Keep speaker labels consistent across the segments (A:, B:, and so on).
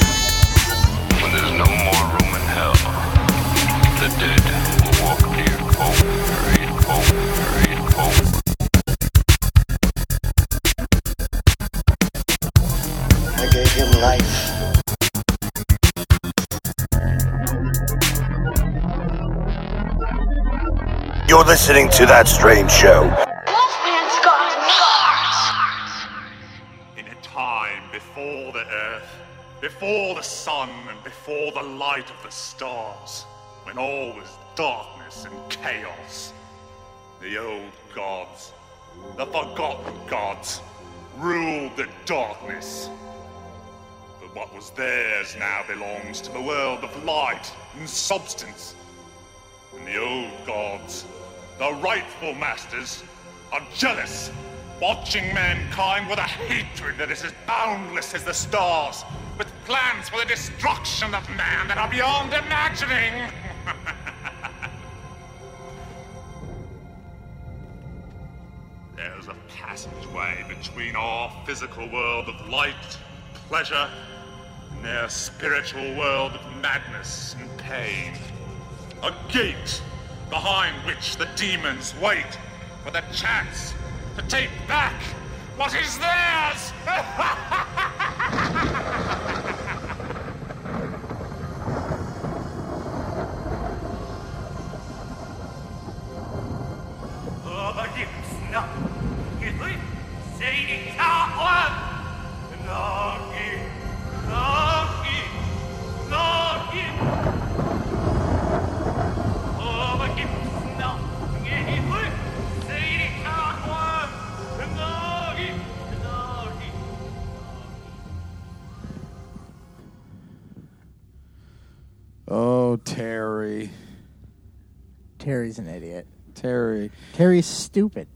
A: When there's no more room in hell, the dead will walk near over, over, over.
B: I gave him life.
C: You're listening to That Strange Show.
D: Wolfman's got nerves.
E: In a time before the earth, before the sun, and before the light of the stars, when all was darkness and chaos, the old gods, the forgotten gods, ruled the darkness. But what was theirs now belongs to the world of light and substance. And the old gods, the rightful masters, are jealous, watching mankind with a hatred that is as boundless as the stars, with plans for the destruction of man that are beyond imagining. There's a passageway between our physical world of light, pleasure, and their spiritual world of madness and pain. A gate behind which the demons wait for the chance to take back what is theirs!
F: Övergipsna i ryggsäckar. Nagi, nagi, nagi. Övergipsna i ryggsäckar. Nagi, nagi.
G: Oh, Terry.
H: Terry's an idiot.
G: Terry.
H: Terry's stupid.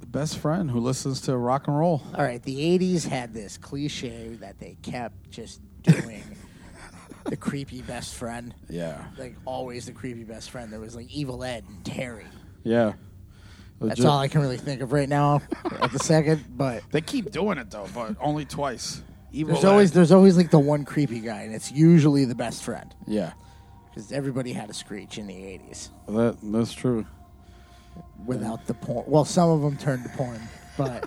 G: The best friend who listens to rock and roll.
H: All right, the 80s had this cliche that they kept just doing. the creepy best friend.
G: Yeah.
H: Like, always the creepy best friend. There was, like, Evil Ed and Terry.
G: Yeah.
H: That's all I can really think of right now at the second, but
G: They keep doing it though, but only twice. Evil.
H: there's always
G: Ed.
H: there's always like the one creepy guy, and it's usually the best friend
G: yeah.
H: because everybody had a screech in the 80s
G: That that's true.
H: without the porn. Well, some of them turned to porn, but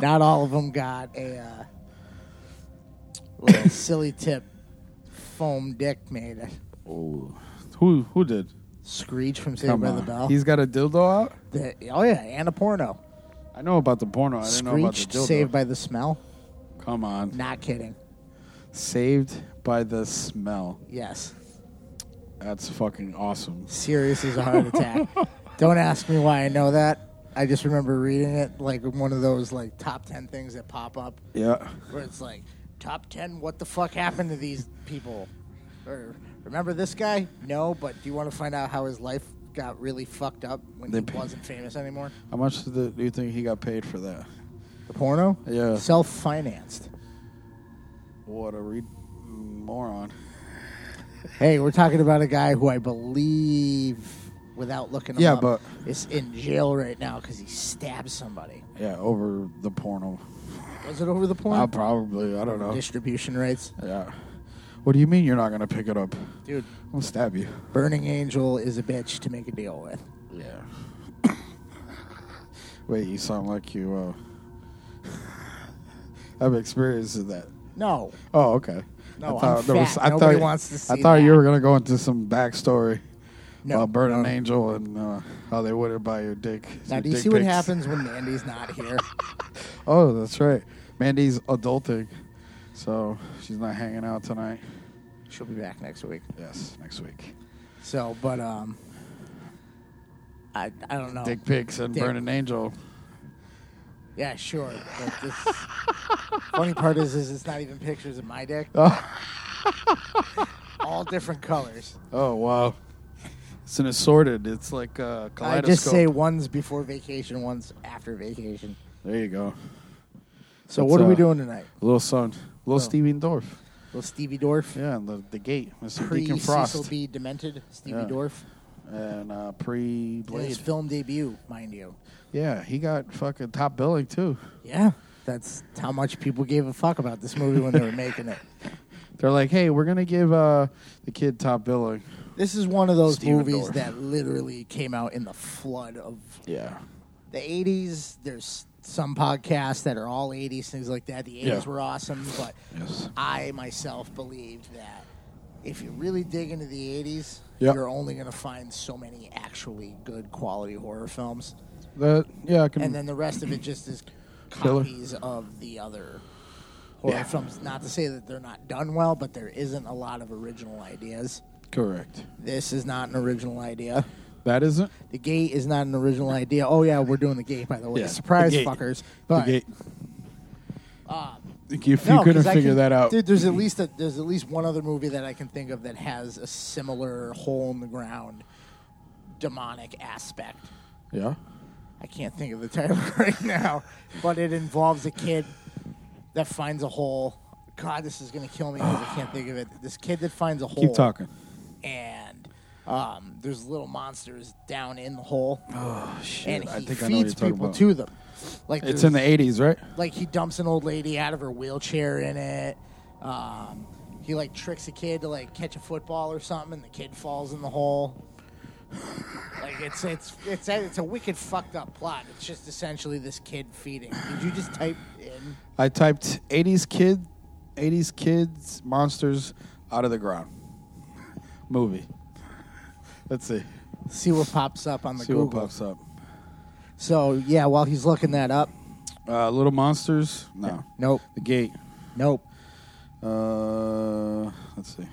H: not all of them got a uh, little silly tip foam dick made. A
G: Who who did?
H: screech from Saved by the Bell.
G: He's got a dildo out.
H: The- oh yeah, and a porno.
G: I know about the porno. I didn't know about the
H: Screeched,
G: dildo.
H: saved by the smell.
G: Come on.
H: Not kidding.
G: Saved by the smell.
H: Yes.
G: That's fucking awesome.
H: serious as a heart attack. Don't ask me why I know that. I just remember reading it like one of those like top ten things that pop up
G: Yeah.
H: where it's like top ten what the fuck happened to these people? Or remember this guy? No, but do you want to find out how his life got really fucked up when
G: They
H: he
G: p-
H: wasn't famous anymore?
G: How much do do you think he got paid for that?
H: The porno?
G: Yeah.
H: Self financed.
G: What a re- moron.
H: Hey, we're talking about a guy who I believe without looking him
G: Yeah,
H: up,
G: but-
H: is in jail right now because he stabbed somebody.
G: Yeah, over the porno.
H: Was it over the porn?
G: I probably. I don't know.
H: distribution rights.
G: Yeah. What do you mean you're not gonna pick it up?
H: Dude,
G: I'm gonna stab you.
H: Burning Angel is a bitch to make a deal with.
G: Yeah. Wait, you sound like you uh, have experience in that.
H: No.
G: Oh, okay.
H: No, I'm
G: there
H: fat. Nobody
G: thought,
H: wants to
G: I
H: see
G: thought you
H: that.
G: were gonna go into some backstory
H: No.
G: about Burning
H: No.
G: Angel and uh, how they wouldn't buy your dick.
H: Now,
G: your
H: do you
G: dick
H: see what
G: pics.
H: happens when Mandy's not here?
G: Oh, that's right. Mandy's adulting, so she's not hanging out tonight.
H: She'll be back next week.
G: Yes, next week.
H: So, but, um, I, I don't know.
G: Dick pics and
H: Dick.
G: Burning Angel.
H: Yeah, sure. But this, funny part is, is it's not even pictures of my dick. All different colors.
G: Oh wow, it's an assorted. It's like a
H: I
G: kaleidoscope.
H: just say one's before vacation, one's after vacation.
G: there you go.
H: So,
G: That's,
H: what are we
G: uh,
H: doing tonight? Oh.
G: Little son, little Steven Dorff.
H: Little Stevie Dorff.
G: Yeah, and the, the gate, Mr.
H: Pre
G: Deacon
H: Cecil
G: Frost,
H: B. Demented, Stevie
G: Yeah.
H: Dorff.
G: and uh, pre
H: in His
G: Blade.
H: film debut, mind you.
G: Yeah, he got fucking top billing too.
H: Yeah. That's how much people gave a fuck about this movie when they were making it.
G: They're like, hey, we're gonna give uh, the kid top billing.
H: This is one of those
G: Steven
H: movies
G: Dorff.
H: that literally came out in the flood of
G: Yeah,
H: the 80s. There's some podcasts that are all 80s, things like that. The 80s
G: Yeah.
H: were awesome, but
G: Yes.
H: I myself believed that if you really dig into the 80s,
G: Yep.
H: you're only going to find so many actually good quality horror films.
G: Mm-hmm. that yeah. I can,
H: And then the rest of it just is
G: Filler.
H: copies of the other horror films. Not to say that they're not done well, but there isn't a lot of original ideas.
G: correct.
H: This is not an original idea.
G: That isn't
H: The gate is not an original idea. Oh yeah, we're doing the gate by the way.
G: Yeah,
H: Surprise,
G: the gate.
H: fuckers! But Um,
G: the gate. if you
H: No, 'cause
G: couldn't
H: I
G: figure
H: can-
G: that out,
H: dude. There's at least a, there's at least one other movie that I can think of that has a similar hole in the ground demonic aspect.
G: yeah,
H: I can't think of the title right now, but it involves a kid that finds a hole. God, this is gonna kill me because I can't think of it. This kid that finds a hole.
G: keep talking.
H: And um, there's little monsters down in the hole,
G: Oh shit!
H: and he
G: I think I know what you're
H: feeds
G: talking
H: people
G: about.
H: to them. Like
G: It's
H: there's-
G: in the '80s, right?
H: like he dumps an old lady out of her wheelchair in it. Um, he like tricks a kid to like catch a football or something, and the kid falls in the hole. like it's it's it's a, it's a wicked fucked up plot. It's just essentially this kid feeding. Did you just type in?
G: I typed '80s kid, '80s kids monsters out of the ground movie. Let's see,
H: See what pops up on the
G: see
H: Google.
G: what pops up.
H: So yeah, while he's looking that up,
G: Uh, Little monsters? No,
H: nope,
G: the gate.
H: nope.
G: Uh, let's see.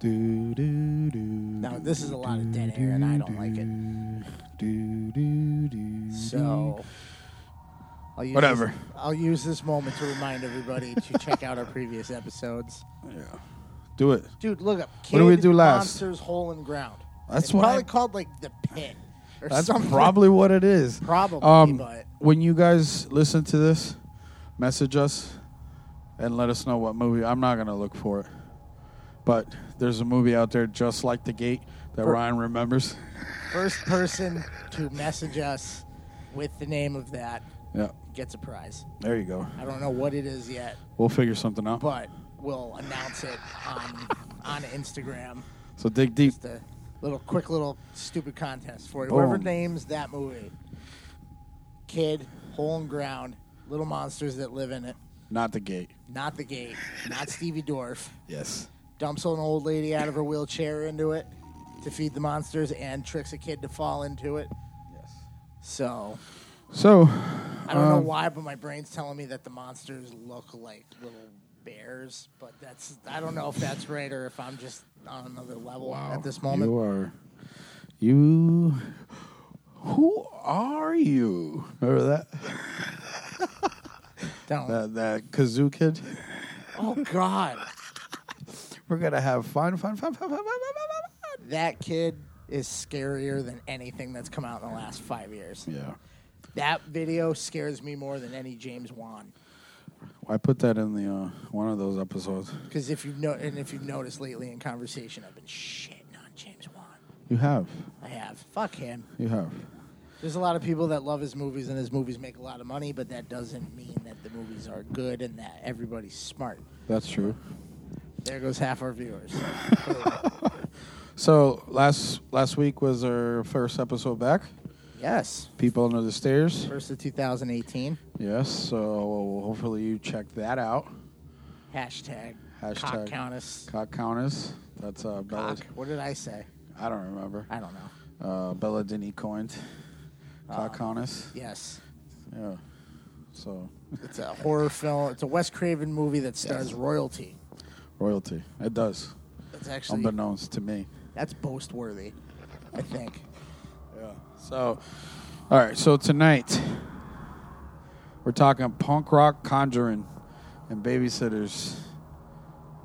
G: Do, do, do,
H: No, this is a lot of dead air, and I don't like it.
G: do, do, do,
H: So. I'll use
G: Whatever.
H: this- I'll use this moment to remind everybody to check out our previous episodes.
G: do it.
H: Dude, look up. Kid
G: What did we do last?
H: Monsters Hole in Ground.
G: That's
H: it's
G: what
H: probably
G: I-
H: called like the pit or
G: That's
H: something.
G: probably what it is.
H: Probably,
G: Um,
H: but-
G: when you guys listen to this, message us and let us know what movie. I'm not gonna look for it, but there's a movie out there just like The Gate that Ryan remembers.
H: first person to message us with the name of that
G: Yeah,
H: gets a prize.
G: there you go.
H: I don't know what it is yet,
G: We'll figure something out.
H: but we'll announce it on on Instagram.
G: So dig deep.
H: Just a little quick little stupid contest for you.
G: Boom.
H: Whoever names that movie. Kid, Hole in Ground, Little Monsters That Live in It,
G: Not The Gate.
H: Not the Gate, not Stevie Dorff.
G: Yes.
H: dumps an old lady out of her wheelchair into it to feed the monsters and tricks a kid to fall into it.
G: Yes. Um,
H: So
G: So,
H: I don't know why, but my brain's telling me that the monsters look like little bears. But that's I don't know if that's right or if I'm just on another level at this moment.
G: you are you. Who are you? Remember that
H: Don't.
G: that, that kazoo kid?
H: oh God,
G: We're gonna have fun, fun, fun, fun, fun, fun, fun, fun,
H: that kid is scarier than anything that's come out in the last five years.
G: fun. Yeah.
H: That video scares me more than any James Wan.
G: I put that in the uh, one of those episodes.
H: Because if you've no- and if you've noticed lately in conversation, I've been shitting on James Wan.
G: You have,
H: I have. Fuck him.
G: you have.
H: There's a lot of people that love his movies and his movies make a lot of money, but that doesn't mean that the movies are good and that everybody's smart.
G: That's true.
H: There goes half our viewers.
G: So last last week was our first episode back.
H: yes.
G: People under the stairs.
H: First of 2018.
G: Yes. So hopefully you check that out.
H: Hashtag,
G: Hashtag
H: cock countess.
G: Cock countess. That's uh, Bella.
H: Cock. What did I say?
G: I don't remember.
H: I don't know.
G: Uh, Bella Dini coined cock countess.
H: Yes.
G: Yeah. So
H: It's a horror film. It's a Wes Craven movie that stars royalty.
G: royalty. It does.
H: That's actually,
G: Unbeknownst to me.
H: that's boast worthy, I think.
G: So, all right. So tonight, we're talking punk rock conjuring and babysitters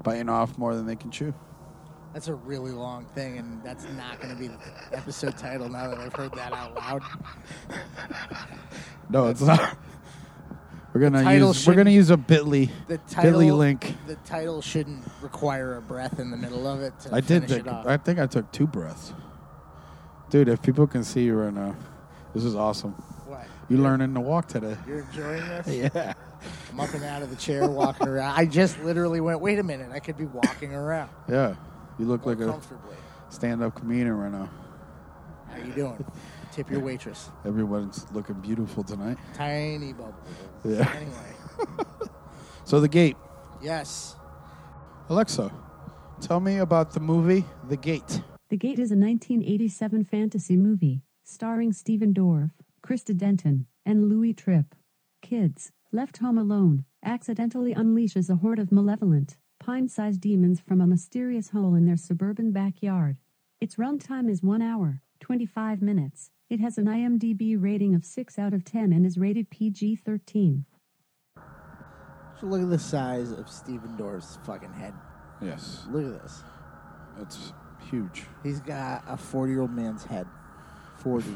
G: biting off more than they can chew.
H: That's a really long thing, and that's not going to be the episode title now that I've heard that out loud.
G: No, it's not. We're gonna
H: title
G: use we're gonna
H: shouldn't-
G: use a Bitly
H: The
G: Bitly
H: title
G: link.
H: The title shouldn't require a breath in the middle of it. To
G: I did.
H: finish
G: Take,
H: it off.
G: I think I took two breaths, dude. If people can see you right now, this is awesome.
H: What?
G: You learning to walk today?
H: You're enjoying this?
G: Yeah.
H: I'm up and out of the chair, walking around. I just literally went. Wait a minute! I could be walking around
G: Yeah. You look
H: more
G: like a
H: comfortably.
G: stand-up comedian right now.
H: How you doing? Tip your waitress.
G: Everyone's looking beautiful tonight.
H: Tiny bubble.
G: Yeah.
H: Anyway,
G: So the gate,
H: yes.
G: Alexa, tell me about the movie The Gate.
I: The Gate is a 1987 fantasy movie starring Stephen Dorff, Krista Denton, and Louis Tripp. Kids, left home alone, accidentally unleashes a horde of malevolent, pint sized demons from a mysterious hole in their suburban backyard. Its runtime is 1 hour, 25 minutes. It has an IMDb rating of 6 out of 10 and is rated PG 13.
H: So look at the size of Steven Dorff's fucking head.
G: Yes,
H: Look at this.
G: it's huge.
H: He's got a 40 year old man's head. 40.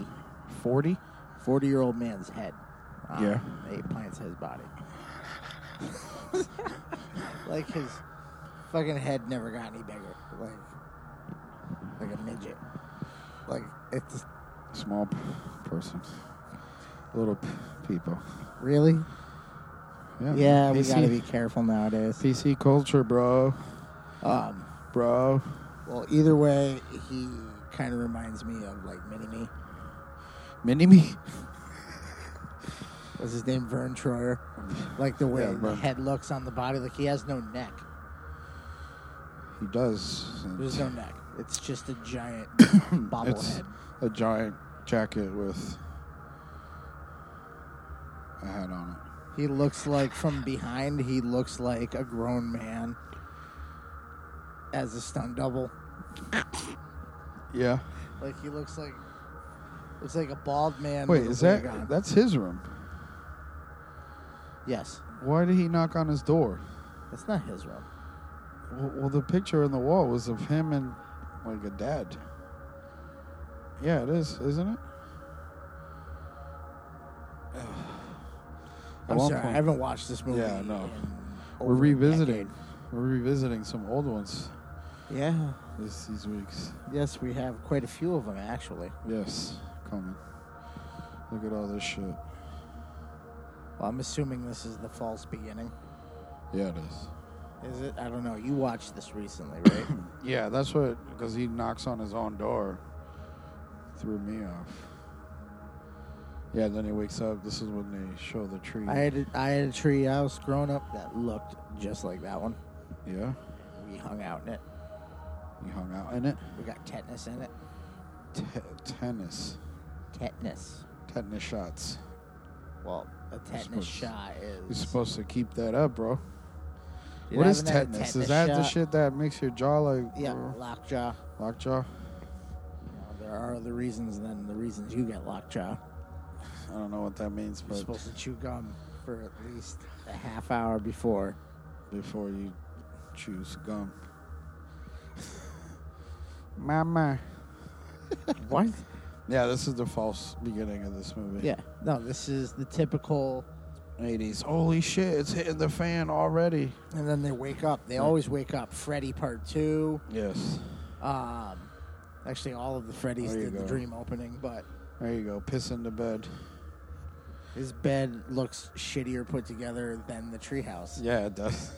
G: Forty.
H: 40 year old man's head. Um, on
G: Yeah.
H: A pint sized body. like his fucking head never got any bigger. Like, like a midget. Like, it's
G: Small p- person. Little p- people.
H: really?
G: Yeah.
H: Yeah, we
G: PC
H: gotta be careful nowadays.
G: PC culture, bro.
H: Um,
G: Bro.
H: well, either way, he kind of reminds me of like Mini Me.
G: Mini me.
H: What's his name? Vern Troyer. Like the way
G: Yeah,
H: the
G: Vern.
H: head looks on the body, like he has no neck.
G: He does.
H: There's no neck. It's just a giant
G: It's
H: bobblehead.
G: a giant jacket with a hat on it.
H: He looks like from behind. He looks like a grown man as a stunt double.
G: Yeah.
H: Like he looks like looks like a bald man.
G: Wait,
H: with a
G: is
H: wig on.
G: that that's his room?
H: Yes,
G: Why did he knock on his door?
H: that's not his room.
G: Well, well, the picture on the wall was of him and like a dad. Yeah, it is, isn't it? At
H: I'm
G: one
H: sorry,
G: point-
H: I haven't watched this movie.
G: Yeah, no.
H: in
G: We're
H: over a
G: revisiting. We're revisiting some old ones
H: decade. Yeah.
G: this, these weeks.
H: Yes, we have quite a few of them actually.
G: Yes, coming. Look at all this shit.
H: Well, I'm assuming this is the false beginning.
G: Yeah, it is.
H: Is it? I don't know. You watched this recently, right?
G: Yeah, that's what because he knocks on his own door. Threw me off. Yeah, then he wakes up. This is when they show the tree.
H: I had a, I had a tree house growing up that looked just like that one.
G: yeah,
H: We hung out in it.
G: you hung out in it.
H: We got tetanus in it.
G: Te- tennis,
H: Tetanus.
G: tetanus shots.
H: Well, a tetanus
G: supposed-
H: shot is.
G: You're supposed to keep that up, bro.
H: You're
G: what is
H: having that
G: tetanus? Is that the
H: shot.
G: shit that makes your jaw like
H: Yeah,
G: uh,
H: lockjaw.
G: lockjaw?
H: Now, there are other reasons than the reasons you get lockjaw.
G: I don't know what that means,
H: You're
G: but
H: supposed to chew gum for at least a half hour before.
G: before you choose gum, mama.
H: What?
G: Yeah, this is the false beginning of this movie.
H: Yeah. No, this is the typical.
G: 80s. Holy shit, it's hitting the fan already.
H: And then they wake up. They always wake up. Freddy Part Two.
G: Yes.
H: Um, actually, all of the Freddy's
G: There you
H: did the
G: go.
H: dream opening, but
G: There you go. Piss in the bed.
H: his bed looks shittier put together than the treehouse.
G: Yeah, it does.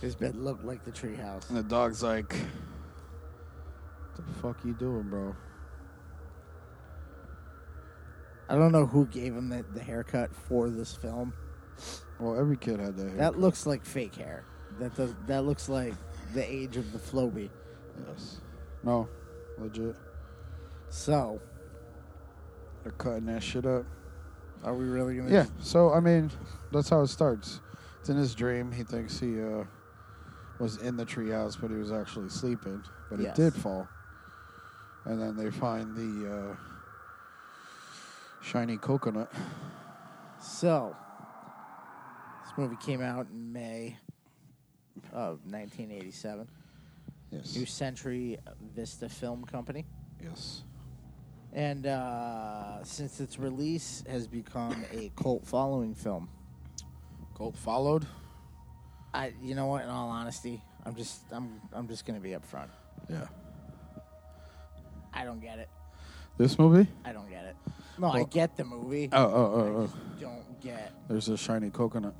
H: His bed looked like the treehouse.
G: And the dog's like, "What the fuck you doing, bro?"
H: I don't know who gave him the, the haircut for this film.
G: Well, every kid had that. hair.
H: That looks like fake hair. That does, that looks like the age of the Floby.
G: Yes. No, legit.
H: So,
G: They're cutting that shit up.
H: are we really gonna?
G: Yeah. So I mean, that's how it starts. It's in his dream. He thinks he uh, was in the treehouse, but he was actually sleeping. But
H: Yes.
G: it did fall. And then they find the uh, shiny coconut.
H: So, this movie came out in May of 1987.
G: Yes.
H: New Century Vista Film Company.
G: Yes.
H: And uh, since its release has become a cult following film.
G: Cult followed.
H: I, you know what? In all honesty, I'm just, I'm, I'm just gonna be upfront.
G: Yeah.
H: I don't get it.
G: This movie?
H: I don't get it. No, I get the movie.
G: Oh, oh, oh, oh.
H: I don't get
G: There's a shiny coconut.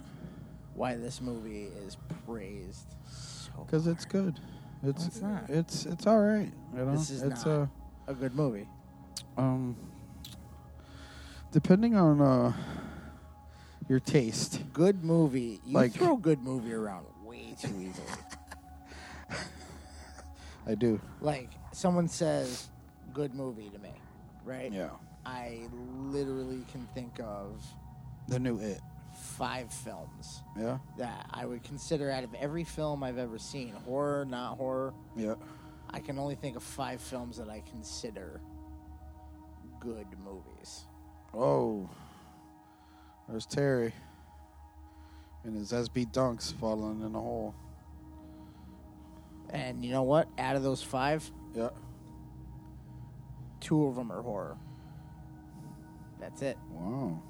H: why this movie is praised. So
G: Because it's
H: hard.
G: good. It's
H: it's not.
G: It's it's all right. You know,
H: This is
G: it's
H: not a good movie.
G: uh, um, depending on uh your taste.
H: Good movie. You
G: Like-
H: throw good movie around way too easily.
G: I do.
H: like someone says, "Good movie" to me, right?
G: Yeah.
H: I literally can think of
G: The new it.
H: five films
G: Yeah.
H: that I would consider out of every film I've ever seen, horror, not horror.
G: Yeah.
H: I can only think of five films that I consider good movies.
G: Oh. There's Terry. And his SB dunks falling in the hole.
H: And you know what? Out of those five,
G: Yeah.
H: two of them are horror. That's it.
G: Wow.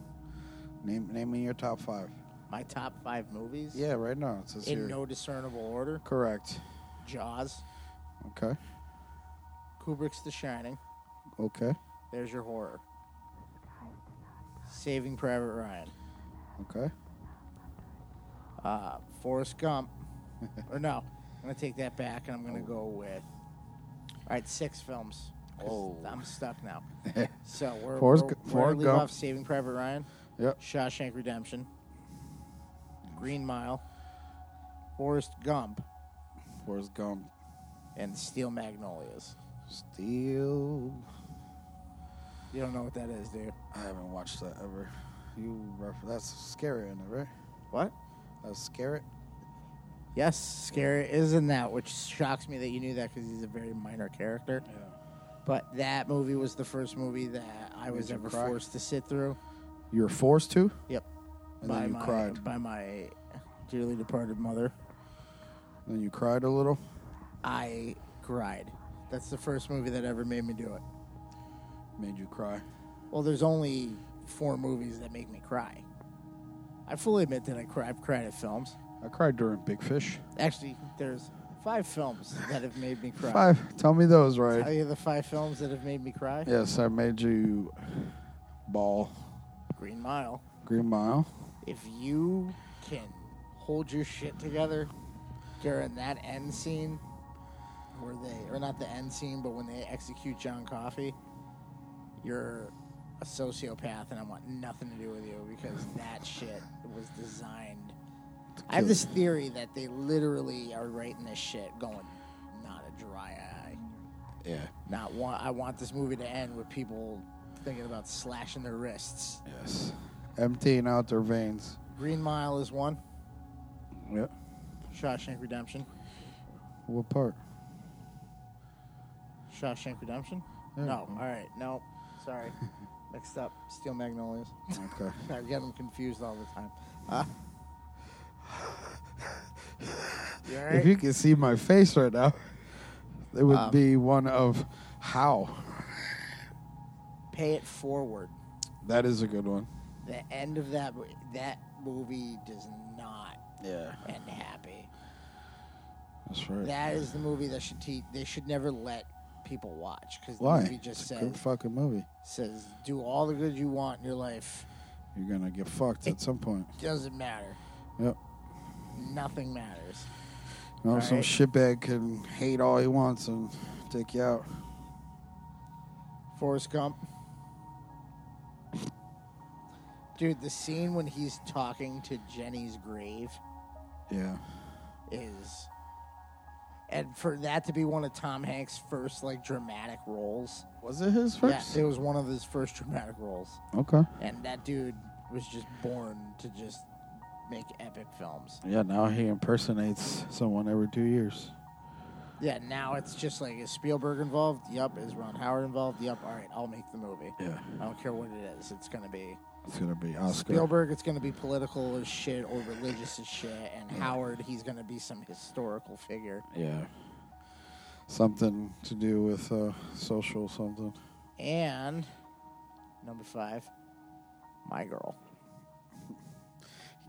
G: Name name me your top five.
H: My top five movies
G: Yeah, right now it says
H: in
G: here.
H: no discernible order
G: Correct.
H: Jaws,
G: Okay.
H: Kubrick's The Shining,
G: Okay.
H: there's your horror. Saving Private Ryan,
G: Okay.
H: uh, Forrest Gump, or no, I'm going to take that back and I'm going to go with, all right, six films. 'cause
G: Oh.
H: I'm stuck now. so we're,
G: Forrest
H: we're,
G: Gu-
H: we're
G: Forrest
H: leave
G: Gump.
H: off Saving Private Ryan,
G: Yep.
H: Shawshank Redemption, Green Mile, Forrest Gump,
G: Forrest Gump.
H: and Steel Magnolias.
G: Steel.
H: You don't know what that is, dude.
G: I haven't watched that ever. You ref- that's scary in it, right?
H: What?
G: That's scary.
H: Yes, Scary is in that, which shocks me that you knew that because he's a very minor character.
G: Yeah.
H: But that movie was the first movie that I was
G: you
H: ever
G: cry?
H: forced to sit through.
G: You were forced to,
H: Yep.
G: and
H: by
G: then you
H: my,
G: cried.
H: By my dearly departed mother.
G: Then you cried a little.
H: I cried. That's the first movie that ever made me do it.
G: Made you cry.
H: Well, there's only four movies that make me cry. I fully admit that I cry. I've cried at films.
G: I cried during Big Fish.
H: Actually, there's five films that have made me cry.
G: Five. Tell me those,
H: Tell
G: right?
H: you the five films that have made me cry.
G: Yes, I made you ball.
H: Green Mile.
G: Green Mile.
H: If you can hold your shit together during that end scene, where they, or not the end scene, but when they execute John Coffey, you're a sociopath, and I want nothing to do with you because that shit was designed. I have this theory that they literally are writing this shit going, not a dry eye.
G: Yeah.
H: Not one. I want this movie to end with people thinking about slashing their wrists.
G: Yes. Emptying out their veins.
H: Green Mile is one.
G: Yep.
H: Shawshank Redemption.
G: What part?
H: Shawshank Redemption?
G: Yeah.
H: No. All right. No. Sorry. Mixed up. Steel Magnolias.
G: Okay.
H: I get them confused all the time. Uh, you all
G: If
H: right?
G: you could see my face right now, it would
H: Um,
G: be one of how.
H: Pay it forward.
G: That is a good one.
H: The end of that mo- that movie does not
G: Yeah.
H: end happy.
G: That's right.
H: That is the movie that should te- they should never let people watch because the
G: Why?
H: movie just
G: it's a good
H: says
G: fucking movie.
H: says do all the good you want in your life.
G: You're gonna get fucked at some point.
H: Doesn't matter.
G: Yep.
H: Nothing matters.
G: You know, some
H: Alright.
G: shitbag can hate all he wants and take you out.
H: Forrest Gump. Dude, the scene when he's talking to Jenny's grave
G: Yeah.
H: is and for that to be one of Tom Hanks' first like dramatic roles.
G: Was it his first?
H: Yeah, it was one of his first dramatic roles.
G: okay.
H: And that dude was just born to just make epic films.
G: Yeah. Now he impersonates someone every two years.
H: Yeah, now it's just like is Spielberg involved? Yup. Is Ron Howard involved? Yup. All right, I'll make the movie.
G: Yeah.
H: I don't care what it is. It's gonna be
G: It's gonna be Oscar.
H: Spielberg, it's going to be political as shit or religious as shit. And Howard, he's going to be some historical figure.
G: Yeah. Something to do with uh, social something.
H: And number five, My Girl.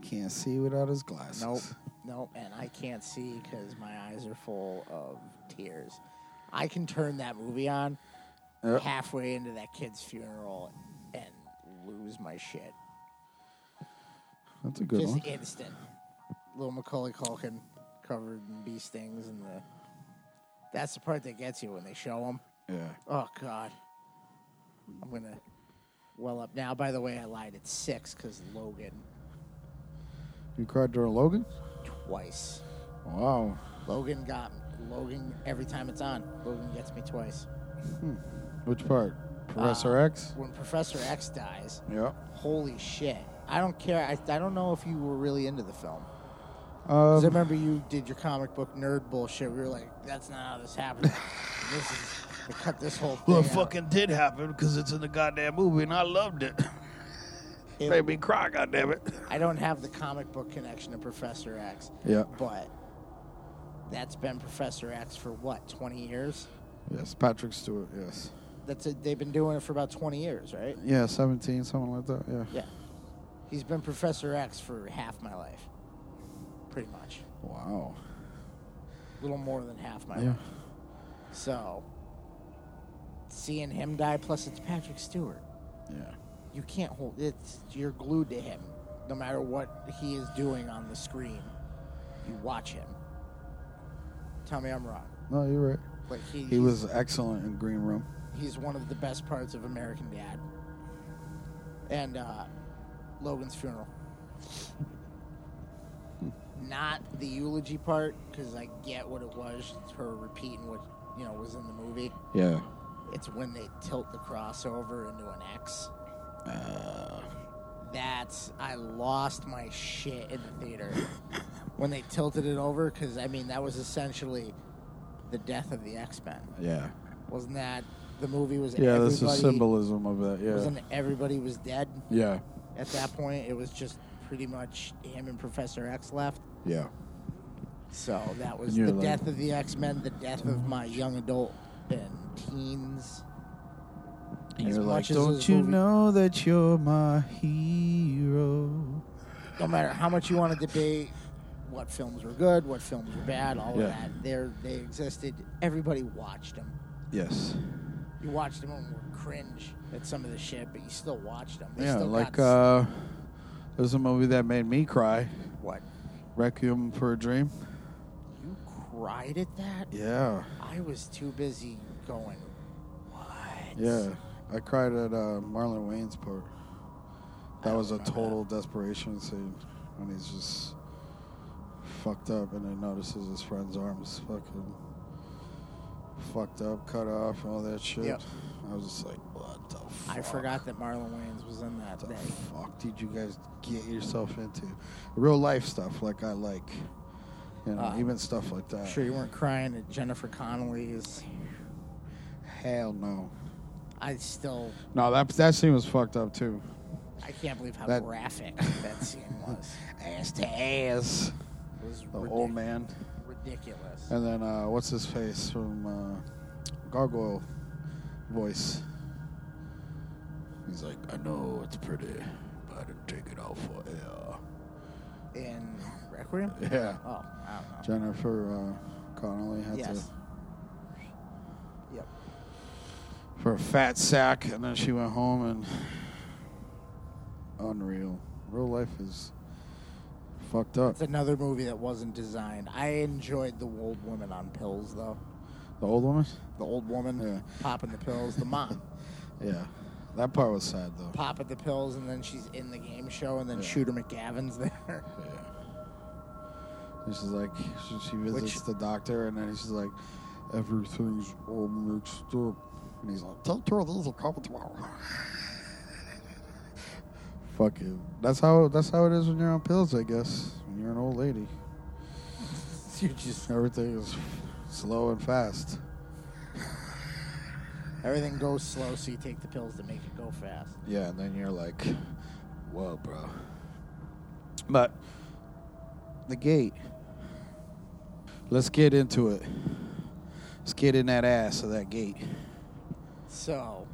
G: Can't see without his glasses.
H: Nope. Nope. And I can't see because my eyes are full of tears. I can turn that movie on
G: Yep.
H: halfway into that kid's funeral and lose my shit.
G: That's a good
H: Just
G: one.
H: instant. Little Macaulay Culkin covered in bee stings and the. That's the part that gets you when they show him.
G: Yeah.
H: Oh God, I'm gonna well up now. By the way, I lied. It's six because Logan
G: You cried during Logan?
H: twice.
G: Wow.
H: Logan got Logan every time it's on. Logan gets me twice.
G: Which part?
H: Uh,
G: Professor X?
H: When Professor X dies,
G: Yep.
H: holy shit! I don't care. I, I don't know if you were really into the film. 'Cause I
G: Um,
H: remember you did your comic book nerd bullshit. We were like, "That's not how this happened. this is they cut this whole thing."
J: Well, it
H: out."
J: fucking did happen because it's in the goddamn movie and I loved it.
H: It-
J: Made me cry, goddamn it.
H: I don't have the comic book connection to Professor X.
G: Yeah.
H: But that's been Professor X for what, 20 years?
G: yes, Patrick Stewart, yes.
H: That's it. They've been doing it for about 20 years, right?
G: Yeah, 17, something like that, yeah.
H: Yeah. He's been Professor X for half my life. Pretty much.
G: Wow.
H: A little more than half my
G: Yeah.
H: life. So seeing him die plus it's Patrick Stewart.
G: Yeah.
H: You can't hold it's you're glued to him no matter what he is doing on the screen. You watch him. Tell me I'm wrong.
G: No, you're right.
H: Like he,
G: He was excellent in Green Room.
H: he's one of the best parts of American Dad. And uh, Logan's funeral. Not the eulogy part, because I get what it was, her repeating what you know was in the movie.
G: Yeah.
H: It's when they tilt the crossover into an X.
G: Uh.
H: That's I lost my shit in the theater when they tilted it over, because I mean that was essentially the death of the X Men.
G: Yeah.
H: Wasn't that the movie was
G: Yeah,
H: everybody,
G: that's the symbolism of that, yeah.
H: Wasn't everybody was dead
G: Yeah.
H: at that point? It was just pretty much him and Professor X left.
G: Yeah.
H: So that was
G: You're
H: the
G: like-
H: death of the X Men, the death of my young adult and teens.
G: And
H: As
G: you're like,
H: much as
G: don't
H: this
G: you
H: movie-
G: know that you're my hero?
H: No matter how much you want to debate what films were good, what films were bad, all
G: Yeah.
H: of that, there they existed. Everybody watched them.
G: Yes.
H: You watched them and were cringe at some of the shit, but you still watched them. They
G: yeah,
H: still
G: like,
H: got,
G: uh, there's a movie that made me cry
H: what?
G: Requiem for a Dream.
H: You cried at that?
G: Yeah.
H: I was too busy going. What?
G: Yeah, I cried at uh, Marlon Wayne's part. That
H: Oh,
G: was a total desperation scene when he's just fucked up and then notices his friend's arms fucking fucked up, cut off, all that shit.
H: Yep.
G: I was just like, what the fuck?
H: I forgot that Marlon Wayans was in
G: What
H: that.
G: the
H: Day.
G: fuck did you guys get yourself into? Real life stuff like I like. You know,
H: Uh,
G: even stuff like that.
H: Sure, you weren't crying at Jennifer Connelly's.
G: Hell no.
H: I still,
G: No, that that scene was fucked up too.
H: I can't believe how
G: That-
H: graphic that scene was.
G: Ass to ass.
H: It was
G: The
H: ridic-
G: old man.
H: ridiculous.
G: And then uh, what's his face from uh, Gargoyle voice? He's like, I know it's pretty, but I didn't take it out for air.
H: In Requiem?
G: Yeah.
H: Oh, I don't know.
G: Jennifer uh, Connolly had
H: yes. Yep.
G: to for a fat sack, and then she went home and unreal. Real life is fucked up.
H: It's another movie that wasn't designed. I enjoyed the old woman on pills though.
G: The old woman.
H: The old woman
G: Yeah.
H: popping the pills. The mom.
G: Yeah, that part was sad though.
H: pop at the pills and then she's in the game show and then Shooter McGavin's there.
G: And she's like, she, she visits
H: Which-
G: the doctor, and then she's like, everything's all mixed up. And he's like, tell her there's a couple tomorrow. Fucking, that's how that's how it is when you're on pills, I guess. When you're an old lady,
H: you just
G: everything is slow and fast.
H: everything goes slow, so you take the pills to make it go fast.
G: Yeah, and then you're like, whoa, bro. But the gate. Let's get into it. Let's get in that ass of that gate.
H: So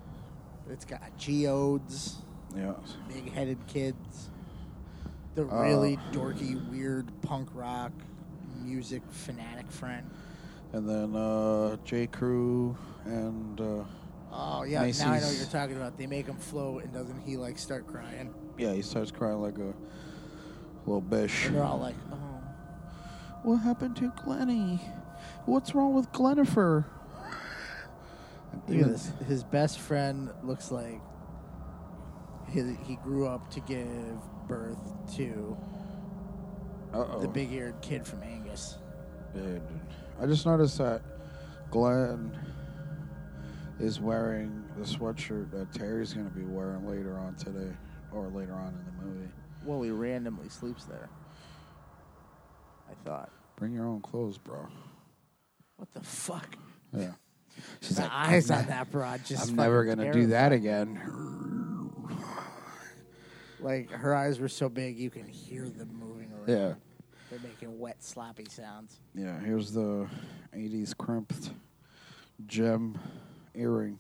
H: It's got geodes,
G: Yeah.
H: big headed kids, the really dorky, weird punk rock music fanatic friend.
G: And then uh, J. Crew and uh,
H: Oh yeah, now I know what
G: Macy's.
H: you're talking about. They make him float, and doesn't he like start crying?
G: yeah, he starts crying like a little bitch.
H: And they're all like, "Oh,
G: What happened to Glenny? What's wrong with Glenifer?
H: look at this." His best friend looks like he, he grew up to give birth to
G: Uh-oh.
H: the big-eared kid from Angus.
G: Dude, I just noticed that Glenn is wearing the sweatshirt that Terry's going to be wearing later on today or later on in the movie.
H: Well, he randomly sleeps there. I thought,
G: Bring your own clothes, bro.
H: what the fuck?
G: Yeah. She's
H: The
G: like,
H: eyes on that broad just.
G: I'm never
H: fucking
G: going to do that again.
H: Like her eyes were so big, you can hear them moving around.
G: Yeah.
H: They're making wet, sloppy sounds.
G: Yeah, here's the 80s crimped gem earring.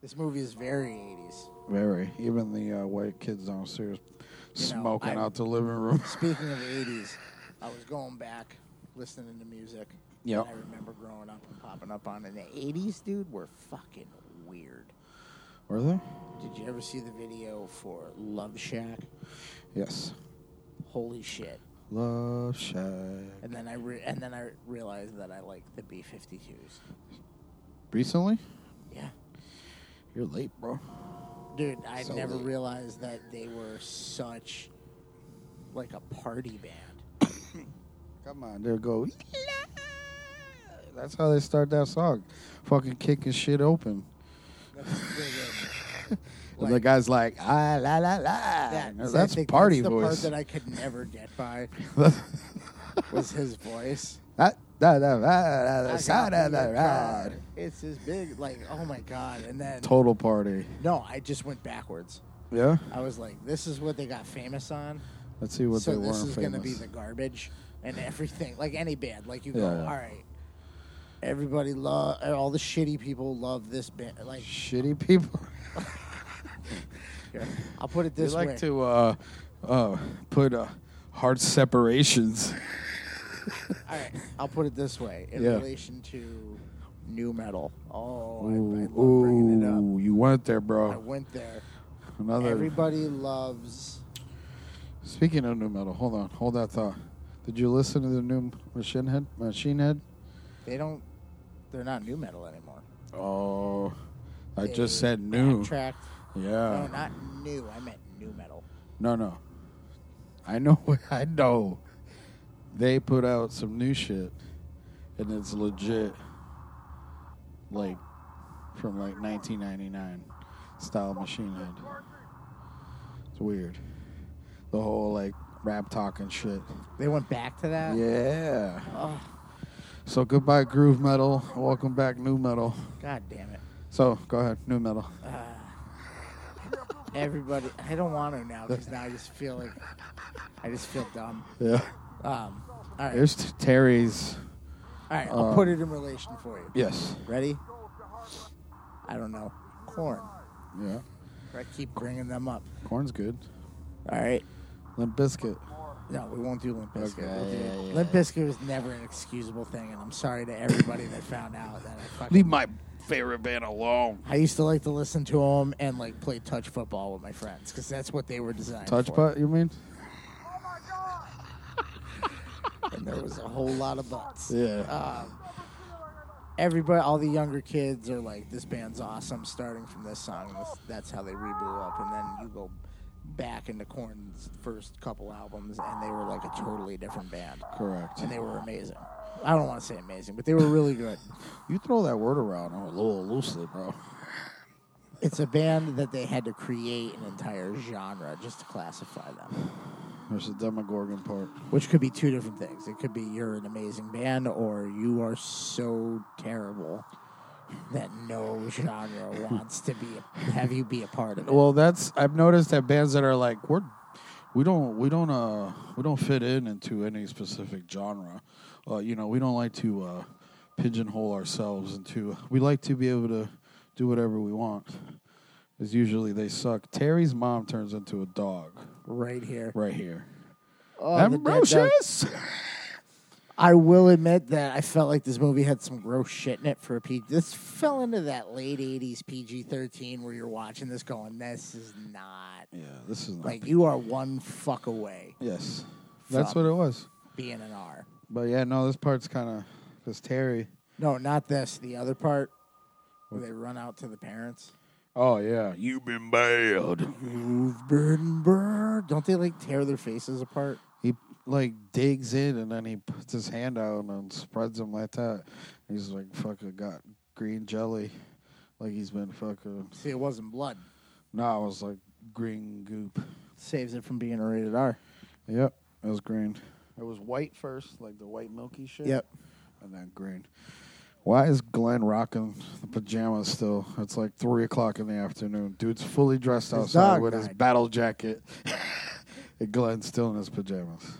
H: This movie is very 80s.
G: Very. Even the uh, white kids downstairs
H: You know,
G: smoking
H: I'm-
G: out the living room.
H: Speaking of 80s, I was going back listening to music.
G: Yep.
H: and I remember growing up and popping up on it. The 80s, dude, were fucking weird.
G: Were they?
H: Did you ever see the video for Love Shack?
G: Yes.
H: Holy shit.
G: Love Shack.
H: And then I re- and then I realized that I like the B52s.
G: Recently?
H: Yeah.
G: You're late, bro.
H: Dude, I
G: So
H: never
G: late.
H: realized that they were such like a party band.
G: Come on, there go. That's how they start that song. Fucking kicking shit open.
H: That's what they did.
G: and the
H: Like-
G: guy's like, ah, la, la, la.
H: That- I
G: that's
H: think
G: party
H: that's the
G: voice.
H: part that I could never get by was his voice.
G: that, that, that, that,
H: I
G: that,
H: got
G: that, that,
H: the
G: that,
H: car.
G: that.
H: It's this big, like, oh my god! And then
G: Total party.
H: no, I just went backwards.
G: Yeah?
H: I was like, this is what they got famous on.
G: Let's see what
H: so
G: they
H: this
G: weren't
H: is
G: famous.
H: gonna be the garbage and everything, like any band. Like you go,
G: Yeah, yeah.
H: all right. Everybody love all the shitty people love this band. Like
G: Shitty people.
H: here, I'll put it
G: They
H: this
G: like
H: way.
G: to uh, uh, put uh, hard separations.
H: All right, I'll put it this way in
G: Yeah.
H: relation to new metal. Oh, I, I
G: ooh,
H: love bringing it up.
G: ooh, you went there,
H: I
G: bro.
H: went there.
G: Another.
H: Everybody loves.
G: Speaking of new metal, hold on, hold that thought. Did you listen to the new Machine Head? Machine Head?
H: They don't. They're not new metal anymore.
G: Oh, I
H: They
G: just said new. Uh.
H: backtracked. No,
G: Yeah.
H: not new. I meant new metal.
G: No, no. I know. what- I know. They put out some new shit, and it's legit. Like, from like 1999 style Machine Head. It's weird. The whole like rap talking shit.
H: They went back to that.
G: Yeah.
H: Oh,
G: So goodbye groove metal. Welcome back new metal.
H: God damn it.
G: So go ahead, new metal.
H: Uh, Everybody. I don't want to now because now I just feel like I just feel dumb.
G: Yeah.
H: Um. All right.
G: Here's t- Terry's.
H: all right.
G: Uh.
H: I'll put it in relation for you.
G: Yes.
H: Ready? I don't know. Corn.
G: Yeah.
H: I keep bringing them up.
G: Corn's good.
H: All right.
G: Limp Biscuit.
H: No, we won't do Limp Bizkit.
G: Okay,
H: We'll do-
G: yeah, yeah,
H: Limp Bizkit was never an excusable thing, and I'm sorry to everybody that found out that I fucking.
J: Leave my favorite band alone.
H: I used to like to listen to them and like play touch football with my friends because that's what they were designed
G: Touch
H: for.
G: putt, you mean?
H: And there was a whole lot of butts.
G: Yeah.
H: Everybody, all the younger kids are like, "This band's awesome." Starting from this song, and this, that's how they reblew up, and then you go back into Corn's first couple albums, and they were like a totally different band,
G: Correct.
H: and they were amazing. I don't want to say amazing, but they were really good.
G: You throw that word around a little loosely, bro.
H: It's a band that they had to create an entire genre just to classify them,
G: There's the Demogorgon part.
H: which could be two different things. It could be you're an amazing band, or you are so terrible that no genre wants to be have you be a part of it.
G: Well, that's I've noticed that bands that are like we're we don't we don't uh we don't fit in into any specific genre. Uh, you know, we don't like to uh, pigeonhole ourselves into. We like to be able to do whatever we want. is usually they suck. Terry's mom turns into a dog
H: right here.
G: right here.
H: Oh, the dead dog.
G: Ambrosius!
H: I will admit that I felt like this movie had some gross shit in it for a PG. This fell into that late '80s PG-13 where you're watching this going, "This is not
G: Yeah, this is not
H: like you are one fuck away
G: Yes, that's
H: Fuck.
G: what it was.
H: being an R."
G: But yeah, no, this part's kind of because Terry.
H: No, not this. The other part where they run out to the parents.
G: Oh yeah, you
J: been bailed.
H: You've been burned. Don't they like tear their faces apart?
G: he like digs in and then he puts his hand out and spreads him like that. He's like fucking got green jelly, like he's been fucking.
H: See, it wasn't blood.
G: No, it was like green goop.
H: Saves it from being a rated R.
G: Yep, it was green. It was white first, like the white milky shit.
H: Yep.
G: and then green. Why is Glenn rocking the pajamas still? It's like three o'clock in the afternoon. Dude's fully dressed outside
H: dog
G: with his
H: died.
G: battle jacket. and Glenn's still in his pajamas.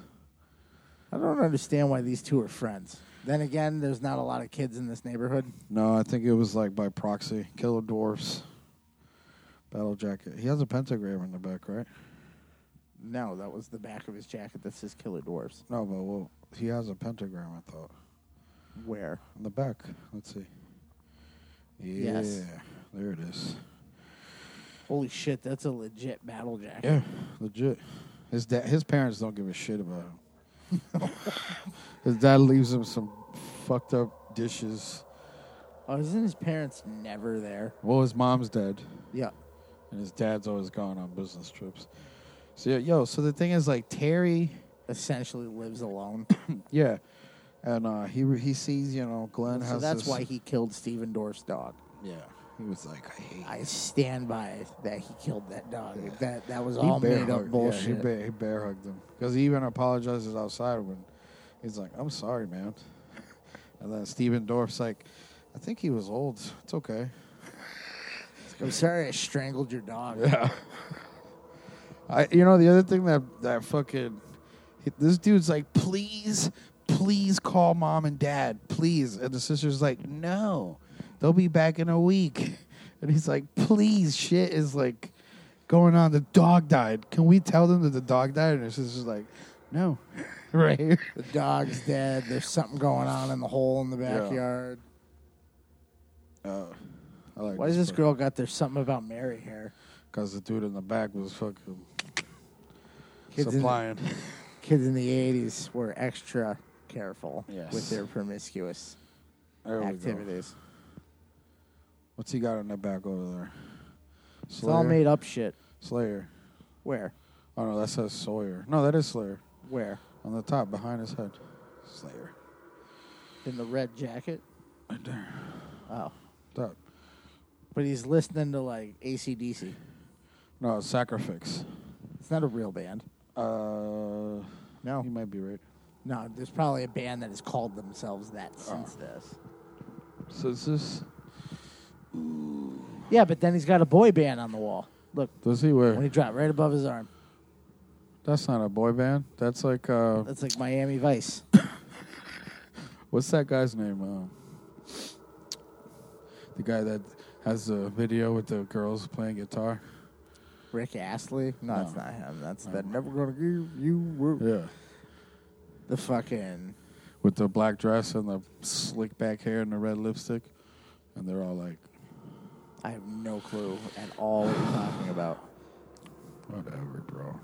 H: I don't understand why these two are friends. Then again, there's not a lot of kids in this neighborhood.
G: No, I think it was like by proxy. Killer dwarfs. Battle jacket. He has a pentagram in the back, right?
H: No, that was the back of his jacket that says "Killer Dwarves."
G: No, but well, he has a pentagram. I thought
H: Where?
G: in the back. Let's see. Yeah,
H: Yes.
G: there it is.
H: Holy shit, that's a legit battle jacket.
G: Yeah, legit. His dad, his parents don't give a shit about him. his dad leaves him some fucked up dishes.
H: Oh, isn't his parents never there?
G: Well, his mom's dead,
H: Yeah.
G: and his dad's always gone on business trips. So yeah, yo, so the thing is like Terry,
H: Essentially lives alone.
G: yeah, and uh, he he sees you know Glenn
H: so
G: has
H: that's
G: this-
H: why he killed Steven Dorff's dog.
G: yeah he was like I hate.
H: I stand by that he killed that dog. That that was
G: he
H: all
G: bear
H: made
G: hugged-
H: up
G: yeah,
H: bullshit.
G: he, bear, he bear hugged him because he even apologizes outside when he's like, "I'm sorry, man." And then Steven Dorff's like, "I think he was old. It's okay."
H: I'm sorry I strangled your dog.
G: Yeah. I, you know, the other thing that that fucking this dude's like, please, please call mom and dad, please, and the sister's like, no, they'll be back in a week, and he's like, please, shit is like going on. The dog died. Can we tell them that the dog died? And the sister's like, no, right here.
H: The dog's dead. There's something going on in the hole in the
G: Yeah.
H: backyard.
G: I like
H: Why does this girl got there's something about Mary hair?
G: Because the dude in the back was fucking
H: Kids in-
G: supplying.
H: Kids in the 80s were extra careful
G: Yes.
H: with their promiscuous
G: There we go.
H: activities.
G: What's he got in the back over there?
H: It's all
G: Slayer?
H: made up shit.
G: Slayer.
H: Where?
G: Oh no, that says Sawyer. No, that is Slayer
H: Where?
G: on the top behind his head. Slayer.
H: In the red jacket?
G: Right there.
H: Oh.
G: Top.
H: But he's listening to like ACDC.
G: No, it's Sacrifix.
H: It's not a real band.
G: Uh,
H: No.
G: you might be right.
H: No, there's probably a band that has called themselves that
G: Oh.
H: since this.
G: So is this?
H: Yeah, but then he's got a boy band on the wall. Look,
G: Does he
H: when he
G: wear?
H: dropped right above his arm.
G: That's not a boy band. That's like uh,
H: That's like Miami Vice.
G: what's that guy's name? Um, the guy that has the video with the girls playing guitar.
H: Rick Astley? No, it's
G: No.
H: not him. That's that never gonna give you up.
G: Yeah.
H: the fucking
G: With the black dress and the slick back hair and the red lipstick, and they're all like,
H: I have no clue at all what you're talking about.
G: whatever, bro.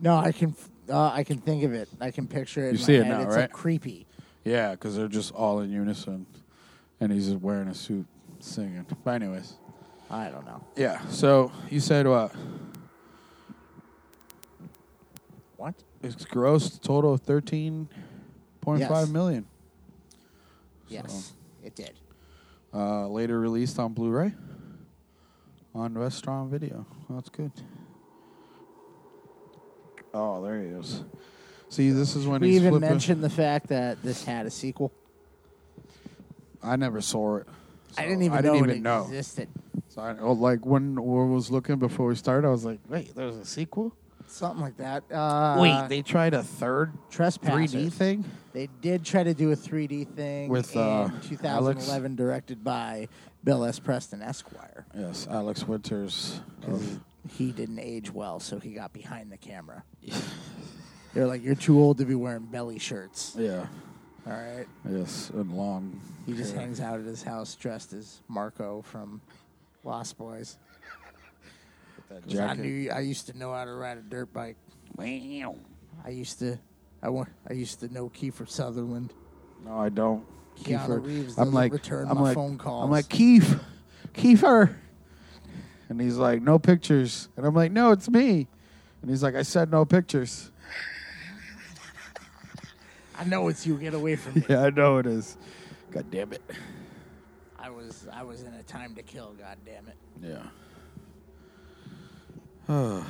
H: No, I can f- uh, I can think of it. I can picture it. in
G: You
H: my
G: see it
H: head.
G: now,
H: it's
G: right?
H: Like creepy.
G: Yeah, because they're just all in unison, and he's just wearing a suit singing. But anyways,
H: I don't know.
G: yeah. So you said what?
H: What?
G: It's gross total of thirteen point five
H: Yes.
G: million.
H: Yes, it did.
G: Uh, later released on Blu-ray, on Restaurant Video. That's good. Oh, there he is. See, this is when
H: We
G: he's
H: even
G: flipping.
H: mentioned the fact that this had a sequel.
G: I never saw it. so
H: I didn't even
G: I didn't
H: know
G: even
H: it
G: know.
H: existed.
G: So I, oh, like when I was looking before we started, I was like, "Wait, there's a sequel."
H: something like that. Uh,
G: Wait, they tried a third
H: Trespassers.
G: 3D thing?
H: They did try to do a 3D thing
G: With,
H: in
G: uh,
H: 2011, directed by Bill S. Preston Esquire.
G: Yes, Alex Winters. uh,
H: 'Cause He didn't age well, so he got behind the camera. They're like, "You're too old to be wearing belly shirts."
G: Yeah.
H: All right,
G: Yes, and long.
H: he just hangs out at his house dressed as Marco from Lost Boys. 'Cause I
G: jacket.
H: knew I used to know how to ride a dirt bike. I used to, I want, I used to know Kiefer Sutherland.
G: No, I don't.
H: Keanu Reeves
G: I'm
H: doesn't
G: like,
H: return
G: I'm
H: my
G: like,
H: phone calls.
G: I'm like, Keef, Kiefer. And he's like, no pictures. And I'm like, no, it's me. And he's like, I said no pictures.
H: I know it's you. Get away from me.
G: Yeah, I know it is. God damn it.
H: I was, I was in a time to kill. God damn it!
G: Yeah.
H: By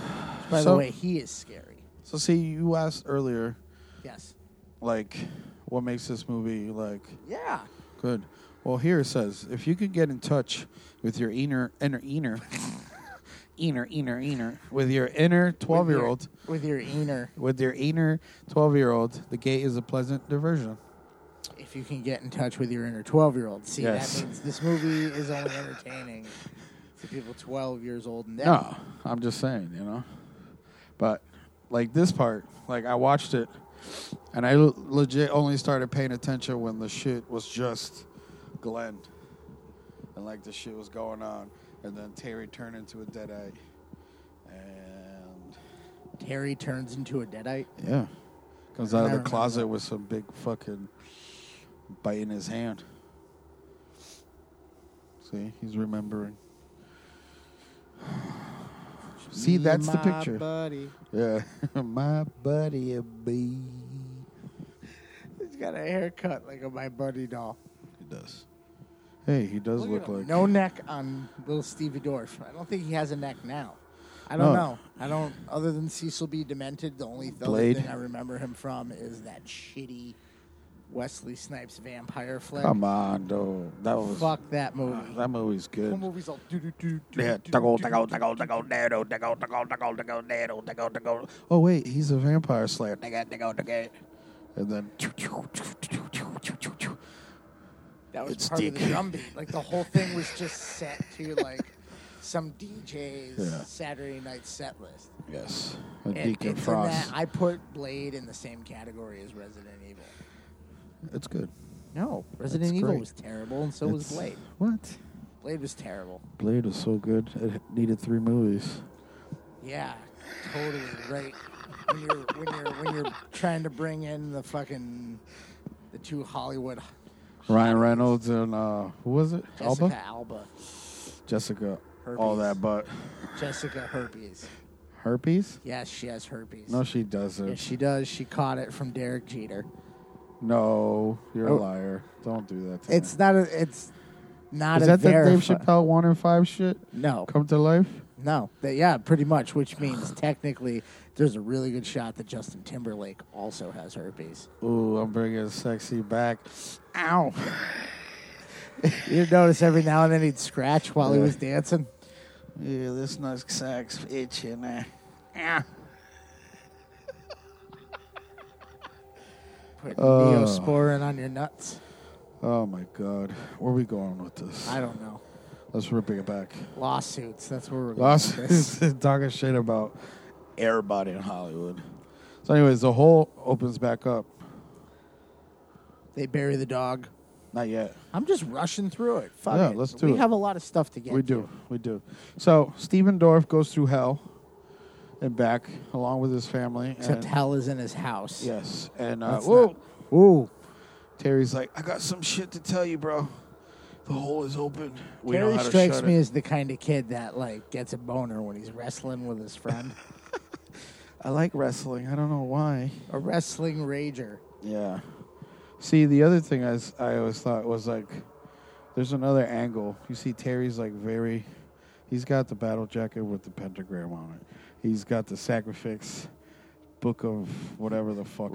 G: So-
H: the way, he is scary.
G: So see, you asked earlier,
H: Yes.
G: like, what makes this movie like
H: Yeah.
G: good? Well, here it says, if you could get in touch with your inner inner inner inner inner inner with your inner twelve year old.
H: with your inner.
G: With your inner 12 year old, the gate is a pleasant diversion.
H: If you can get in touch with your inner twelve-year-old, see
G: Yes.
H: that means this movie is only entertaining to people twelve years old and down.
G: No, I'm just saying, you know. But like this part, like I watched it and I l- legit only started paying attention when the shit was just Glenn. And like the shit was going on. And then Terry turned into a deadite. And
H: Terry turns into a deadite.
G: yeah, comes out of the
H: remember
G: closet with some big fucking bite in his hand. See, he's remembering. See, that's the
H: My
G: picture.
H: Buddy,
G: Yeah, my buddy a bee.
H: he's got a haircut like a my buddy doll.
G: He does. Hey, he does
H: Look
G: look,
H: at him.
G: like
H: no neck on little Stevie Dorff. I don't think he has a neck now. I
G: No.
H: don't know. I don't. Other than Cecil B. Demented, the only the other
G: Blade.
H: thing I remember him from is that shitty Wesley Snipes vampire flick.
G: Come on, though. That was
H: Fuck that movie.
G: that movie's
H: That
G: good.
H: movie's all doo doo doo doo.
G: Yeah,
H: doo,
G: taco,
H: doo,
G: taco,
H: doo.
G: taco, taco, nano, taco, taco, taco, taco, nano, taco, taco. Oh wait, he's a vampire slayer. Taco, taco, taco. And then
H: That was
G: It's
H: part of
G: dick.
H: the drum beat. Like the whole thing was just set to like some DJ's
G: Yeah.
H: Saturday night set list.
G: yes, a
H: And
G: Deacon
H: it's in
G: Frost.
H: That, I put Blade in the same category as Resident Evil.
G: It's good.
H: No, Resident Evil
G: great.
H: was terrible, and so was
G: It's-
H: Blade.
G: What?
H: Blade was terrible.
G: Blade was so good. It needed three movies.
H: Yeah, totally right. When you're when you're when you're trying to bring in the fucking the two Hollywood
G: Ryan Reynolds and uh, who was it?
H: Jessica
G: Alba.
H: Alba,
G: Jessica. All
H: Herpes.
G: that, but
H: Jessica herpes.
G: herpes?
H: Yes, she has herpes.
G: No, she doesn't.
H: yes, she does. She caught it from Derek Jeter.
G: No, you're
H: Oh.
G: a liar. Don't do that. To
H: It's
G: me.
H: not a. It's not
G: is
H: a
G: that the Dave
H: verifi-
G: Chappelle one in five shit
H: No,
G: come to life?
H: no. That- yeah, pretty much. Which means technically, there's a really good shot that Justin Timberlake also has herpes.
G: Ooh, I'm bringing sexy back. Ow!
H: You'd notice every now and then he'd scratch while he
G: Yeah.
H: was dancing.
G: Yeah, this nice sack's itching. eh? Ah.
H: Put
G: Oh.
H: Neosporin on your nuts.
G: Oh my god, where are we going with this?
H: I don't know.
G: Let's ripping it back.
H: Lawsuits. That's where we're going.
G: Lost
H: with this.
G: talking shit about everybody in Hollywood. So, anyways, the hole opens back up.
H: They bury the dog.
G: Not yet.
H: I'm just rushing through it. Fuck
G: Yeah,
H: it.
G: let's do
H: we
G: it.
H: have a lot of stuff to get.
G: We do. We do. So Steven Dorff goes through hell and back along with his family. and-
H: Except hell is in his house.
G: Yes. And uh,
H: That's
G: whoa,
H: not- Ooh.
G: Terry's like, I got some shit to tell you, bro. The hole is open. We know
H: Terry
G: how to
H: strikes
G: shut
H: me
G: it."
H: as the kind of kid that like gets a boner when he's wrestling with his friend.
G: I like wrestling. I don't know why.
H: a wrestling rager.
G: Yeah. See, the other thing I, s- I always thought was like, there's another angle. You see, Terry's like very, he's got the battle jacket with the pentagram on it. He's got the sacrifice book of whatever the fuck it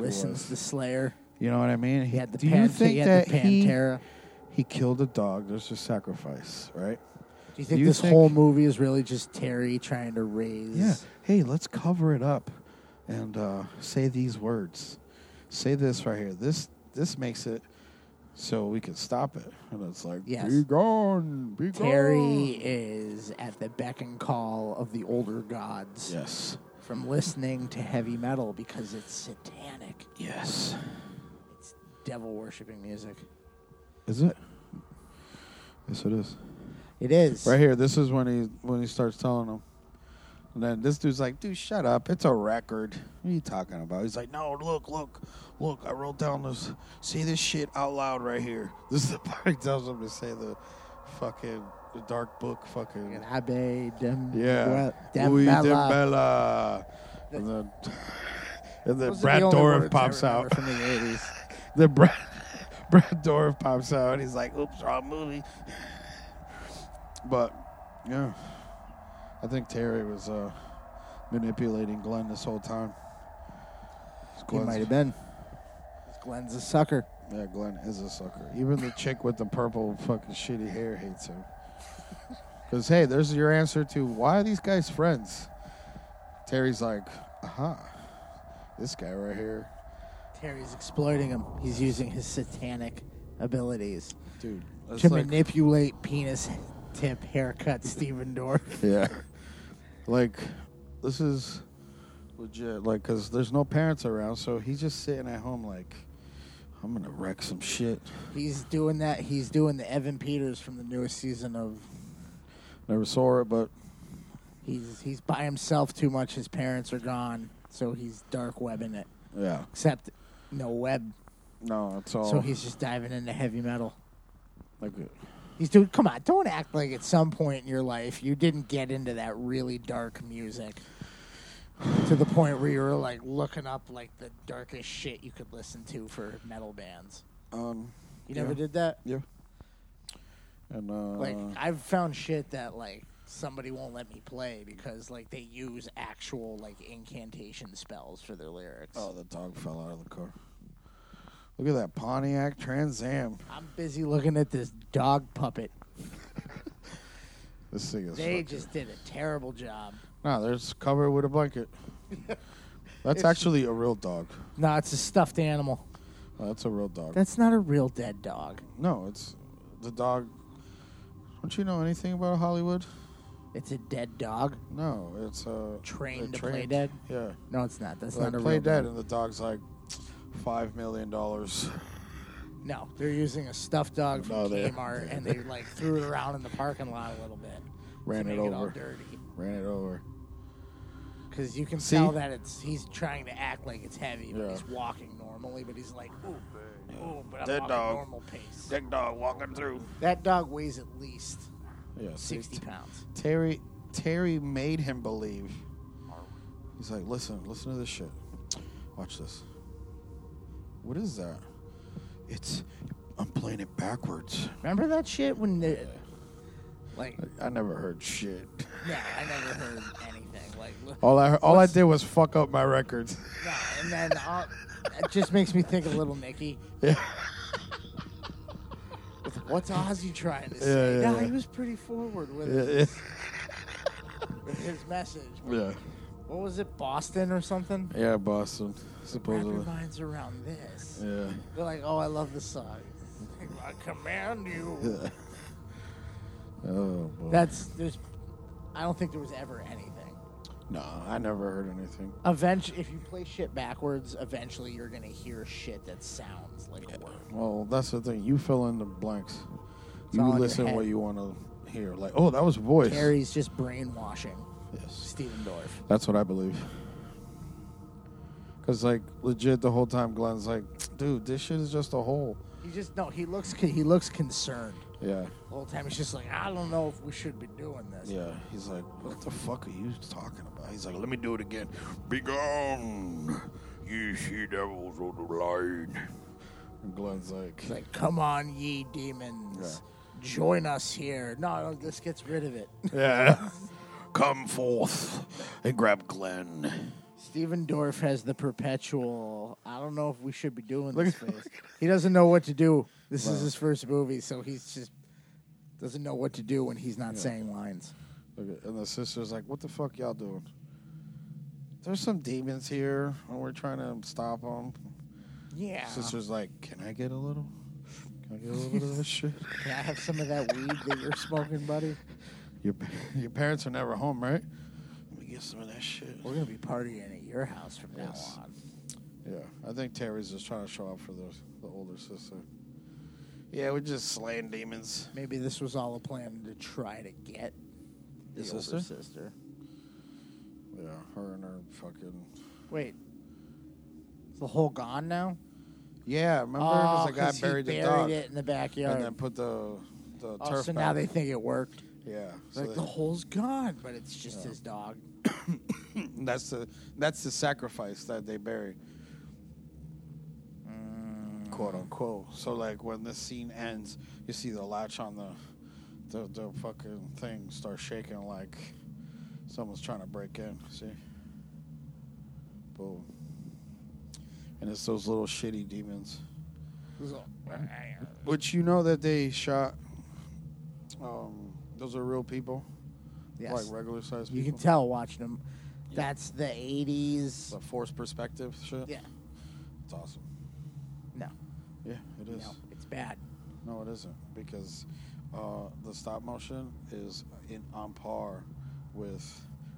G: was.
H: Listens to Slayer.
G: you know what I mean?
H: He had the,
G: Do
H: pan-
G: you think
H: he had
G: that
H: the
G: he
H: Pantera.
G: he killed a dog? There's a sacrifice, right?
H: Do you think
G: you
H: this
G: think-
H: whole movie is really just Terry trying to raise?
G: Yeah. Hey, let's cover it up and uh, say these words. Say this right here. This this makes it so we can stop it. And it's like,
H: Yes.
G: be gone, be gone.
H: Terry is at the beck and call of the older gods
G: Yes.
H: from listening to heavy metal because it's satanic.
G: Yes.
H: It's devil worshipping music.
G: Is it? Yes, it is.
H: It is.
G: Right here. This is when he when he starts telling them. And then this dude's like, dude, shut up. It's a record. What are you talking about? He's like, no, look, look, look. I wrote down this. Say this shit out loud right here. This is the part he tells him to say the fucking the dark book fucking.
H: And Abe Dem-
G: Yeah.
H: Dem-
G: Louis
H: Bella.
G: Dembella. And then, and then
H: Those are
G: Brad
H: the only
G: Dorff
H: words I
G: pops out.
H: remember From the 80s.
G: The Brad, Brad Dorff pops out. And he's like, oops, wrong movie. But, yeah. I think Terry was uh, manipulating Glenn this whole time.
H: He
G: Glenn,
H: might have been. Glenn's a sucker.
G: Yeah, Glenn is a sucker. Even the chick with the purple fucking shitty hair hates him. Because, hey, there's your answer to why are these guys friends? Terry's like, aha, this guy right here.
H: Terry's exploiting him. He's using his satanic abilities
G: Dude, it's
H: to
G: like,
H: manipulate penis tip haircut Steven Dorff.
G: yeah. Like, this is legit. Like, because there's no parents around, so he's just sitting at home, like, I'm going to wreck some shit.
H: He's doing that. He's doing the Evan Peters from the newest season of.
G: Never saw it, but
H: He's he's by himself too much. His parents are gone, so he's dark webbing it.
G: yeah.
H: Except no web,
G: No, it's all
H: so he's just diving into heavy metal.
G: like, uh,
H: He's doing. Come on, don't act like at some point in your life you didn't get into that really dark music to the point where you were like looking up like the darkest shit you could listen to for metal bands.
G: um,
H: You
G: Yeah.
H: never did that.
G: yeah. And, uh,
H: Like I've found shit that like somebody won't let me play because like they use actual like incantation spells for their lyrics.
G: Oh, the dog fell out of the car. Look at that Pontiac Trans Am.
H: I'm busy looking at this dog puppet.
G: This thing is.
H: They
G: fucking-
H: just did a terrible job.
G: Nah, there's covered with a blanket. That's
H: It's-
G: actually a real dog.
H: No, it's a stuffed animal.
G: Oh, that's a real dog.
H: That's not a real dead dog.
G: no, it's the dog. Don't you know anything about Hollywood?
H: It's a dead dog.
G: No, it's a
H: Trained
G: they're
H: to play
G: trained.
H: dead?
G: Yeah,
H: No, it's not. That's
G: like
H: not a
G: play
H: real
G: dead,
H: dog.
G: and the dog's like five million dollars.
H: No, they're using a stuffed dog from
G: No, they-
H: Kmart and they like threw it around in the parking lot a little bit.
G: Ran
H: to
G: it
H: make It all
G: over.
H: dirty.
G: Ran it over.
H: Because you can
G: See?
H: tell that it's he's trying to act like it's heavy, but
G: Yeah.
H: he's walking normally. But he's like, ooh, ooh, but I'm
J: That
H: walking
J: dog.
H: normal pace.
J: Dick dog walking through.
H: That dog weighs at least
G: Yeah, see,
H: sixty pounds.
G: Terry Terry made him believe. He's like, listen, listen to this shit. Watch this. What is that? It's I'm playing it backwards.
H: Remember that shit when the like?
G: I never heard shit.
H: No, I never heard anything like. look-
G: All I all I did was fuck up my records.
H: No, and then all, it just makes me think of Little Nicky.
G: Yeah.
H: With What's Ozzy trying to
G: Yeah,
H: say?
G: yeah,
H: no,
G: yeah.
H: he was pretty forward with, it,
G: yeah.
H: with his message.
G: yeah.
H: What was it, Boston or something?
G: Yeah, Boston.
H: Wrap your
G: Supposedly.
H: minds around this.
G: Yeah.
H: They're like, oh, I love this song. I command you.
G: Oh boy.
H: That's there's. I don't think there was ever anything.
G: no, I never heard anything.
H: Eventually, if you play shit backwards, eventually you're gonna hear shit that sounds like a word.
G: Well, that's the thing. You fill in the blanks.
H: It's all
G: You
H: in your
G: listen
H: head.
G: what you want to hear. Like, oh, that was voice.
H: Terry's just brainwashing
G: Yes.
H: Steven Dorff.
G: That's what I believe. Cause like legit, the whole time Glenn's like, "Dude, this shit is just a hole."
H: He just no. He looks he looks concerned
G: Yeah,
H: the whole time. He's just like, I don't know if we should be doing this.
G: yeah. He's like, "What the fuck are you talking about?" He's like, "Let me do it again." Be gone, you she devils of the light. And Glenn's like,
H: He's like, come on, ye demons, join us here. No, no, this gets rid of it.
G: "Yeah, come forth and grab Glenn."
H: Steven Dorff has the perpetual. I don't know if we should be doing this. Face. He doesn't know what to do. This is his first movie, so he's just doesn't know what to do when he's not saying lines.
G: Look at- And the sister's like, "What the fuck y'all doing? There's some demons here, and we're trying to stop them."
H: Yeah.
G: Sister's like, "Can I get a little? Can I get a little bit of this shit?
H: Can I have some of that weed that you're smoking, buddy?
G: Your pa- your parents are never home, right? Let me get some of that shit."
H: We're gonna be partying at your house from
G: Yes.
H: now on.
G: Yeah, I think Terry's just trying to show up for the the older sister. Yeah, we're just slaying demons.
H: Maybe this was all a plan to try to get the
G: His
H: older
G: sister?
H: sister.
G: Yeah, her and her fucking.
H: Wait, is the hole gone now?
G: Yeah, remember because
H: oh,
G: the guy
H: 'cause he
G: buried the
H: buried
G: dog
H: it in the backyard.
G: and then put the the
H: oh,
G: turf.
H: so
G: back.
H: now they think it worked.
G: yeah. so
H: like
G: they-
H: the hole's gone, but it's just his dog.
G: That's the that's the sacrifice that they bury, quote unquote. So like when this scene ends, you see the latch on the the, the fucking thing start shaking like someone's trying to break in. See, boom, and it's those little shitty demons, which you know that they shot. Um, those are real people,
H: Yes.
G: like regular sized people.
H: you can tell watching him. That's the '80s.
G: The forced perspective shit.
H: Yeah.
G: it's awesome.
H: No.
G: Yeah, it is.
H: No. It's bad.
G: No, it isn't because uh, the stop motion is in on par with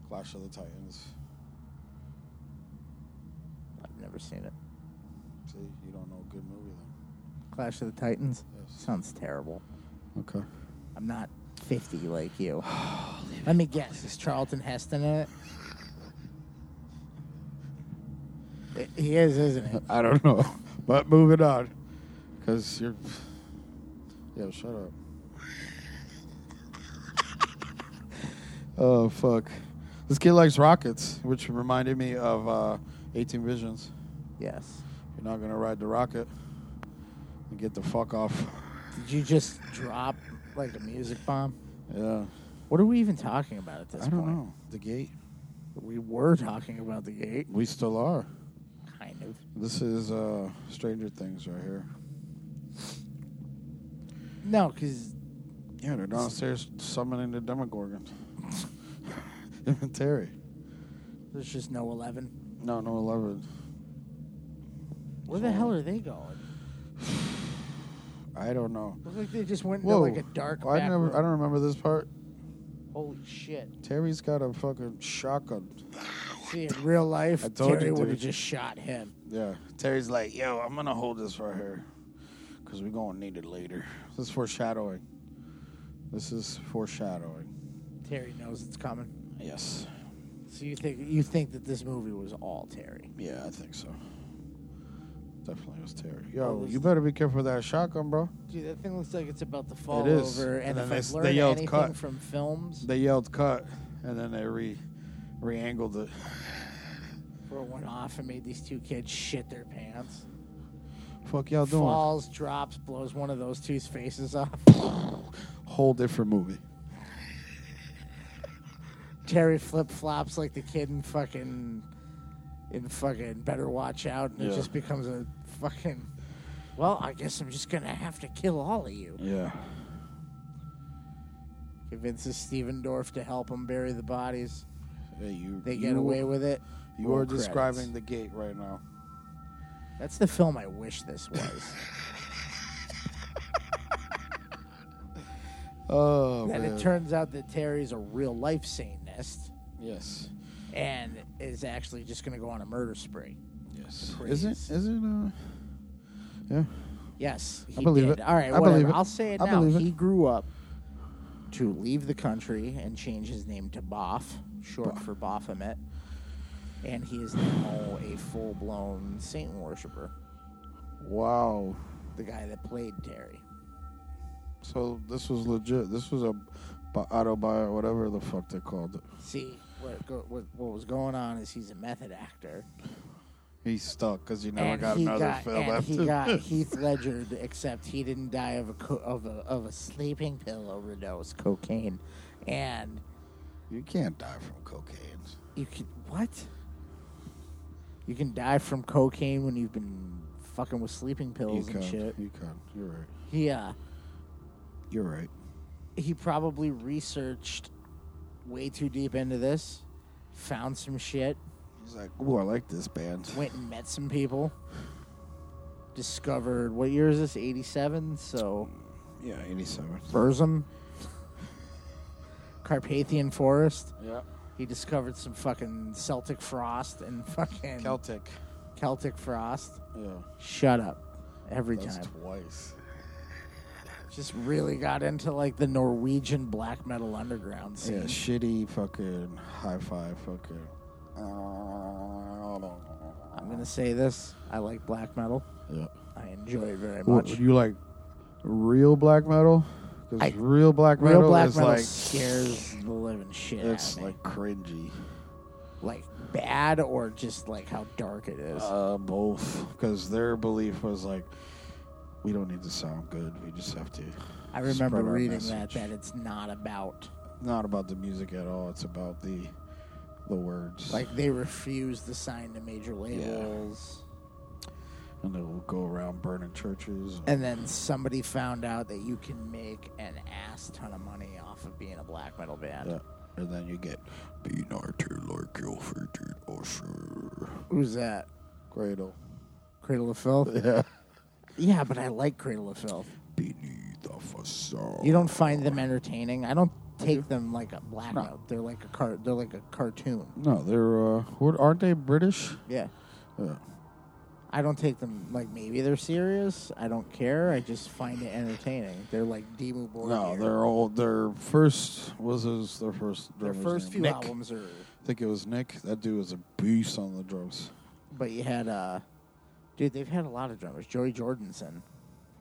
G: Clash of the Titans.
H: I've never seen it.
G: See, you don't know a good movie then.
H: Clash of the Titans.
G: Yes.
H: Sounds terrible.
G: Okay.
H: I'm not 50 like you. Let me guess. Is Charlton Heston in it? I- He is, isn't he?
G: I don't know, but moving on because you're. Yo, shut up. oh fuck! This kid likes rockets, which reminded me of uh, 18 Visions.
H: Yes.
G: You're not gonna ride the rocket and get the fuck off.
H: Did you just drop like a music bomb?
G: Yeah.
H: What are we even talking about at this
G: I don't
H: point?
G: know. The gate.
H: We were talking about the gate,
G: We still are.
H: kind of.
G: This is uh Stranger Things right here.
H: No, because
G: Yeah, they're downstairs summoning the Demogorgon. Him and Terry.
H: there's just no 11.
G: No, no, eleven.
H: Where the hell are they going?
G: I don't know.
H: Looks like they just went into
G: Whoa!
H: like a dark.
G: I
H: back
G: never.
H: room.
G: I don't remember this part.
H: Holy shit!
G: Terry's got a fucking shotgun.
H: See, in real life,
G: I told you,
H: Terry would have
G: dude.
H: just shot him.
G: Yeah. Terry's like, yo, I'm gonna hold this right here, cause we're gonna need it later. This is foreshadowing. This is foreshadowing.
H: Terry knows it's coming.
G: Yes.
H: So you think you think that this movie was all Terry?
G: Yeah, I think so. Definitely was Terry. Yo, you better be careful with that shotgun, bro.
H: Dude, that thing looks like it's about to fall
G: It is.
H: over. And,
G: And then
H: if
G: they
H: I've
G: s- they
H: learned
G: yelled
H: anything
G: cut.
H: from films,
G: They yelled cut, and then they re re-angled it.
H: where it went off and made these two kids shit their pants.
G: Fuck y'all doing?
H: Falls, drops, blows one of those two's faces off.
G: Whole different movie.
H: Terry flip flops like the kid in fucking in fucking Better Watch Out, and it
G: Yeah.
H: just becomes a fucking. Well, I guess I'm just gonna have to kill all of you.
G: Yeah.
H: Convinces Steven Dorff to help him bury the bodies.
G: Hey, you.
H: They
G: you,
H: get away with it.
G: You
H: Roll
G: are
H: credits.
G: describing the gate right now.
H: That's the film I wish this was.
G: Oh
H: then
G: man.
H: it turns out that Terry's a real life Satanist
G: yes.
H: and is actually just going to go on a murder spree.
G: Yes.
H: Praise.
G: Isn't isn't uh? Yeah.
H: Yes, he
G: believe
H: did.
G: it.
H: All right,
G: I
H: whatever.
G: believe it.
H: I'll say it
G: I
H: now.
G: believe it.
H: He grew up to leave the country and change his name to Boff, short for Baphomet, and he is now a full-blown Satan worshiper.
G: Wow.
H: The guy that played Terry.
G: So this was legit. This was a bi- autobi whatever the fuck they called it.
H: See, what, go, what, what was going on is he's a method actor.
G: He's stuck because you never
H: and
G: got
H: he
G: another
H: got,
G: film
H: and
G: after.
H: he got Heath Ledger, except he didn't die of a co- of a of a sleeping pill overdose, cocaine, and
G: you can't die from cocaine.
H: you can what? You can die from cocaine when you've been fucking with sleeping
G: You
H: pills and
G: can.
H: shit.
G: You can. You're right.
H: Yeah,
G: You're right.
H: he probably researched way too deep into this, found some shit,
G: He's like, ooh, I like this band.
H: went and met some people, discovered what year is this? Eighty seven. So
G: Yeah, 87.
H: Burzum, Carpathian Forest.
G: Yeah.
H: He discovered some fucking Celtic frost and fucking
G: Celtic.
H: Celtic frost.
G: Yeah.
H: Shut up. Every
G: That's
H: time.
G: twice.
H: Just really got into like the Norwegian black metal underground
G: Yeah,
H: scene.
G: shitty fucking high five fucking. uh, Yeah.
H: I'm gonna say this. I like black metal. I enjoy it very
G: What,
H: much.
G: do you like real black metal? Because
H: I-
G: real black metal
H: Real black
G: is
H: metal
G: like
H: scares the living shit
G: it's
H: out of me.
G: like cringy.
H: Like, bad or just like how dark it is.
G: Uh, both, because their belief was like, we don't need to sound good. We just have to.
H: I remember
G: spread our
H: reading that
G: message.
H: that it's not about
G: Not about the music at all. It's about the the words.
H: like they refuse to sign to major labels.
G: and they will go around burning churches.
H: And then somebody found out that you can make an ass ton of money off of being a black metal band.
G: Yeah. And then you get being our Taylor Guilford and Usher.
H: Who's that?
G: Cradle.
H: Cradle of Filth?
G: Yeah.
H: Yeah, but I like Cradle of Filth.
G: Beneath the facade.
H: You don't find them entertaining. I don't take them like a black metal. They're like a car. They're like a cartoon.
G: No, they're uh, what, aren't they British?
H: Yeah.
G: Yeah.
H: I don't take them like maybe they're serious. I don't care. I just find it entertaining. They're like Demu Borgir.
G: No, they're all. Their first was his, their first.
H: their
G: drummer's
H: first
G: name?
H: few
G: Nick.
H: albums are.
G: I think it was Nick. That dude was a beast on the drums.
H: But you had uh, dude, they've had a lot of drummers. Joey Jordanson.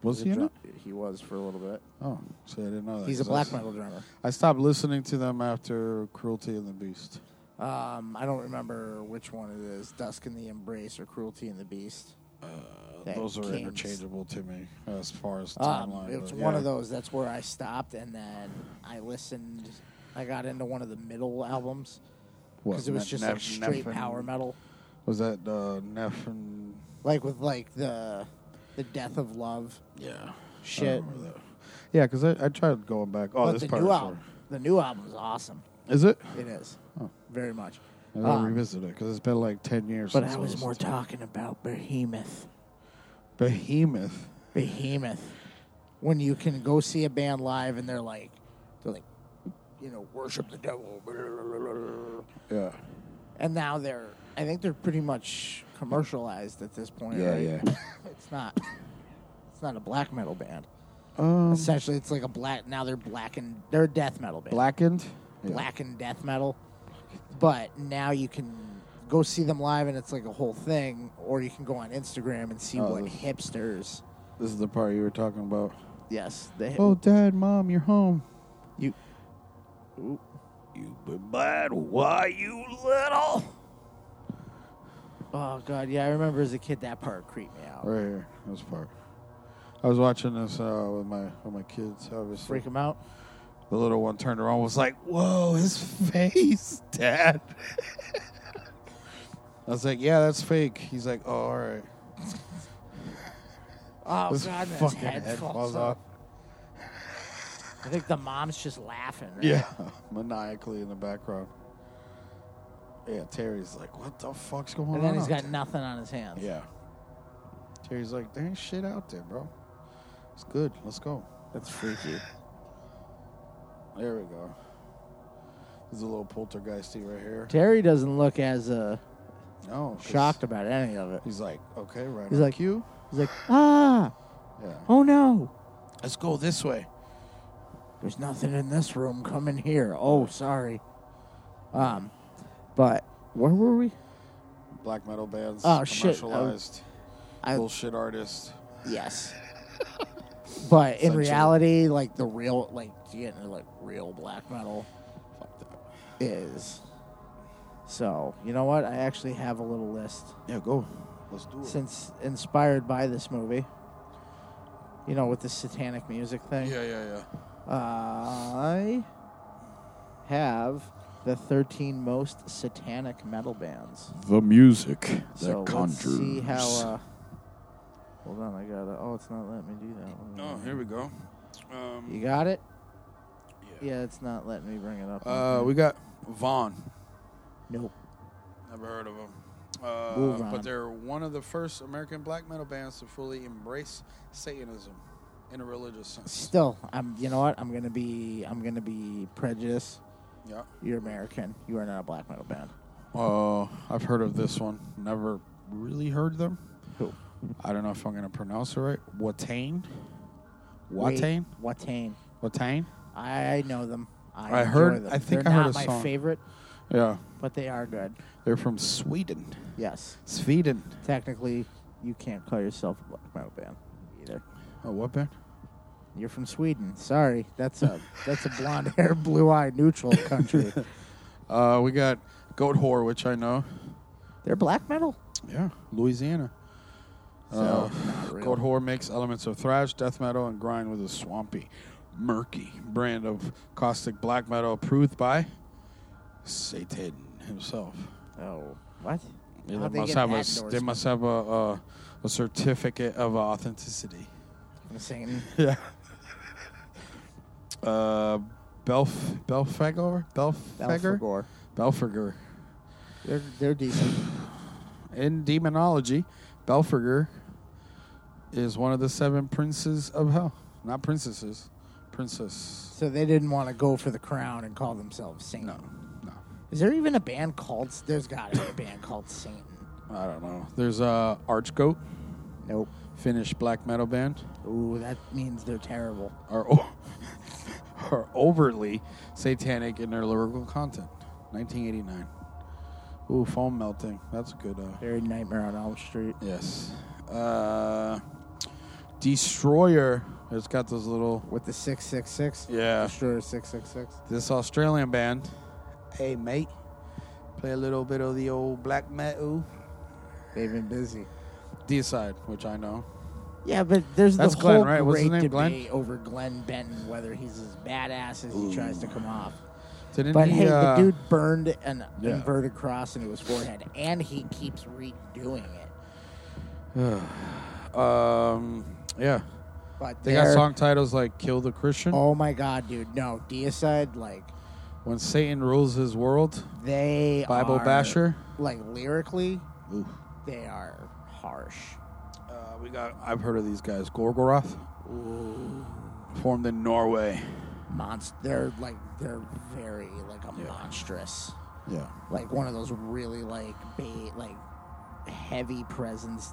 G: Was he
H: a
G: in it?
H: drum- He was for a little bit.
G: Oh, see, I didn't know that.
H: He's a
G: 'cause
H: black
G: I,
H: metal drummer.
G: I stopped listening to them after Cruelty and the Beast.
H: Um, I don't remember which one it is. Dusk in the Embrace or Cruelty and the Beast. That
G: Uh, Those are
H: came-
G: interchangeable to me as far as
H: Um,
G: timeline.
H: it was
G: but
H: one
G: yeah.
H: of those. That's where I stopped, and then I listened. I got into one of the middle albums
G: What,
H: because it was
G: Ne-
H: just
G: Neff-
H: like straight
G: Neff and-
H: power metal,
G: Was that uh, Neff and
H: like with like the the death of love
G: yeah
H: shit.
G: yeah? Because I, I tried going back. Oh,
H: but
G: this
H: the
G: part
H: new
G: is
H: album, the new album is awesome.
G: short. is it?
H: It is very much.
G: I gotta
H: Um,
G: revisit it because it's been like ten years.
H: but
G: since
H: I was
G: listened
H: more
G: to it.
H: talking about Behemoth.
G: Behemoth.
H: Behemoth. When you can go see a band live and they're like, they're like, you know, worship the devil. blah, blah, blah, blah, blah.
G: Yeah.
H: And now they're, I think they're pretty much commercialized at this point.
G: Yeah,
H: right?
G: yeah.
H: It's not, it's not a black metal band.
G: Um,
H: Essentially, it's like a black. Now they're black and they're a death metal band.
G: blackened. Yeah.
H: black and death metal. But now you can go see them live and it's like a whole thing, or you can go on Instagram and see
G: Oh,
H: what
G: this-
H: hipsters.
G: This is the part you were talking about.
H: Yes, the hip-
G: Oh, Dad, Mom, you're home.
H: you
J: You've been bad. Why you little?
H: Oh god, yeah, I remember as a kid that part creeped me out.
G: Right here, this part. I was watching this uh, with my with my kids. Obviously,
H: Freak him out.
G: the little one turned around, was like, "Whoa, his face, Dad." I was like, "Yeah, that's fake." He's like, "Oh, all right."
H: Oh
G: His
H: god, and his
G: fucking
H: head, falls, off. I think the mom's just laughing. Right?
G: Yeah, maniacally in the background. Yeah, Terry's like, "What the fuck's going on?"
H: and then he's
G: out
H: got
G: there?"
H: nothing on his hands.
G: Yeah. Terry's like, "There ain't shit out there, bro. It's good. Let's go."
H: that's freaky.
G: There we go. There's a little poltergeisty right here.
H: Terry doesn't look as uh,
G: No, 'cause
H: shocked about any of it.
G: He's like, okay, right.
H: He's
G: on
H: like-
G: cue.
H: He's like, ah,
G: Yeah.
H: oh no,
G: Let's go this way.
H: there's nothing in this room. Come in here. Oh, sorry. Um, but where were we?
G: Black metal bands.
H: Oh, shit. Oh.
G: Commercialized.
H: I,
G: bullshit artists.
H: Yes. but in
G: Essentially.
H: reality, like the real, like to get into like real black metal
G: Fuck that.
H: is. So you know what? I actually have a little list
G: Yeah, go. Let's do it.
H: since inspired by this movie. You know, with the satanic music thing.
G: yeah, yeah, yeah.
H: I have the 13 most satanic metal bands.
G: The music that
H: so let's see how. Uh, hold oh, on, I gotta. Oh, it's not letting me do that. one.
G: oh, here we go.
H: You got it?
K: Yeah, it's not letting me bring it up.
G: Uh, we got Vaughn.
H: Nope.
G: Never heard of them. Uh,
H: Move on.
G: but they're one of the first American black metal bands to fully embrace Satanism in a religious sense.
H: Still, I'm. You know what? I'm gonna be. I'm gonna be prejudiced.
G: Yeah.
H: You're American. You are not a black metal band.
G: Uh, I've heard of this one. Never really heard them.
H: Who?
G: I don't know if I'm going to pronounce it right. Watain? Watain?
H: Wait, Watane.
G: Watain?
H: I know them. I,
G: I
H: enjoy
G: heard-
H: Them.
G: I think
H: They're
G: I heard
H: not
G: a
H: my
G: song.
H: favorite,
G: Yeah.
H: but they are good.
G: They're from Sweden.
H: Yes.
G: Sweden.
H: Technically, you can't call yourself a black metal band either.
G: Oh, what band?
H: You're from Sweden. Sorry, that's a that's a blonde hair, blue eye, neutral country.
G: Uh, we got Goat Whore, which I know.
H: They're black metal.
G: Yeah, Louisiana.
H: So,
G: uh, Goat Whore makes elements of thrash, death metal, and grind with a swampy, murky brand of caustic black metal approved by Satan himself.
H: Oh, what?
G: Yeah,
H: How'd
G: they, must
H: get
G: have a,
H: that
G: s- they
H: endorsement
G: must have a, a, a certificate of authenticity.
H: from Satan?
G: Yeah. uh, Belf Belfagor Belfagor
H: Belphegor.
G: Belfagor.
H: They're they're decent.
G: In demonology, Belfagor is one of the seven princes of hell. Not princesses, princess.
H: So they didn't want to go for the crown and call themselves Satan.
G: No, no,
H: Is there even a band called? There's got to be a band called Satan.
G: I don't know. There's uh, Archgoat,
H: Nope.
G: Finnish black metal band,
H: Ooh, that means they're terrible.
G: are o- are overtly satanic in their lyrical content. 1989. Ooh, foam melting. That's a good. Uh,
H: They're a Nightmare on Elm Street.
G: Yes. Uh, Destroyer has got those little.
H: With the 666?
G: Yeah.
H: Destroyer 666.
G: This Australian band. Hey, mate. Play a little bit of the old black metal.
H: They've been busy.
G: D side, which I know.
H: Yeah, but there's
G: That's
H: the
G: Glenn,
H: whole
G: right? What's his
H: great
G: name, Glenn?
H: debate over Glenn Benton, whether he's as badass as he tries to come off.
G: Didn't
H: But
G: he,
H: hey,
G: uh,
H: the dude burned an
G: Yeah.
H: inverted cross into his forehead, and he keeps redoing it.
G: Um, yeah.
H: But
G: They got
H: they're-
G: song titles like "Kill the Christian,"
H: Oh my god, dude! No, Deicide, like
G: "When Satan Rules His World,"
H: they
G: Bible
H: are-
G: Basher.
H: Like lyrically, they are harsh.
G: Uh, we got. I've heard of these guys. Gorgoroth, formed in Norway.
H: Monst- they're like they're very like a monstrous,
G: Yeah.
H: like one of those really like ba- like heavy presence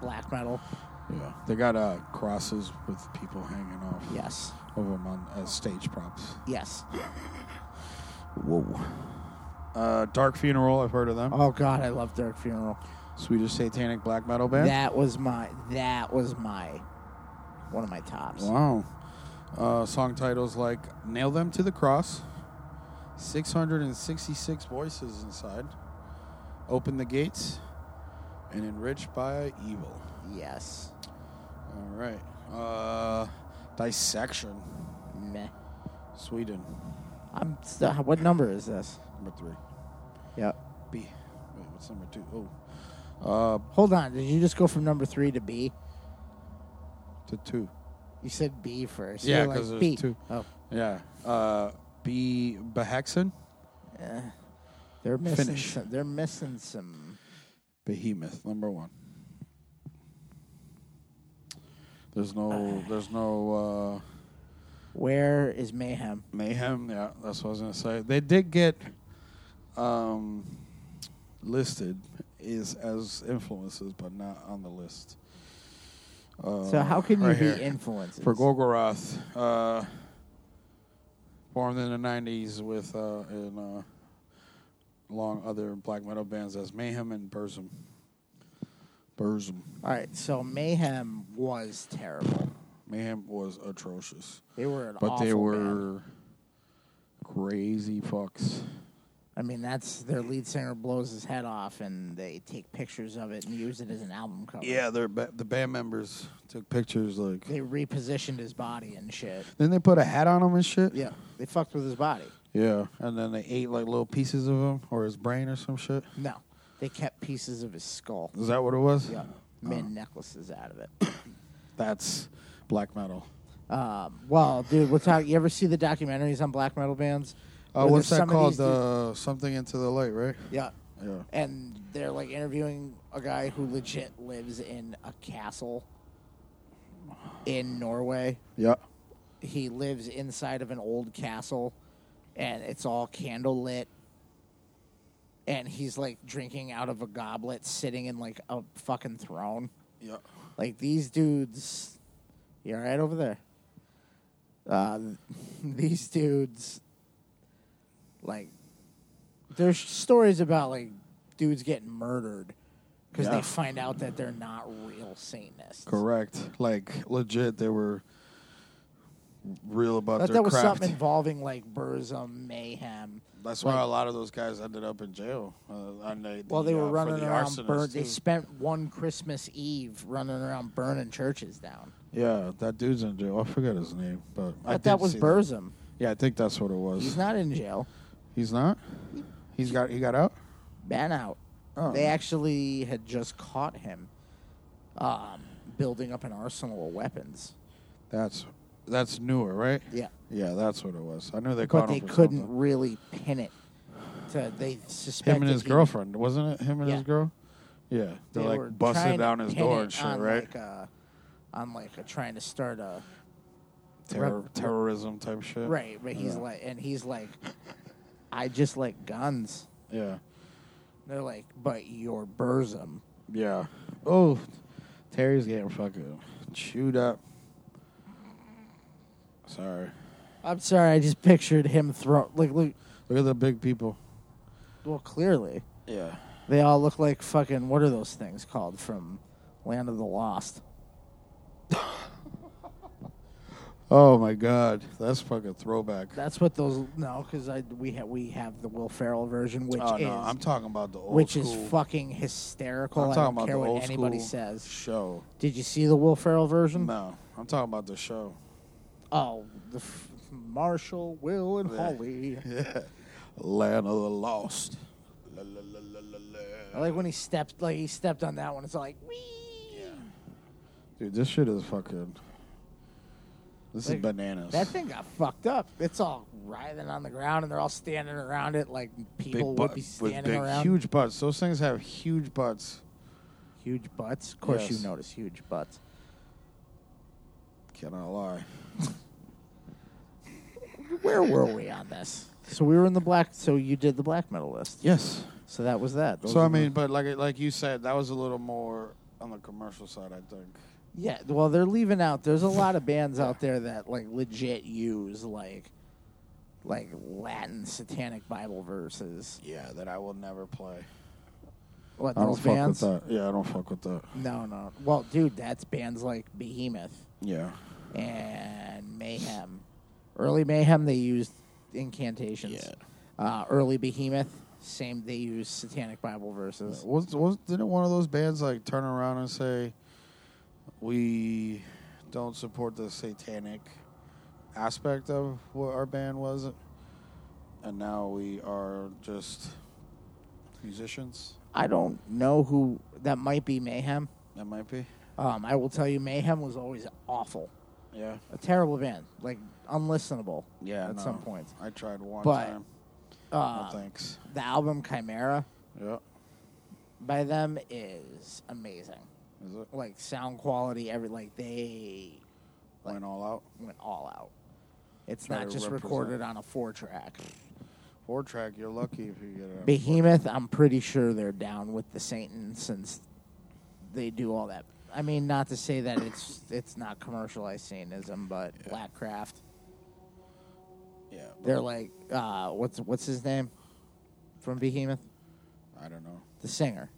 H: black metal.
G: Yeah. They got uh, crosses with people hanging off.
H: Yes,
G: of them on as stage props.
H: yes.
G: Whoa. Uh, Dark Funeral, I've heard of them.
H: Oh god, I love Dark Funeral.
G: Swedish satanic black metal band.
H: That was my that was my one of my tops.
G: Wow. Uh, song titles like Nail Them to the Cross, 666 Voices Inside, Open the Gates, and Enriched by Evil.
H: Yes,
G: All right. Uh, Dissection,
H: meh.
G: Sweden,
H: I'm. St- what number is this?
G: number three.
H: Yep.
G: B. Wait, what's number two? Oh. Uh,
H: Hold on. Did you just go from number three to B?
G: to two.
H: You said B first.
G: Yeah,
H: You're like,
G: 'cause there's
H: B.
G: two.
H: Oh,
G: Yeah. Uh, B. Behexen?
H: they're missing.
G: Finish.
H: Some, they're missing some.
G: Behemoth, number one. There's no, there's no uh,
H: Where is Mayhem?
G: mayhem. Yeah, that's what I was gonna say. They did get um, listed is as influences, but not on the list. Uh,
H: so how can you
G: right
H: be
G: here.
H: influences?
G: for Gorgoroth, uh, formed in the '90s with uh, in uh, along other black metal bands as Mayhem and Burzum. Burzum,
H: All right. So Mayhem was terrible.
G: Mayhem was atrocious,
H: They were an
G: but they
H: awful
G: were
H: band.
G: crazy fucks.
H: I mean, that's their lead singer blows his head off, and they take pictures of it and use it as an album cover.
G: Yeah, their ba- the band members took pictures like.
H: They repositioned his body and shit.
G: Then they put a hat on him and shit.
H: Yeah. They fucked with his body.
G: yeah, and then they ate like little pieces of him or his brain or some shit.
H: No. They kept pieces of his skull.
G: Is that what it was?
H: Uh-huh. Yeah. Made necklaces out of it.
G: that's black metal.
H: Um, well, dude, we're talking. You ever see the documentaries on black metal bands?
G: Uh,
H: Where
G: what's
H: there's
G: that
H: some of
G: called?
H: these dudes-
G: Uh, something into the light, right?
H: yeah.
G: Yeah.
H: And they're like interviewing a guy who legit lives in a castle in Norway.
G: Yeah.
H: He lives inside of an old castle, and it's all candle lit. And he's like drinking out of a goblet, sitting in like a fucking throne.
G: Yeah.
H: Like these dudes, you all right over there? Uh, these dudes, like, there's stories about like dudes getting murdered because
G: Yeah.
H: they find out that they're not real Satanists.
G: Correct. Like legit, they were real about
H: But
G: their
H: that was
G: craft.
H: something involving like Burzum mayhem.
G: That's why a lot of those guys ended up in jail. Uh, and they,
H: Well, they
G: uh,
H: were
G: for
H: running
G: the
H: around.
G: arsonists,
H: Burn- they
G: too.
H: spent one Christmas Eve running around burning churches down.
G: yeah, that dude's in jail. I forget his name, but I
H: But that
G: did
H: was
G: see
H: Burzum.
G: Yeah, I think that's what it was.
H: He's not in jail.
G: He's not. He's got. He got out.
H: ban out.
G: Oh.
H: They actually had just caught him um, building up an arsenal of weapons.
G: That's that's newer, right?
H: Yeah.
G: Yeah, that's what it was. I knew they
H: but
G: caught
H: they
G: him. for
H: couldn't
G: something.
H: really pin it. To, they suspected
G: Him and his
H: he-
G: girlfriend, wasn't it? Him and his
H: Yeah.
G: girl. Yeah,
H: they
G: they're
H: were
G: like busting
H: trying to
G: down his
H: pin
G: door
H: it
G: and shit,
H: on
G: right?
H: Like a, on like a trying to start a
G: Terror,
H: rep-
G: terrorism type shit.
H: right, but he's
G: Yeah.
H: like, and he's like, I just like guns.
G: Yeah.
H: And they're like, but you're Burzum.
G: Yeah. Oh, Terry's getting fucking chewed up. Sorry.
H: I'm sorry, I just pictured him throw like look.
G: Look at the big people.
H: Well, clearly.
G: Yeah.
H: They all look like fucking what are those things called from Land of the Lost?
G: Oh my god, that's fucking throwback.
H: That's what those no, because I we ha- we have the Will Ferrell version, which
G: oh
H: is
G: no, I'm talking about the old
H: which
G: school.
H: is fucking hysterical.
G: I'm
H: I
G: talking
H: don't
G: about
H: care
G: the
H: what
G: old
H: anybody
G: school
H: says.
G: show.
H: Did you see the Will Ferrell version?
G: No, I'm talking about the show.
H: Oh, the f- Marshall, Will, and Holly.
G: Land of the Lost.
H: I like when he stepped like he stepped on that one. It's like wee.
G: Dude, this shit is fucking. This
H: Like,
G: is bananas.
H: That thing got fucked up. It's all writhing on the ground, and they're all standing around it like people would
G: butt-
H: be
G: with
H: standing
G: big,
H: around.
G: huge butts. Those things have huge butts.
H: Huge butts. Of course,
G: Yes.
H: you notice huge butts.
G: Cannot lie.
H: Where were we on this? So we were in the black. So you did the black metal list.
G: Yes.
H: So that was that. Those
G: So
H: are
G: I
H: the-
G: mean, but like like you said, that was a little more on the commercial side, I think.
H: yeah. Well, they're leaving out. There's a lot of bands out there that like legit use like, like Latin satanic Bible verses.
G: Yeah, that I will never play.
H: What
G: I don't
H: those
G: fuck
H: bands?
G: with that. Yeah, I don't fuck with that.
H: No, no. Well, dude, that's bands like Behemoth
G: Yeah.
H: and Mayhem. Early Mayhem, they used incantations.
G: Yeah.
H: Uh, early Behemoth, same. They used satanic Bible verses.
G: Was was didn't one of those bands like turn around and say, "We don't support the satanic aspect of what our band was," and now we are just musicians.
H: I don't know who that might be. Mayhem.
G: That might be.
H: Um, I will tell you, Mayhem was always awful,
G: Yeah.
H: a terrible band, like unlistenable.
G: Yeah.
H: at
G: no.
H: some points.
G: I tried one
H: But,
G: time.
H: Uh,
G: no thanks.
H: the album Chimera
G: Yeah.
H: by them is amazing.
G: Is it?
H: Like sound quality, every like they
G: Went all out.
H: went all out. It's
G: Try
H: not
G: to
H: just
G: represent.
H: recorded on a four track.
G: Four track. You're lucky if you get it. on
H: Behemoth, I'm pretty sure they're down with the Satan since they do all that. I mean, not to say that it's it's not commercialized Satanism, but Black Craft.
G: Yeah. but
H: They're like, uh, what's what's his name from Behemoth?
G: I don't know.
H: The singer.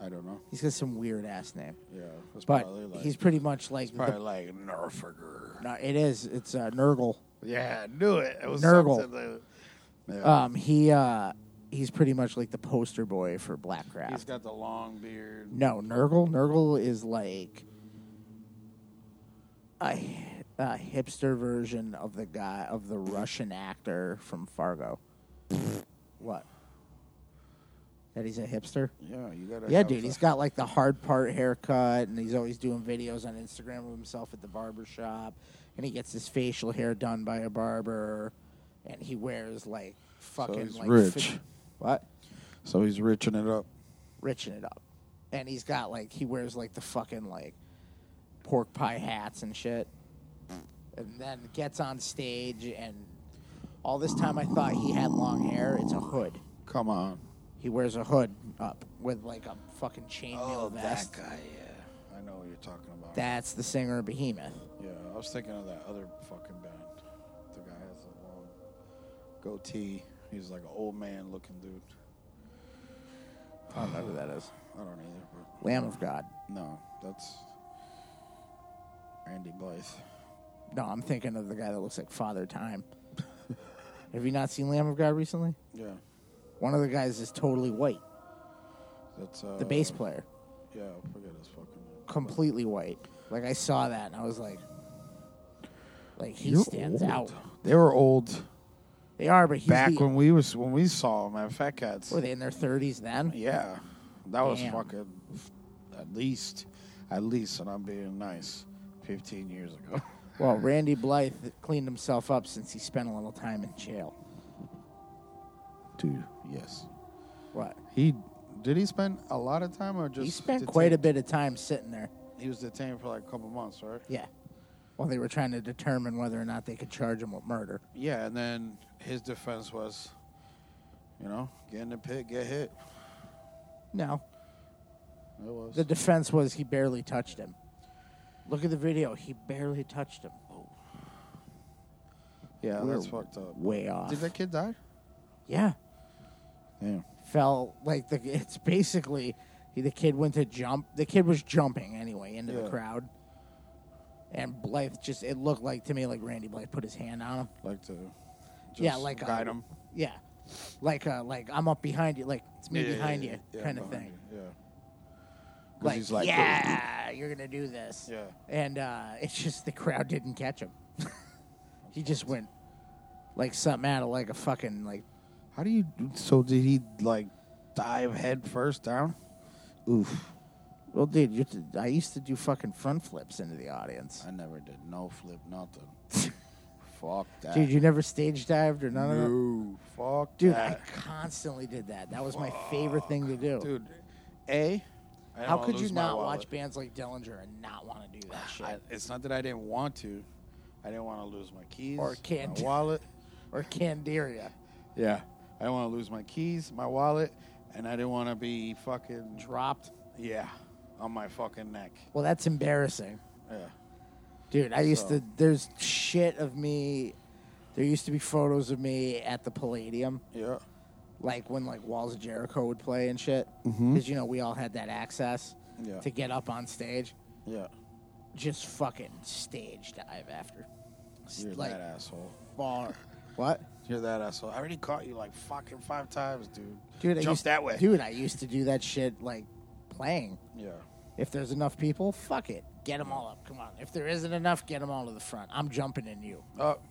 G: I don't know.
H: He's got some weird ass name,
G: Yeah. It's
H: but
G: probably like
H: he's pretty much like the,
G: probably like Nerfiger.
H: no, it is. It's uh, Nurgle.
G: Yeah, I knew it. It was
H: Nurgle.
G: something that- Yeah.
H: Um, he uh, he's pretty much like the poster boy for Black Craft.
G: He's got the long beard.
H: No, Nurgle. Nurgle is like a, hi- a hipster version of the guy of the Russian actor from Fargo. what? That he's a hipster?
G: Yeah, you gotta.
H: Yeah,
G: have
H: dude.
G: the-
H: He's got like the hard part haircut, and he's always doing videos on Instagram of himself at the barber shop. and he gets his facial hair done by a barber, and he wears like fucking
G: he's
H: like
G: rich.
H: fi- what?
G: So he's riching it up.
H: Riching it up, and he's got like he wears like the fucking like pork pie hats and shit, and then gets on stage and all this time I thought he had long hair. It's a hood.
G: Come on.
H: He wears a hood up with like a fucking chainmail vest.
G: Oh, guy, yeah. I know what you're talking about.
H: That's the singer of Behemoth.
G: Yeah, I was thinking of that other fucking band. The guy has a long goatee. He's like an old man looking dude.
H: I don't know who that is.
G: I don't either, but
H: Lamb of God.
G: no, that's Andy Blythe.
H: No, I'm thinking of the guy that looks like Father Time. Have you not seen Lamb of God recently?
G: Yeah,
H: One of the guys is totally white.
G: that's uh,
H: The bass player,
G: Yeah, I forget his fucking.
H: completely white. Like I saw that and I was like, like he
G: You're
H: stands
G: old.
H: out.
G: They were old
H: They are, but he's
G: back
H: the-
G: when we was when we saw them at Fat Cats.
H: were they in their 30s then?
G: Yeah, that was
H: Damn.
G: fucking at least, at least, and I'm being nice. Fifteen years ago.
H: Well, Randy Blythe cleaned himself up since he spent a little time in jail.
G: Dude, yes.
H: What?
G: He did he spend a lot of time or just
H: He spent quite a
G: detained?
H: bit of time sitting there.
G: He was detained for like a couple months, right?
H: Yeah. Well, they were trying to determine whether or not they could charge him with murder.
G: Yeah, and then his defense was, you know, get in the pit, get hit.
H: No.
G: It was.
H: The defense was he barely touched him. Look at the video. He barely touched him.
G: Oh. yeah,
H: We're
G: that's fucked up.
H: Way off.
G: Did that kid die?
H: yeah.
G: Yeah.
H: Fell like the. It's basically he, the kid went to jump. The kid was jumping anyway into
G: Yeah.
H: the crowd. And Blythe just. It looked like to me like Randy Blythe put his hand on him.
G: Like to. Just
H: yeah, like uh, a-
G: guide him.
H: Yeah. Like uh, like I'm up behind you, like it's me
G: Yeah, yeah,
H: behind
G: yeah,
H: you,
G: yeah,
H: kind of
G: behind
H: thing.
G: you, Yeah. 'Cause
H: Like,
G: he's like,
H: yeah, you're gonna do this.
G: Yeah.
H: And uh, it's just the crowd didn't catch him. he just went like something out of like a fucking like
G: How do you? So did he like dive head first down? Oof.
H: Well, dude, you I used to do fucking front flips into the audience.
G: I never did no flip nothing. Fuck that.
H: Dude, you never stage dived or none of that?
G: no, fuck
H: Dude, I
G: that.
H: constantly did that. That was my favorite thing to do.
G: dude. A. I didn't
H: How
G: wanna
H: could you
G: lose my
H: not
G: wallet.
H: watch bands like Dillinger and not want to do that shit?
G: I, it's not that I didn't want to. I didn't want to lose my keys
H: Or can't.
G: my wallet.
H: or Candiria.
G: Yeah, I didn't want to lose my keys, my wallet, and I didn't want to be fucking
H: Dropped.
G: yeah on my fucking neck.
H: Well, that's embarrassing.
G: Yeah,
H: Dude, I used
G: So-
H: to. There's shit of me. There used to be photos of me at the Palladium,
G: yeah,
H: like when like Walls of Jericho would play and shit. Because you know we all had that access
G: Mm-hmm. Yeah.
H: to get up on stage.
G: yeah.
H: Just fucking stage dive after. S-
G: You're
H: like
G: that asshole.
H: far. What?
G: You're that asshole. I already caught you like fucking five times, dude.
H: Dude, I
G: jump
H: used,
G: that way.
H: Dude, I used to do that shit like playing.
G: Yeah,
H: If there's enough people, fuck it. Get them all up. Come on. If there isn't enough, get them all to the front. I'm jumping in you.
G: up.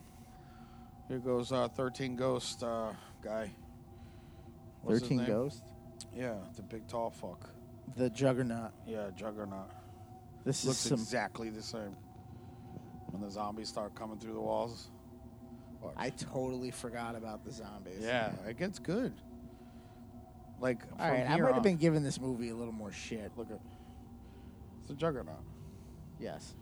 G: Here goes uh, thirteen ghost uh, guy. What's his
H: 13
G: name?
H: Ghost?
G: Yeah, the big tall fuck.
H: The Juggernaut.
G: Yeah, Juggernaut.
H: This
G: looks
H: is some.
G: exactly the same. When the zombies start coming through the walls. Watch.
H: I totally forgot about the zombies.
G: yeah, it gets good. Like,
H: All right,
G: from
H: I
G: here
H: might
G: on-
H: have been giving this movie a little more shit.
G: Look at it's a juggernaut,
H: Yes,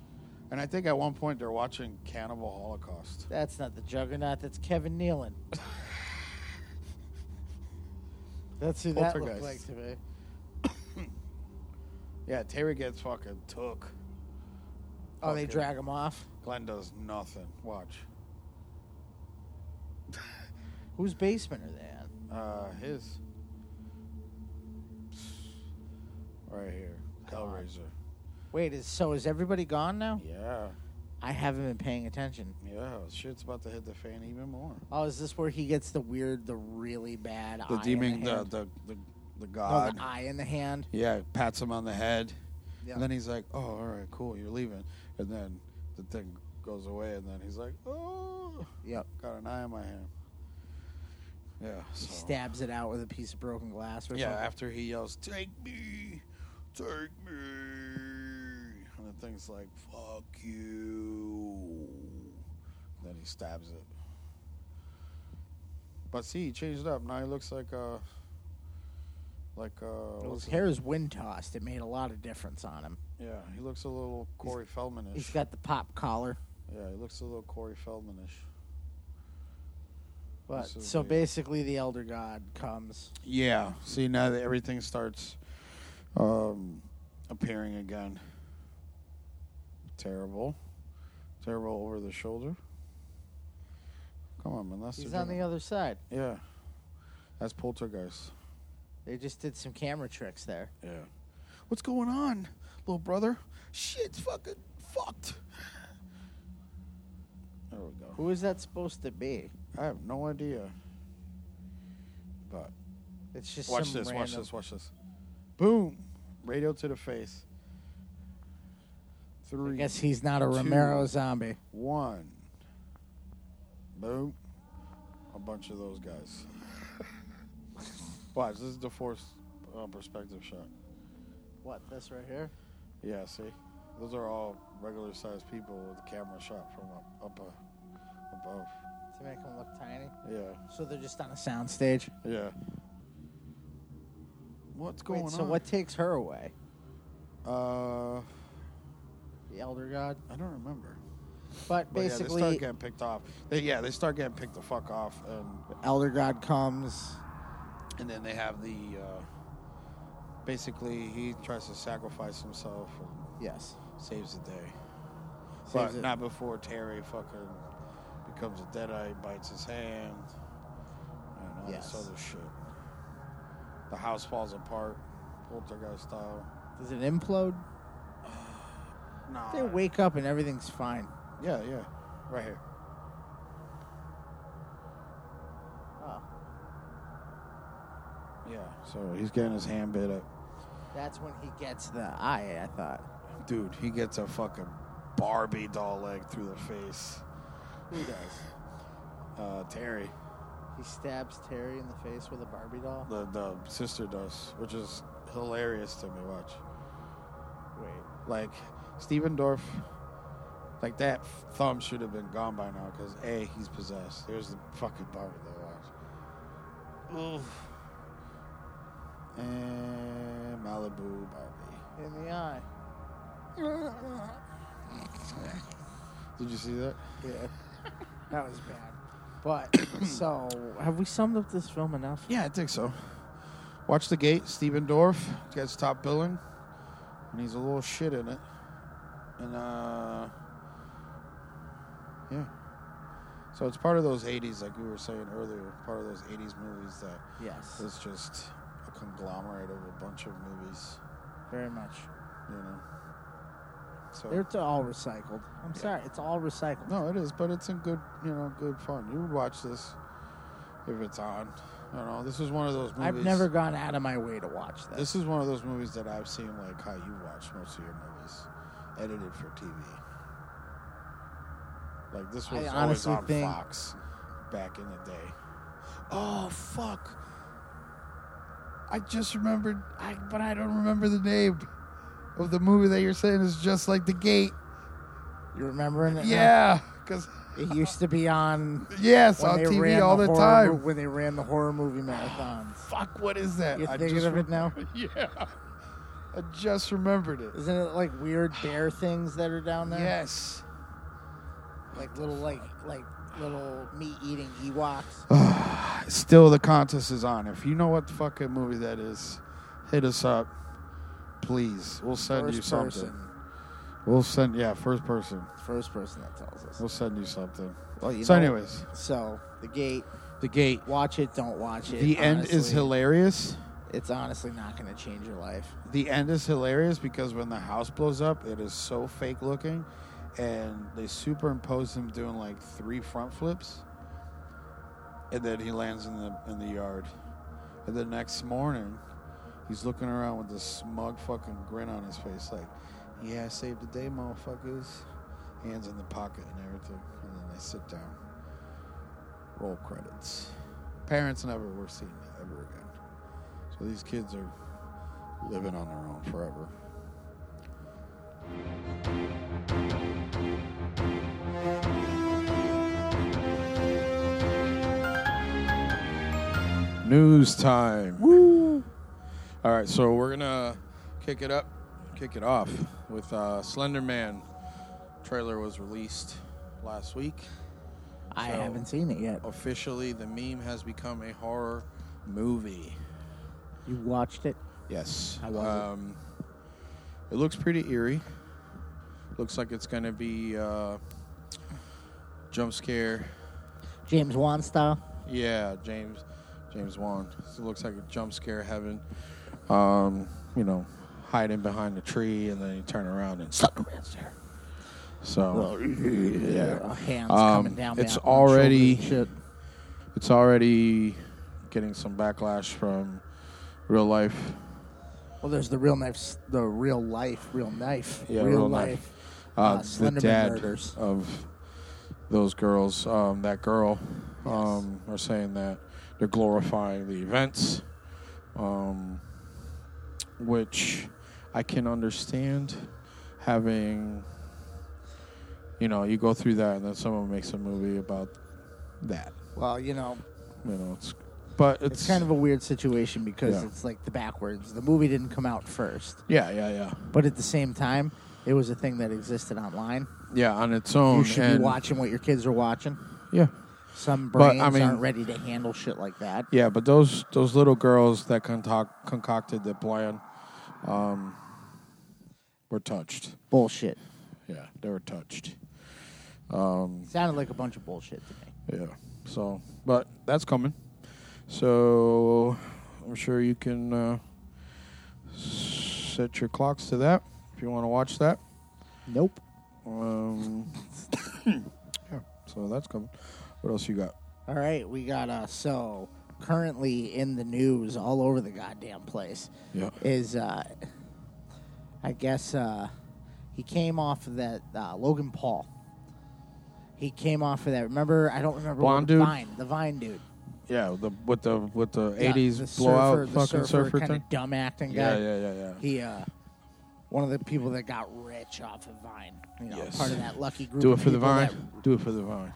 G: and I think at one point they're watching Cannibal Holocaust.
H: that's not the Juggernaut. That's Kevin Nealon. that's who that looked
G: Poltergeist.
H: like to me.
G: Yeah, Terry gets fucking took.
H: Oh, they
G: Okay.
H: drag him off.
G: Glenn does nothing. Watch.
H: Whose basement are they in?
G: Uh, his. Right here, Hellraiser.
H: Wait, is so is everybody gone now?
G: Yeah,
H: I haven't been paying attention.
G: yeah. Shit's about to hit the fan even more.
H: Oh, is this where he gets the weird, the really bad
G: The
H: eye? in
G: demon,
H: the,
G: the
H: hand?
G: the the, the
H: No,
G: god.
H: the eye in the hand.
G: Yeah, pats him on the head.
H: Yeah.
G: And then he's like, "Oh, all right, cool, you're leaving." And then the thing goes away, and then he's like, "Oh,
H: Yep.
G: got an eye in my hand." Yeah. So.
H: Stabs it out with a piece of broken glass or
G: Yeah.
H: something.
G: After he yells, "Take me, take me," and the thing's like, "Fuck you." he stabs it. But see, he changed it up. Now he looks like uh like uh
H: Well, his
G: what's
H: hair is wind tossed. It made a lot of difference on him.
G: it? Yeah, he looks a little Corey Feldmanish.
H: He's got the pop collar.
G: yeah, he looks a little Corey Feldmanish.
H: But
G: This is
H: so
G: weird.
H: basically, the elder god comes.
G: Yeah. See now that everything starts um, appearing again. Terrible. Terrible over the shoulder. Come on, man. That's
H: He's on the other side.
G: Yeah. That's poltergeist.
H: They just did some camera tricks there.
G: Yeah. What's going on, little brother? Shit's fucking fucked. There we go.
H: Who is that supposed to be?
G: I have no idea. But
H: It's just
G: watch
H: some
G: this, watch
H: random-
G: this, watch this. Boom. Radio to the face. Three.
H: I guess he's not a
G: two,
H: Romero zombie.
G: One. Boom. A bunch of those guys. Watch, this is the force uh, perspective shot.
H: What this right here?
G: Yeah, see? Those are all regular sized people with the camera shot from up, up uh, above.
H: To make him look tiny.
G: Yeah,
H: So they're just on a sound stage.
G: yeah. What's going
H: Wait, so
G: on?
H: what takes her away?
G: Uh,
H: The elder god.
G: I don't remember.
H: But
G: But yeah,
H: basically,
G: they start getting picked off. They, yeah, they start getting picked the fuck off, and
H: elder god comes.
G: and then they have the. Uh, basically, he tries to sacrifice himself and
H: Yes.
G: saves the day, but
H: Saves it.
G: not before Terry fucking becomes a deadite, bites his hand, and all
H: Yes.
G: this other shit. The house falls apart, poltergeist style.
H: Does it implode?
G: Nah.
H: They wake up and everything's fine.
G: Yeah, yeah, right here.
H: Oh,
G: Yeah. So he's getting his hand bit up.
H: that's when he gets the eye. I thought.
G: Dude, he gets a fucking Barbie doll leg through the face.
H: Who does?
G: Uh, Terry,
H: He stabs Terry in the face with a Barbie doll.
G: the the sister does, which is hilarious to me. Watch,
H: Wait.
G: like Steven Dorff, like that thumb should have been gone by now because a he's possessed. There's the fucking Barbie doll. Watch. Oof. And Malibu Barbie.
H: In the eye.
G: Did you see that?
H: Yeah. that was bad. But so have we summed up this film enough?
G: Yeah, I think so. Watch the gate. Steven Dorff gets top billing, and he's a little shit in it. And uh, yeah. So it's part of those '80s, like we were saying earlier, part of those '80s movies that
H: Yes.
G: is just a conglomerate of a bunch of movies,
H: Very much.
G: you know. So
H: They're t- all recycled. I'm sorry, it's all recycled.
G: no, it is, but it's in good, you know, good fun. You would watch this if it's on. I don't know. This is one of those movies.
H: I've never gone out of my way to watch this.
G: This is one of those movies that I've seen, like how you watch most of your movies, edited for TV. Like this was
H: I
G: always
H: honestly
G: on
H: think-
G: Fox back in the day. Oh fuck! I just remembered, I, but I don't remember the name of the movie that you're saying is just like The Gate.
H: you remembering it? now?
G: Yeah, because
H: It used to be on
G: yes,
H: when
G: on
H: they
G: TV
H: ran
G: all
H: the,
G: the,
H: horror
G: time.
H: mo- when they ran the horror movie marathons.
G: Fuck! What is that?
H: You're
G: I
H: thinking
G: just
H: of it now?
G: remember- Yeah, I just remembered it.
H: Isn't it like weird bear things that are down there?
G: Yes.
H: Like little like like little meat eating Ewoks.
G: Still, the contest is on. If you know what fucking movie that is, hit us up, please. We'll send you
H: First
G: something.
H: person.
G: We'll send yeah, first person.
H: First person that tells us.
G: We'll send you something.
H: Well, you
G: so,
H: know-
G: anyways,
H: So the gate.
G: the gate.
H: Watch it. Don't watch it.
G: The end is
H: honestly.
G: hilarious.
H: It's honestly not going to change your life.
G: The end is hilarious because when the house blows up, it is so fake looking, and they superimpose him doing like three front flips, and then he lands in the in the yard. And the next morning, he's looking around with this smug fucking grin on his face, like, "Yeah, I saved the day, motherfuckers." Hands in the pocket and everything, and then they sit down. Roll credits. Parents never were seen ever again. So these kids are living on their own forever. News time. All right, so we're gonna kick it up, kick it off with uh, Slender Man. Trailer was released last week.
H: I
G: So-
H: haven't seen it yet.
G: Officially, the meme has become a horror movie.
H: You watched it? Uh,
G: Yes.
H: How was it?
G: um, it? looks pretty eerie. Looks like it's gonna be uh, jump scare.
H: James Wan style.
G: Yeah, James James Wan. It looks like a jump scare heaven. Um, you know, hiding behind a tree and then you turn around and Slenderman's there. So yeah,
H: uh, Hands
G: Um,
H: coming down.
G: it's
H: my shoulders
G: already-
H: and shit.
G: it's already getting some backlash from real life.
H: Well, there's the real knife, the real life, real knife,
G: Yeah,
H: real,
G: real
H: life.
G: knife. Uh,
H: Uh,
G: the
H: Slenderman
G: dad
H: murders.
G: of those girls, um, that girl, um, are saying that they're glorifying the events, um, which I can understand. Having, you know, you go through that, and then someone makes a movie about that.
H: Well, you know,
G: You know, it's but it's,
H: it's, kind of a weird situation because
G: Yeah.
H: it's like the backwards. The movie didn't come out first,
G: yeah, yeah, yeah,
H: but at the same time, it was a thing that existed online.
G: yeah. On its own,
H: You should
G: and-
H: be watching what your kids are watching.
G: Yeah,
H: Some
G: But,
H: brains
G: I mean-
H: aren't ready to handle shit like that.
G: Yeah, but those those little girls that concoct, concocted the plan um, were touched.
H: Bullshit.
G: Yeah, they were touched. Um,
H: Sounded like a bunch of bullshit to me.
G: yeah. So, but that's coming. So, I'm sure you can uh, set your clocks to that if you want to watch that.
H: Nope.
G: Um, yeah. So that's coming. What else you got?
H: All right, we got uh so currently in the news all over the goddamn place
G: Yeah.
H: is uh I guess uh he came off of that uh, Logan Paul. He came off of that. Remember, I don't remember
G: Blonde
H: what,
G: dude?
H: Vine, the Vine dude.
G: Yeah, the with the with the
H: Yeah,
G: 80s
H: the
G: blowout
H: surfer, the
G: fucking surfer,
H: kinda
G: thing.
H: dumb acting
G: Yeah,
H: guy.
G: yeah, yeah, yeah.
H: He uh one of the people that got rich off of Vine. You know,
G: Yes.
H: part of that lucky group.
G: Do it
H: of
G: for the
H: people
G: vine.
H: that
G: Do it for the vine.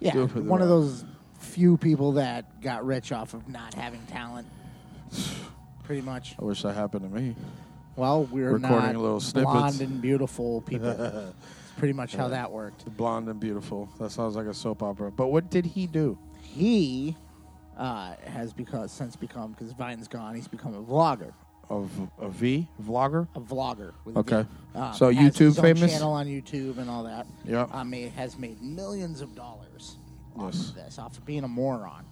H: Yeah,
G: Do it for the
H: one of
G: Rock.
H: those few people that got rich off of not having talent. Pretty much.
G: I wish that happened to me.
H: Well, we're
G: Recording
H: not
G: little snippets.
H: blonde and beautiful people. It's pretty much how that worked.
G: The blonde and beautiful. That sounds like a soap opera. But what did he do?
H: He uh, has because since become because Vine's gone. He's become a vlogger,
G: Of a V vlogger?
H: a vlogger. With
G: Okay.
H: A V. Um,
G: So
H: has
G: YouTube
H: his own
G: famous?
H: channel on YouTube and all that.
G: Yep.
H: Um, he has made millions of dollars off
G: Yes.
H: of this, off of being a moron.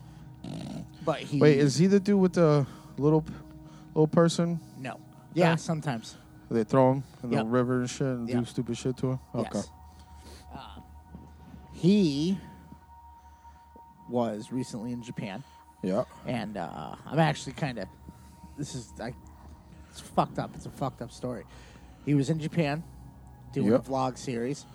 H: But he
G: Wait, is he the dude with the little p- little person?
H: no. Yeah, sometimes.
G: They throw him in the
H: Yep.
G: river and shit and do
H: Yep.
G: stupid shit to him? Okay.
H: Yes. Um, he was recently in Japan,
G: Yeah.
H: and uh, I'm actually kind of. This is I. It's fucked up. It's a fucked up story. He was in Japan doing
G: Yep.
H: a vlog series,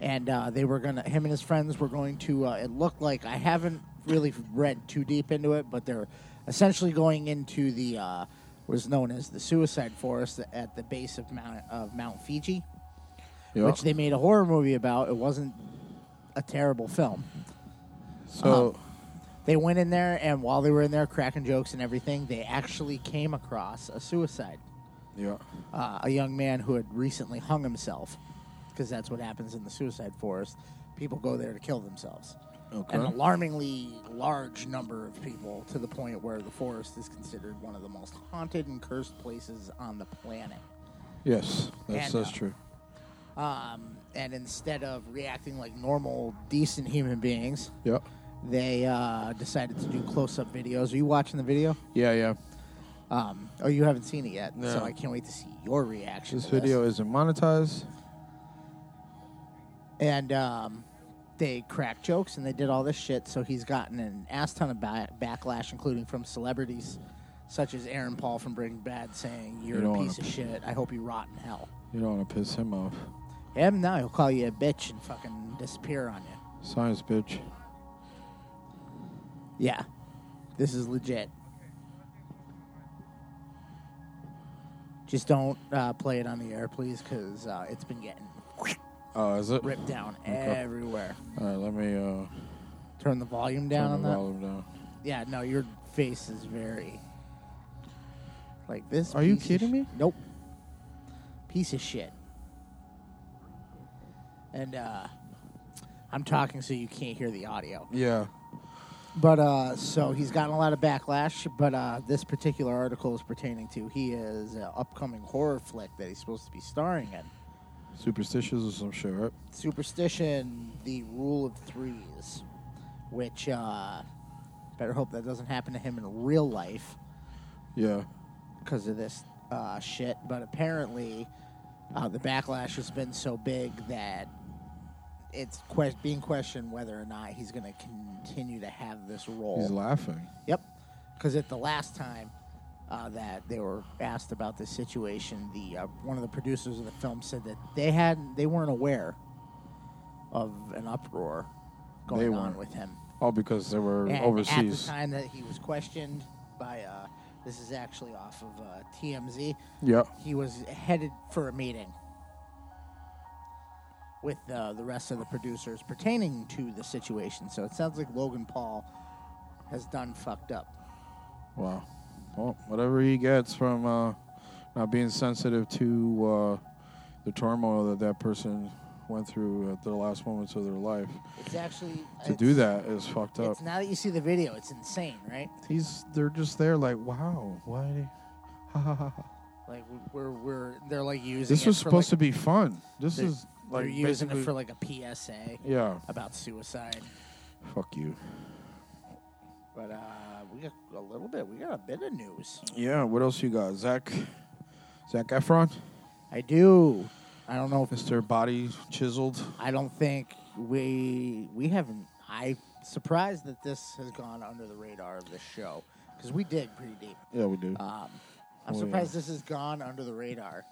H: and uh, they were gonna. Him and his friends were going to. Uh, it looked like I haven't really read too deep into it, but they're essentially going into the uh, was known as the Suicide Forest at the base of Mount of Mount Fiji
G: Yeah.
H: which they uh, made a horror movie about. It wasn't a terrible film.
G: so,
H: They went in there, and while they were in there cracking jokes and everything, they actually came across a suicide.
G: yeah.
H: Uh, a young man who had recently hung himself, because that's what happens in the suicide forest. People go there to kill themselves.
G: Okay.
H: An alarmingly large number of people to the point where the forest is considered one of the most haunted and cursed places on the planet.
G: Yes. That's,
H: And, uh,
G: that's true.
H: Um, and instead of reacting like normal, decent human beings,
G: Yeah.
H: they uh, decided to do close-up videos. Are you watching the video?
G: Yeah, yeah.
H: Um, oh, you haven't seen it yet, so
G: No.
H: I can't wait to see your reaction.
G: This
H: to
G: video isn't monetized.
H: and um, they cracked jokes and they did all this shit. So he's gotten an ass ton of ba- backlash, including from celebrities such as Aaron Paul from Breaking Bad, saying you're
G: don't
H: a
G: wanna
H: piece of shit. I hope you rot in hell.
G: You don't want to piss him off.
H: Him now, he'll call you a bitch and fucking disappear on you.
G: Science, bitch.
H: Yeah, this is legit. Just don't uh, play it on the air, please, because uh, it's been getting
G: Oh, is it?
H: ripped down
G: Okay.
H: everywhere.
G: All right, let me uh,
H: Turn the
G: turn
H: volume down
G: the
H: on that.
G: volume down.
H: Yeah, no, you're face is very like this.
G: Are you
H: piece of
G: kidding
H: sh-
G: me?
H: Nope. Piece of shit. And uh, I'm talking so you can't hear the audio.
G: Yeah.
H: But uh, so he's gotten a lot of backlash. But uh, this particular article is pertaining to he is an upcoming horror flick that he's supposed to be starring in.
G: Superstitious or some shit, right?
H: Superstition, the rule of threes, which uh, better hope that doesn't happen to him in real life
G: Yeah.
H: because of this uh, shit. But apparently, uh, the backlash has been so big that it's que- being questioned whether or not he's going to continue to have this role.
G: He's laughing.
H: Yep. Because at the last time uh, that they were asked about this situation, the uh, one of the producers of the film said that they hadn't, they weren't aware of an uproar going
G: They
H: on
G: weren't.
H: with him.
G: All because they were
H: And At the
G: overseas.
H: time that he was questioned by, uh, this is actually off of uh, TMZ.
G: Yep.
H: He was headed for a meeting with uh, the rest of the producers pertaining to the situation. So it sounds like Logan Paul has done fucked up.
G: Wow. Well, whatever he gets from uh, not being sensitive to uh, the turmoil that that person went through at the last moments of their life,
H: It's actually
G: to
H: it's-
G: do that is fucked up.
H: It's now that you see the video, it's insane, right?
G: He's they're just there like, wow, why? Ha ha ha. ha."
H: Like we're we're they're like using
G: This
H: it
G: was
H: for,
G: supposed to
H: like,
G: be fun. This
H: they're-
G: is like
H: they're using it
G: basically-
H: for like a PSA
G: yeah.
H: about suicide.
G: Fuck you.
H: But uh, we got a little bit. We got a bit of news.
G: Yeah. What else you got, Zach? Zach Efron,
H: I do. I don't know if
G: Mr. Body Chiseled.
H: I don't think we we haven't. I surprised that this has gone under the radar of this show because we dig pretty deep.
G: Yeah, we do.
H: Um, I'm
G: Oh, yeah.
H: surprised this has gone under the radar.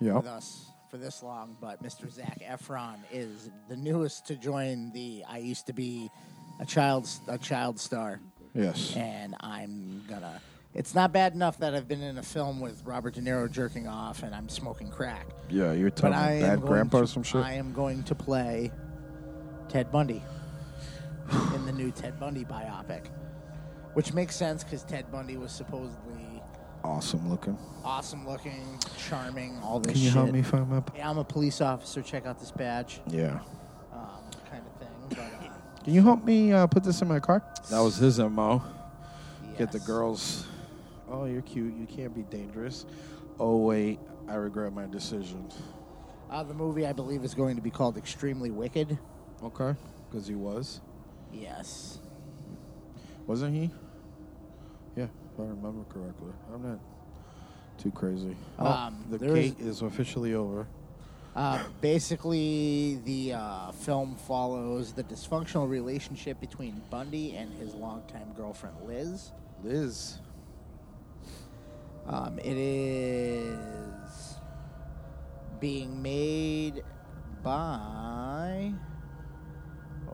G: yeah.
H: with us for this long, but Mr. Zach Efron is the newest to join the I used to be a child a child star,
G: Yes.
H: and I'm gonna. It's not bad enough that I've been in a film with Robert De Niro jerking off and I'm smoking crack,
G: Yeah. You're
H: but
G: telling
H: I
G: me
H: am
G: bad
H: going
G: grandpa
H: to,
G: or some shit.
H: I am going to play Ted Bundy in the new Ted Bundy biopic, which makes sense because Ted Bundy was supposedly
G: awesome looking.
H: awesome looking, charming, all this.
G: Can you
H: shit.
G: help me find my? p-
H: Hey, I'm a police officer. Check out this badge,
G: Yeah.
H: um, kind of thing. But, uh,
G: Can you help me uh, put this in my car? That was his mo. Get the
H: yes.
G: girls. Oh, you're cute. You can't be dangerous. Oh wait, I regret my decision.
H: Uh, the movie, I believe, is going to be called Extremely Wicked.
G: Okay, because he was,
H: Yes.
G: wasn't he? Yeah, if I remember correctly. I'm not too crazy. Oh,
H: Um,
G: the
H: there is-
G: gate is officially over.
H: Uh, basically, the uh, film follows the dysfunctional relationship between Bundy and his longtime girlfriend Liz.
G: Liz.
H: Um, it is being made by.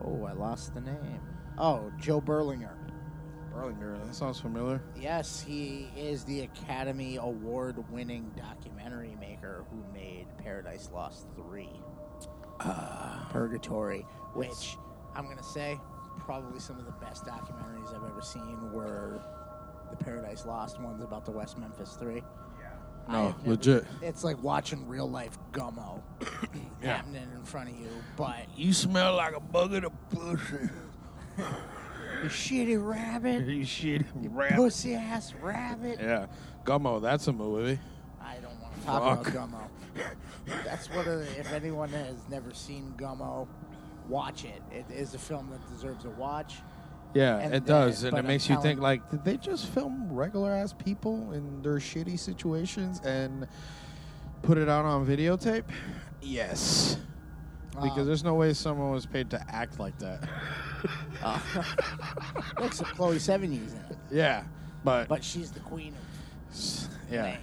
H: Oh, I lost the name. Oh, Joe Berlinger.
G: Berlinger. That sounds familiar.
H: Yes, he is the Academy Award winning documentary maker who made Paradise Lost 3. Purgatory, which I'm going to say probably some of the best documentaries I've ever seen were the Paradise Lost ones about the West Memphis 3. Yeah.
G: No, legit.
H: It's like watching real life gummo happening in front of you, but
J: You smell like a bucket of pussy.
H: you shitty rabbit,
J: You shitty rabbit.
H: pussy ass rabbit.
G: Yeah, Gummo. That's a movie.
H: I don't want to talk
G: Fuck.
H: about Gummo. That's what, a, if anyone has never seen Gummo, watch it. It is a film that deserves a watch.
G: Yeah,
H: And
G: it
H: the-
G: does, and
H: but
G: it
H: I'm
G: makes you think
H: telling-
G: like, did they just film regular ass people in their shitty situations and put it out on videotape? Yes, because
H: Um,
G: there's no way someone was paid to act like that.
H: Except Chloe Sevigny's in it,
G: yeah, but,
H: but she's the queen of
G: yeah,
H: playing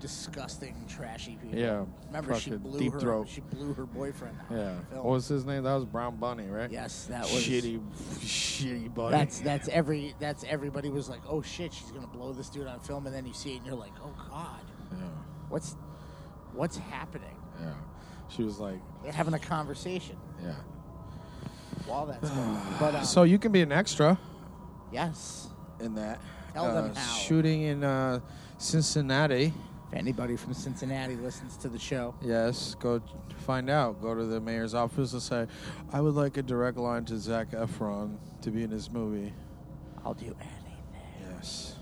H: disgusting, trashy people.
G: Yeah,
H: remember she
G: fucking
H: blew
G: deep
H: her.
G: throat.
H: She blew her boyfriend out.
G: yeah.
H: in the film.
G: What was his name? That was Brown Bunny, right?
H: yes, that was
G: shitty, shitty bunny.
H: That's that's every that's everybody was like, oh shit, she's gonna blow this dude on film, and then you see it and you're like, oh god,
G: yeah,
H: what's what's happening?
G: yeah. She was like,
H: They're having a conversation.
G: yeah.
H: while that's going on. But um,
G: So you can be an extra
H: yes,
G: in that,
H: Tell them
G: uh,
H: how.
G: shooting in uh, Cincinnati.
H: If anybody from Cincinnati listens to the show,
G: Yes, go t- find out. Go to the mayor's office and say, I would like a direct line to Zach Efron to be in his movie.
H: I'll do anything
G: Yes.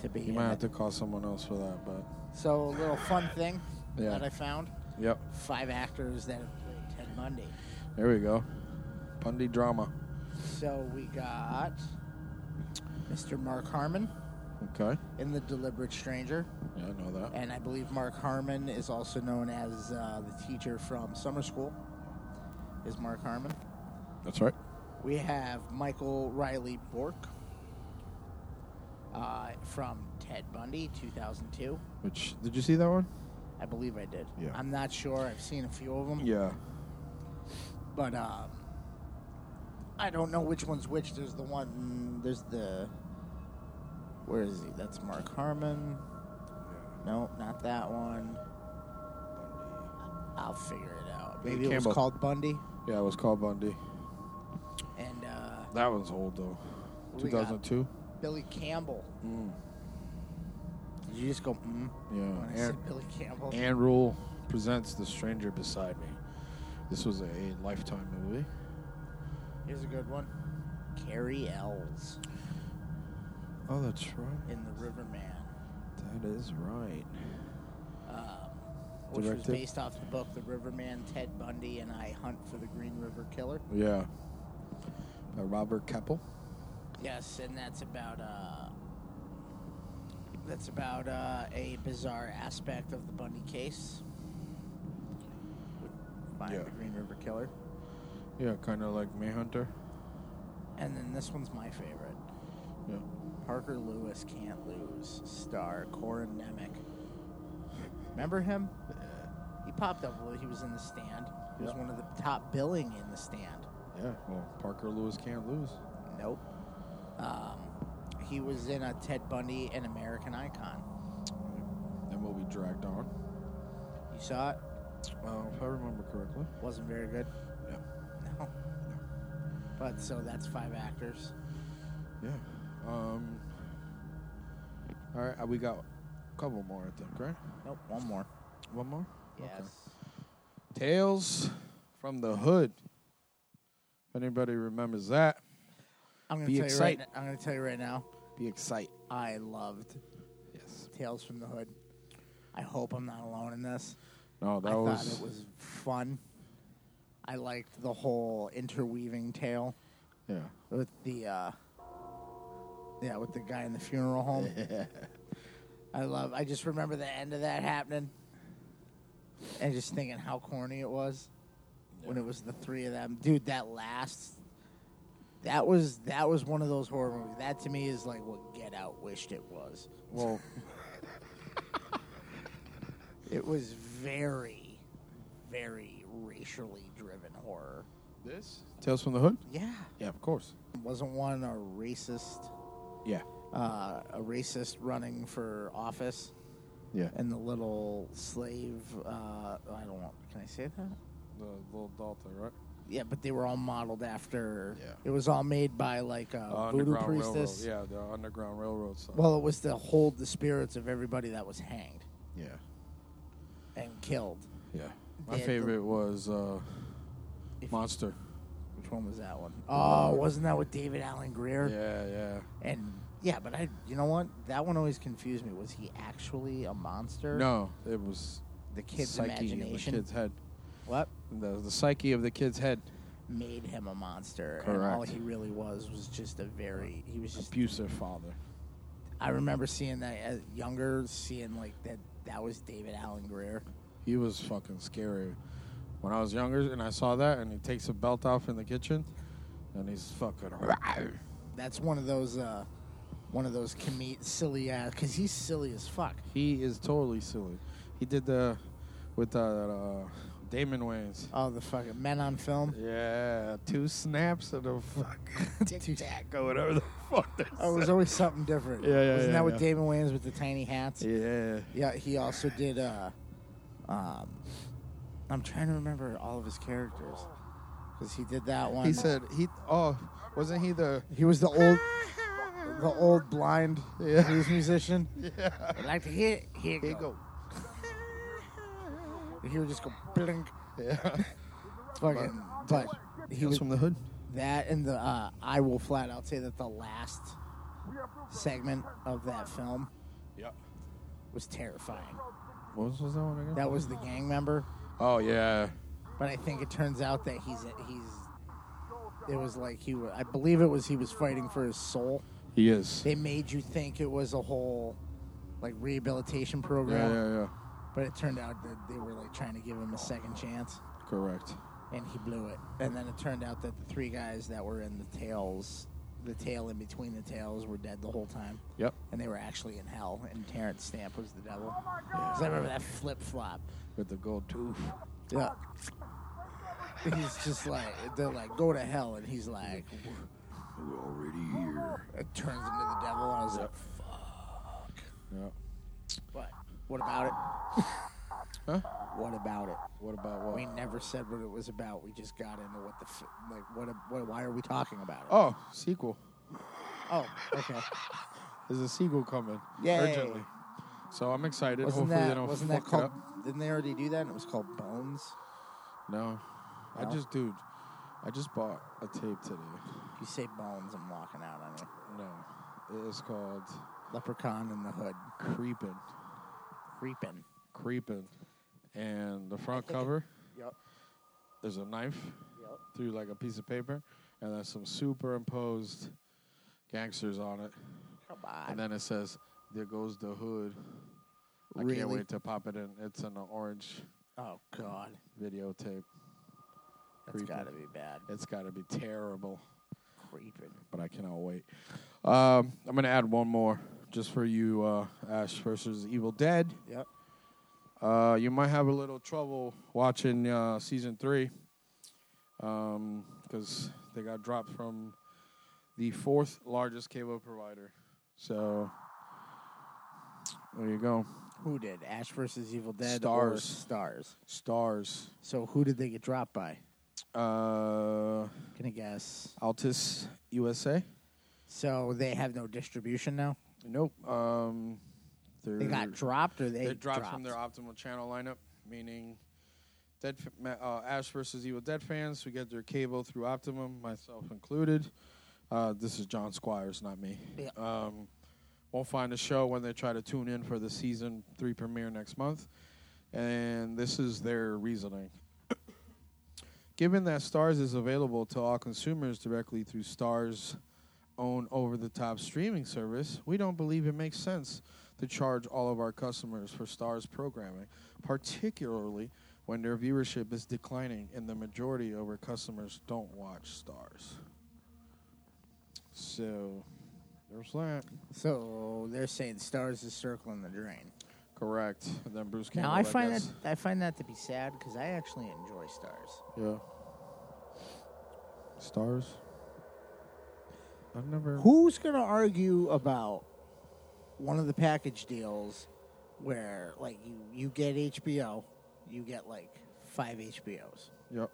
H: to be.
G: You
H: in
G: might have
H: it.
G: to call someone else for that, but.
H: So a little fun thing
G: Yeah.
H: that I found:
G: Yep.
H: five actors that have played Ted Bundy.
G: There we go. Bundy drama.
H: So we got Mr. Mark Harmon
G: Okay.
H: in The Deliberate Stranger,
G: Yeah, I know that.
H: and I believe Mark Harmon is also known as uh, the teacher from Summer School. Is Mark Harmon?
G: That's right.
H: We have Michael Riley Bork uh, from Ted Bundy, 2002.
G: Which, did you see that one?
H: I believe I did.
G: Yeah.
H: I'm not sure. I've seen a few of them.
G: Yeah.
H: But um, I don't know which one's which. There's the one. There's the. Where is he? That's Mark Harmon. No, not that one. I'll figure it out.
G: Lee
H: Maybe it was
G: Campbell.
H: called Bundy.
G: Yeah, it was called Bundy.
H: And uh,
G: That one's old, though.
H: We got-
G: 2002?
H: Billy Campbell. Mm. Did you just go, mm?
G: Yeah.
H: When I
G: And-
H: said Billy Campbell.
G: Anne Rule presents The Stranger Beside Me. This was a lifetime movie.
H: Here's a good one. Carrie Ells
G: Oh, that's right.
H: in The Riverman,
G: That is right.
H: which
G: Directed?
H: was based off the book The Riverman, Ted Bundy, and I Hunt for the Green River Killer.
G: Yeah. By Robert Keppel.
H: Yes, and that's about uh, that's about uh, a bizarre aspect of the Bundy case. With Find
G: Yeah.
H: the Green River Killer,
G: Yeah, kind of like Mayhunter.
H: and then this one's my favorite.
G: Yeah.
H: Parker Lewis can't lose. Star Corin Nemec. Remember him? Uh, He popped up. while He was in the stand. He was
G: Yeah.
H: one of the top billing in the stand.
G: Yeah. Well, Parker Lewis can't lose.
H: Nope. Um, he was in a Ted Bundy and American Icon.
G: That movie dragged on.
H: You saw it?
G: Well, if I remember correctly.
H: Wasn't very good.
G: Yeah.
H: No. But so that's five actors.
G: Yeah. Um. All right, uh, we got a couple more, I think, right?
H: Nope. One more.
G: One more?
H: Yes.
G: Tales from the Hood. If anybody remembers that,
H: I'm gonna
G: Be
H: tell
G: excite-
H: you right. n- I'm gonna tell you right now.
G: be excited.
H: I loved
G: Yes.
H: Tales from the Hood. I hope I'm not alone in this.
G: No, that
H: I
G: was,
H: thought it was fun. I liked the whole interweaving tale
G: Yeah.
H: with the uh, yeah, with the guy in the funeral home. I love. I just remember the end of that happening, and just thinking how corny it was when it was the three of them. Dude, that last that was that was one of those horror movies. That to me is like what Get Out wished it was.
G: Well,
H: It was very, very racially driven horror.
G: this? Tales from the Hood?
H: Yeah.
G: Yeah, of course.
H: wasn't one a racist
G: Yeah.
H: uh, a racist running for office
G: Yeah.
H: and the little slave uh, I don't want can I say that
G: The little Dalton, right?
H: yeah but they were all modeled after
G: Yeah.
H: it was all made by like a voodoo
G: Underground
H: priestess
G: Railroad. Yeah, the Underground Railroad song.
H: well it was to hold the spirits of everybody that was hanged
G: yeah.
H: and killed
G: Yeah. My
H: Dead the-
G: favorite was uh,
H: If-
G: Monster.
H: which one was that one? Oh, wasn't that with David Allen Greer
G: Yeah, yeah.
H: and yeah but I you know what that one always confused me was he actually a monster
G: No, it was
H: the kid's
G: psyche in the
H: imagination
G: kid's head.
H: what
G: The, the psyche of the kid's head.
H: made him a monster. And
G: Correct.
H: all he really was was just a very he was just
G: Abusive father.
H: I remember seeing that as younger, seeing like that that was David Allen Greer.
G: He was fucking scary. When I was younger and I saw that and he takes a belt off in the kitchen and he's fucking
H: That's one of those uh one of those comed- silly ass because he's silly as fuck.
G: He is totally silly. He did the with uh, uh Damon Wayans.
H: Oh, the fucking men on film.
G: Yeah, two snaps of the fucking tic tac or whatever the fuck. they
H: Oh, it was
G: said.
H: always something different.
G: Yeah, yeah,
H: Wasn't
G: yeah,
H: that with
G: yeah.
H: David Wayans with the tiny hats?
G: Yeah,
H: Yeah, he also did. Uh, um, I'm trying to remember all of his characters because he did that one.
G: he said he. Oh, wasn't he the?
H: He was the old the old blind blues musician.
L: Yeah.
H: I'd like to hear here,
L: Here you
H: go.
L: go.
H: He would just go blink,
L: Yeah.
H: fucking. But he was
G: from the hood.
H: that and the uh, I will flat out say that the last segment of that film
G: Yep.
H: was terrifying.
G: What was, was that one again?
H: That was the gang member,
G: oh yeah.
H: but I think it turns out that he's he's. It was like he was. I believe it was he was fighting for his soul.
G: He is.
H: They made you think it was a whole like rehabilitation
G: Yeah,
H: program,
G: yeah, yeah.
H: but it turned out that they were like trying to give him a second chance.
G: Correct.
H: and he blew it. And then it turned out that the three guys that were in the tails, the tail in between the tails, were dead the whole time.
G: Yep.
H: And they were actually in hell, and Terrence Stamp was the devil. Because I remember that flip flop.
G: With the gold tooth.
H: Yeah. He's just like, they're like, go to hell. And he's like,
G: We're already here.
H: it turns into the devil. And I was like,
G: Yep.
H: what? What about it?
G: Huh?
H: What about it?
G: What about what?
H: We never said what it was about. We just got into what the, f- like, what, what, why are we talking about it?
G: Oh, sequel.
H: Oh, okay.
G: There's a sequel coming.
H: Yay.
G: Urgently. So I'm excited.
H: Wasn't
G: Hopefully
H: that
G: they don't
H: wasn't
G: fuck
H: that called?
G: it up.
H: Didn't they already do that? And it was called Bones.
G: No. I
H: No?
G: just, dude, I just bought a tape today.
H: You say Bones, I'm walking out on you.
G: No. It is called
H: Leprechaun in the Hood,
G: Creepin'.
H: creeping.
G: Creepin'. And the front
H: think it-
G: cover,
H: Yep.
G: there's a knife
H: Yep.
G: through like a piece of paper, and there's some superimposed gangsters on it.
H: Come on.
G: And then it says, There goes the hood. I can't
H: Really?
G: wait to pop it in. It's an orange
H: oh God,
G: videotape.
H: that's
G: Creepin'.
H: gotta be bad.
G: It's got to be terrible,
H: Creeping.
G: but I cannot wait. Um, I'm going to add one more just for you, uh, Ash versus Evil Dead.
H: Yep.
G: Uh, you might have a little trouble watching uh, season three because they got dropped from the fourth largest cable provider. So there you go.
H: Who did Ash versus Evil Dead? Or
G: Stars.
H: stars.
G: Stars.
H: So who did they get dropped by?
G: Uh,
H: Can I guess?
G: Altus USA.
H: So they have no distribution now.
G: Nope. Um,
H: They got dropped, or they
G: They dropped, from their optimal channel lineup, meaning Dead f- ma- uh, Ash versus Evil Dead fans who get their cable through Optimum, myself included. Uh, this is John Squires, not me.
H: Yeah.
G: Um, won't find the show when they try to tune in for the season three premiere next month, and this is their reasoning. Given that Stars is available to all consumers directly through Stars' own over the top streaming service, we don't believe it makes sense to charge all of our customers for Stars programming, particularly when their viewership is declining and the majority of our customers don't watch Stars. So, there's that.
H: So they're saying stars is circling the drain.
G: Correct. And then Bruce Campbell.
H: Now I find
G: guess.
H: that I find that to be sad because I actually enjoy stars.
G: Yeah. Stars. I've never.
H: Who's going to argue about one of the package deals where like you you get HBO, you get like 5 HBOs.
G: Yep.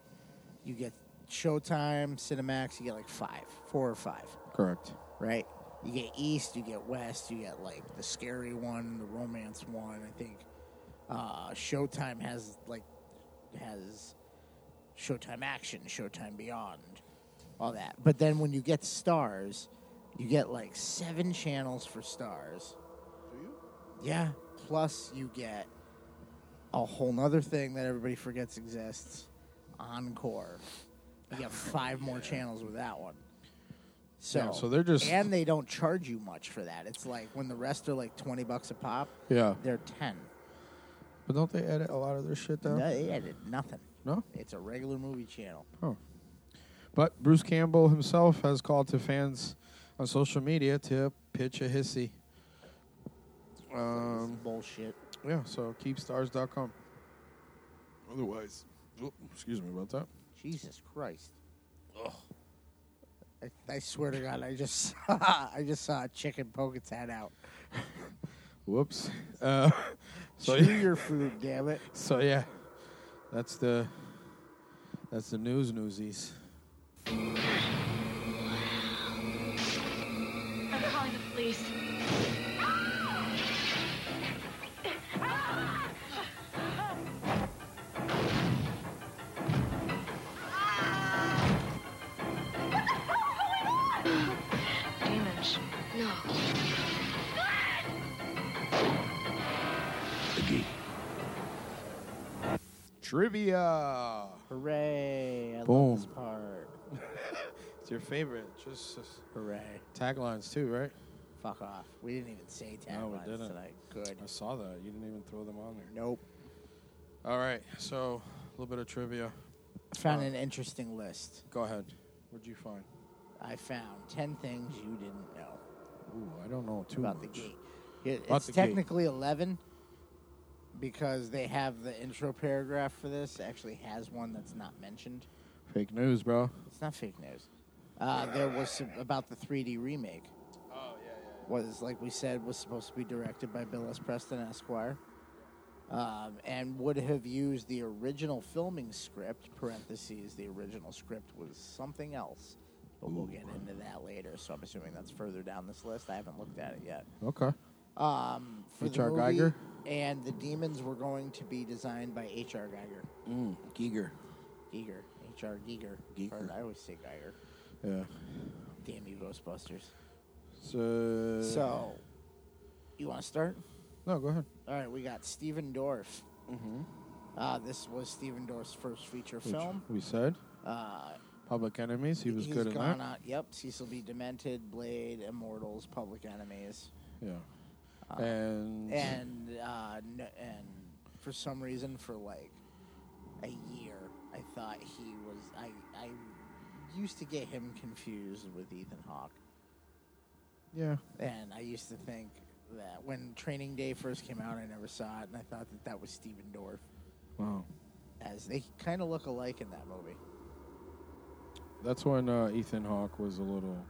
H: You get Showtime, Cinemax, you get like 5, 4 or 5,
G: Correct.
H: right? You get East, you get West, you get like the scary one, the romance one, I think. Uh Showtime has like has Showtime Action, Showtime Beyond, all that. But then when you get stars, you get like seven channels for stars. Do you? Yeah. Plus you get a whole nother thing that everybody forgets exists. Encore. You get five more channels with that one. So,
G: Yeah, so they're just-
H: and they don't charge you much for that. It's like when the rest are like twenty bucks a pop,
G: Yeah.
H: they're ten.
G: But don't they edit a lot of their shit down?
H: No, they added nothing.
G: No?
H: It's a regular movie channel.
G: But Bruce Campbell himself has called to fans on social media to pitch a hissy.
H: This is
G: Um,
H: bullshit.
G: yeah, so keepstars.com. Otherwise, oh, excuse me about that.
H: Jesus Christ. I, I swear to God, I just saw, I just saw a chicken poke its head out.
G: Whoops. Uh, so,
H: Chew your food, damn it.
G: so yeah, that's the that's the news newsies.
M: I'm calling the
N: please.
D: Demons.
N: No.
G: Trivia.
H: Hooray! I
G: Boom.
H: love this part.
G: It's your favorite. Just, just
H: Hooray!
G: taglines too, right?
H: Fuck off. We didn't even say taglines
G: No, we didn't.
H: tonight. Good.
G: I saw that. You didn't even throw them on there.
H: Nope.
G: All right. So a little bit of trivia.
H: Found
G: Uh,
H: an interesting list.
G: Go ahead. What'd you find?
H: I found ten things you didn't know
G: Ooh, I don't know too
H: about
G: much.
H: the gate. It-
G: About
H: It's
G: the gate.
H: technically eleven because they have the intro paragraph for this. Actually, has one that's not mentioned.
G: Fake news, bro.
H: It's not fake news. Uh, there was some, about the 3D remake.
G: Oh yeah, yeah.
H: Was like we said was supposed to be directed by Bill S. Preston Esquire, um, and would have used the original filming script. Parentheses, the original script was something else, but we'll get into that later. So I'm assuming that's further down this list. I haven't looked at it yet.
G: Okay.
H: Um, for the
G: H.R.
H: movie,
G: Giger?
H: and the demons were going to be designed by H.R. Geiger.
G: Mm, Giger.
H: Geiger, H.R. Geiger.
G: Giger.
H: I always say Geiger.
G: Yeah.
H: Damn you, Ghostbusters.
G: So.
H: So, you want to start?
G: No, go ahead.
H: All right, we got Steven Dorff.
G: Mm-hmm.
H: Uh, this was Steven Dorff's first feature film.
G: We said
H: Uh,
G: Public Enemies. He was
H: he's
G: good in
H: gone
G: that.
H: on- yep, Cecil B. Demented, Blade, Immortals, Public Enemies,
G: Yeah. and
H: uh, and uh, n- and for some reason, for like a year, I thought he was. I I used to get him confused with Ethan Hawke.
G: yeah,
H: And I used to think that when Training Day first came out, I never saw it, and I thought that that was Steven Dorff,
G: wow.
H: as they kind of look alike in that movie.
G: That's when uh, Ethan Hawke was a little,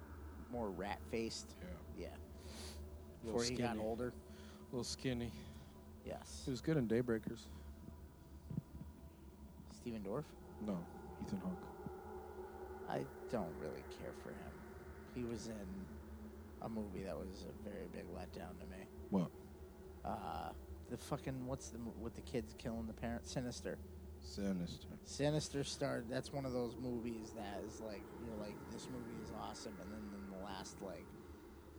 H: More rat faced.
G: yeah,
H: Yeah.
G: Little
H: Before he got
G: skinny.
H: older.
G: little skinny.
H: Yes.
G: He was good in Daybreakers.
H: Steven Dorff?
G: No, Ethan Hawke.
H: I don't really care for him. He was in a movie that was a very big letdown to me.
G: What?
H: Uh, the fucking, what's the, mo- with the kids killing the parents? Sinister.
G: Sinister.
H: Sinister started. That's one of those movies that is like you're like this movie is awesome, and then in the last like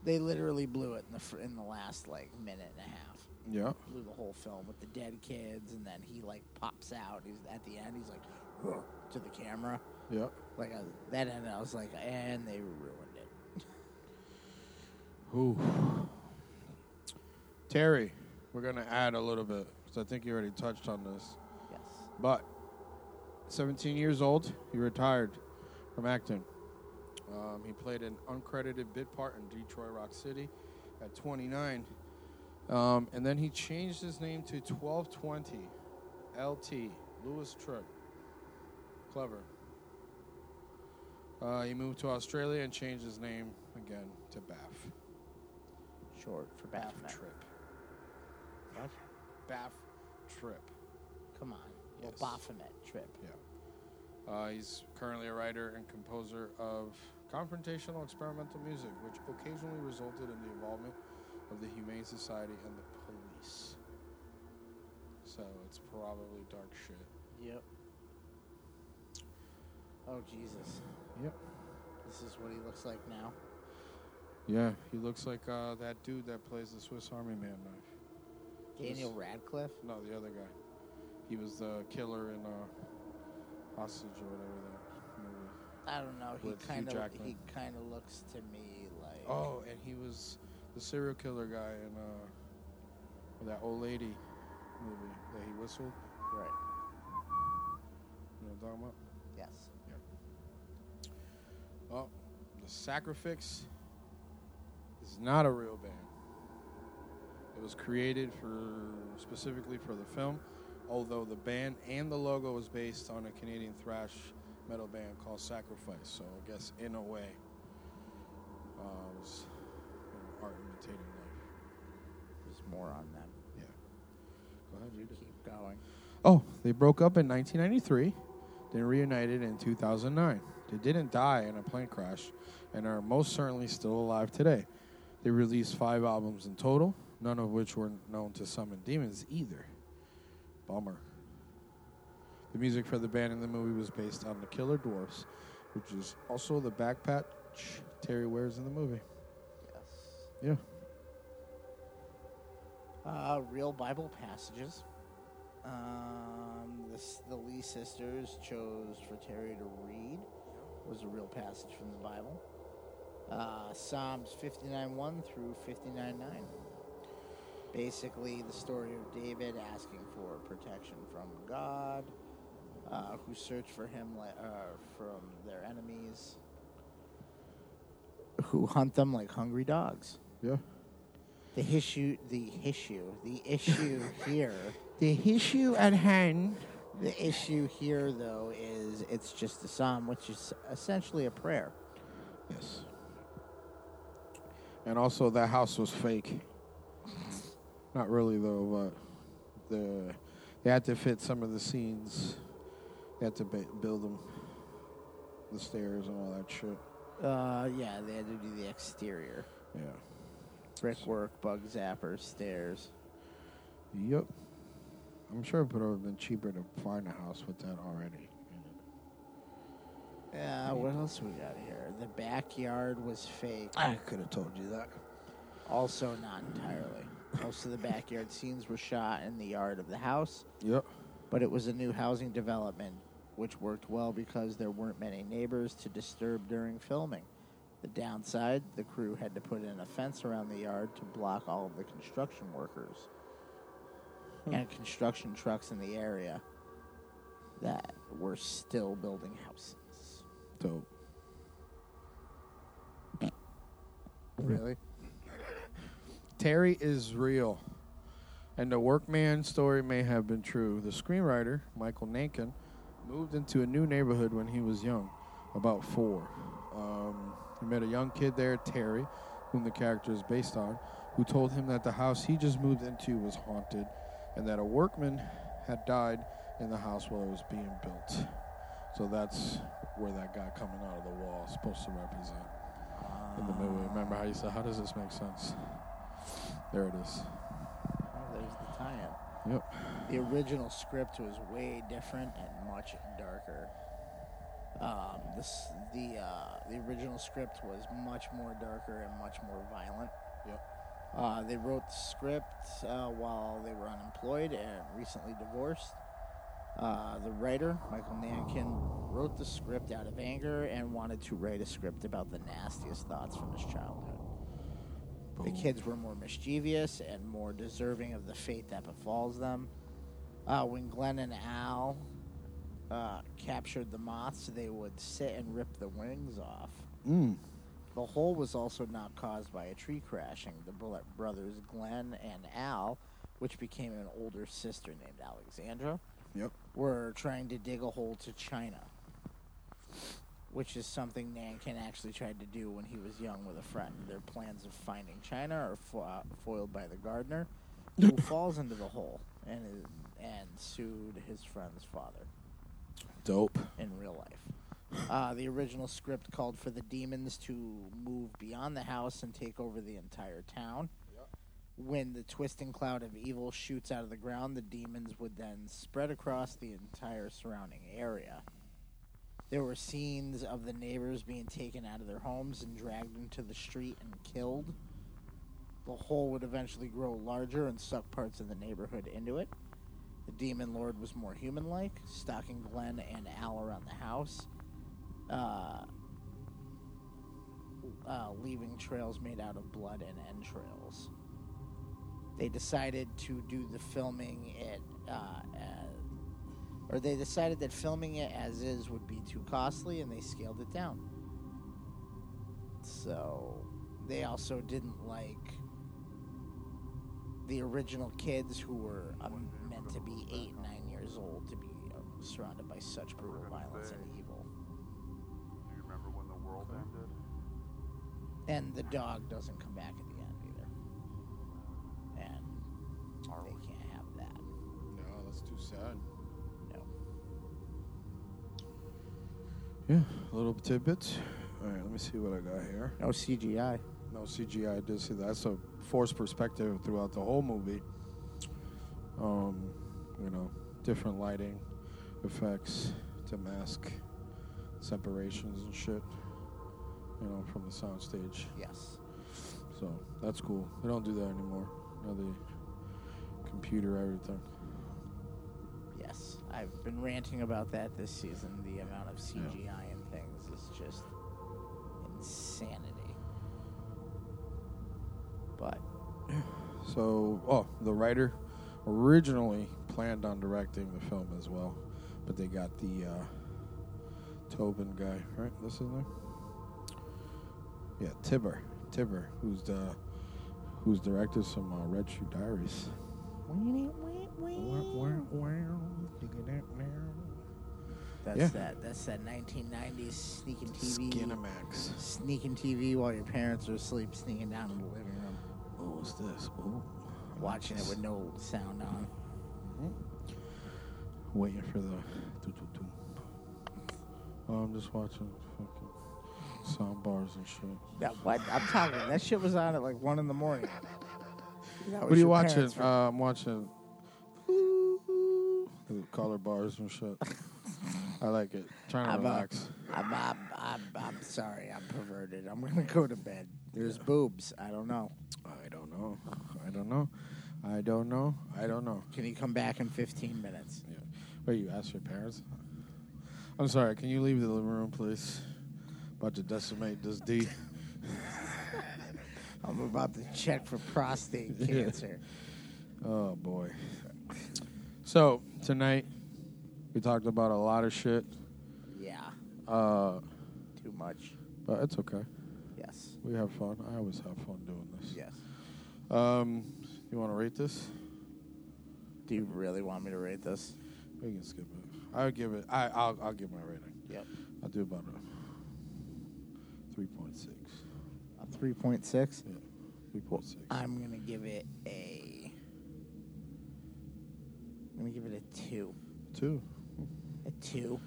H: they literally blew it in the fr- in the last like minute and a half.
G: Yeah.
H: Blew the whole film with the dead kids, and then he like pops out. He's at the end. He's like "Huh," to the camera.
G: Yeah.
H: Like I, that end, I was like, and they ruined it.
G: Ooh. Terry, we're gonna add a little bit. So I think you already touched on this,
H: Yes.
G: but 17 years old, he retired from acting. Um, he played an uncredited bit part in Detroit Rock City at 29. Um, and then he changed his name to 1220 LT, Lewis Tripp. Clever. Uh, he moved to Australia and changed his name again to Baff.
H: Short for Baff
G: Trip. What? Baff Trip.
H: Come on.
G: Yes.
H: Well, Baphomet trip.
G: Yeah. Uh, he's currently a writer and composer of confrontational experimental music, which occasionally resulted in the involvement of the Humane Society and the police. So it's probably dark shit.
H: Yep. Oh Jesus!
G: Yep.
H: This is what he looks like now.
G: Yeah, he looks like uh, that dude that plays the Swiss Army Man knife.
H: Daniel Radcliffe.
G: No, the other guy. He was the killer in uh, Hostage or whatever that movie.
H: I don't know. He
G: with Hugh
H: kind of
G: Jackman.
H: he kind of looks to me like
G: Oh, and he was the serial killer guy in uh, that old lady movie that he whistled.
H: right.
G: You know what I'm talking about?
H: Yes.
G: Oh, the Sacrifix is not a real band. It was created for specifically for the film, although the band and the logo was based on a Canadian thrash metal band called Sacrifice. So I guess in a way, uh, it was you know, art imitating life.
H: There's more on them.
G: Yeah. Go ahead, read it.
H: Keep going.
G: Oh, they broke up in 1993, then reunited in 2009. They didn't die in a plane crash and are most certainly still alive today. They released five albums in total, none of which were known to summon demons either. Bummer. The music for the band in the movie was based on the Killer Dwarfs, which is also the back patch Terry wears in the movie. Yes.
H: Uh, real Bible passages. Um, this, the Lee sisters chose for Terry to read was a real passage from the Bible. Uh, Psalms 59.1 through 59.9. Basically, the story of David asking for protection from God, uh, who searched for him li- uh, from their enemies, who hunt them like hungry dogs.
G: Yeah.
H: The issue, the issue, the issue here,
O: The issue at hand.
H: the issue here though is it's just a psalm, which is essentially a prayer.
G: Yes. And also, that house was fake. Not really though, but the they had to fit some of the scenes. They had to ba- build them, the stairs and all that shit.
H: Uh, yeah, they had to do the exterior.
G: Yeah.
H: Brickwork, bug zappers, stairs.
G: Yep. I'm sure it would have been cheaper to find a house with that already.
H: Yeah, Uh, what else we got here? The backyard was fake.
G: I could have told you that.
H: Also, not entirely. Most of the backyard scenes were shot in the yard of the house,
G: Yep.
H: but it was a new housing development, which worked well because there weren't many neighbors to disturb during filming. The downside, the crew had to put in a fence around the yard to block all of the construction workers and construction trucks in the area that were still building houses.
G: Dope.
H: Really?
G: Terry is real. And the workman story may have been true. The screenwriter, Michael Nankin, moved into a new neighborhood when he was young, about four. Um, he met a young kid there, Terry, whom the character is based on, who told him that the house he just moved into was haunted and that a workman had died in the house while it was being built. So that's where that guy coming out of the wall is supposed to represent in the movie. Remember how you said, How does this make sense? There it is.
H: Oh, there's the tie-in.
G: Yep.
H: The original script was way different and much darker. Um, this the uh, the original script was much more darker and much more violent.
G: Yep.
H: Uh, they wrote the script uh, while they were unemployed and recently divorced. Uh, the writer Michael Nankin wrote the script out of anger and wanted to write a script about the nastiest thoughts from his childhood. The kids were more mischievous and more deserving of the fate that befalls them. Uh, when Glenn and Al uh, captured the moths, they would sit and rip the wings off.
G: Mm.
H: The hole was also not caused by a tree crashing. The bro- brothers Glenn and Al, which became an older sister named Alexandra,
G: Yep.
H: were trying to dig a hole to China, which is something Nankin actually tried to do when he was young with a friend. Their plans of finding China are fo- uh, foiled by the gardener, who falls into the hole and is, and sued his friend's father
G: Dope.
H: in real life. Uh, the original script called for the demons to move beyond the house and take over the entire town. When the twisting cloud of evil shoots out of the ground, the demons would then spread across the entire surrounding area. There were scenes of the neighbors being taken out of their homes and dragged into the street and killed. The hole would eventually grow larger and suck parts of the neighborhood into it. The demon lord was more human like, stalking Glenn and Al around the house, uh, uh, leaving trails made out of blood and entrails. They decided to do the filming it, uh, a- or they decided that filming it as is would be too costly and they scaled it down. So they also didn't like the original kids who were um, meant to be eight, nine years old to be uh, surrounded by such brutal violence and evil.
P: Do you remember when the world ended?
H: And the dog doesn't come back at the end either. And they can't have that.
G: No, that's too sad.
H: No.
G: Yeah, little tidbits. All right, let me see what I got here.
H: No CGI.
G: No CGI. I did see that. That's a forced perspective throughout the whole movie. Um, you know, different lighting effects to mask separations and shit. You know, from the soundstage.
H: Yes.
G: So that's cool. They don't do that anymore. Now they computer everything.
H: Yes, I've been ranting about that this season. The amount of CGI and things is just insanity. But
G: So, oh, the writer originally planned on directing the film as well, but they got the uh, Tobin guy, right? This is name? Yeah, Tibber. Tibber, who's the who's directed some uh, Red Shoe Diaries.
H: that's
G: Yeah.
H: that. That's that 1990s sneaking TV.
G: Skinamax.
H: Sneaking TV while your parents are asleep, sneaking down in the living room,
G: Oh, what's this? Oh,
H: watching it with no sound on.
G: waiting for the. doo, doo, doo. Oh, I'm just watching fucking sound bars and shit.
H: That what I'm talking. That shit was on at like one in the morning. That
G: What
H: was
G: are you
H: your
G: watching?
H: parents'
G: Uh, I'm watching the color bars and shit. I like it. Trying to
H: I'm, uh,
G: relax.
H: I'm, I'm, I'm, I'm sorry. I'm perverted. I'm going to go to bed. There's boobs. I don't know.
G: I don't know. I don't know. I don't know. I don't know.
H: Can you come back in 15 minutes?
G: Yeah. Wait, you asked your parents? I'm sorry. Can you leave the room, please? About to decimate this D.
H: I'm about to check for prostate
G: Yeah.
H: cancer.
G: Oh boy. So tonight we talked about a lot of shit.
H: Yeah.
G: Uh,
H: Too much.
G: but it's okay.
H: Yes.
G: We have fun. I always have fun doing this.
H: Yes.
G: Um, you want to rate this?
H: Do you really want me to rate this?
G: We can skip it. I would give it. I I'll, I'll give my rating.
H: Yep.
G: I'll do about a three point six.
H: A 3.6?
G: Yeah, three point six.
H: I'm going to give it a. I'm going to give it a 2.
G: Two.
H: a two.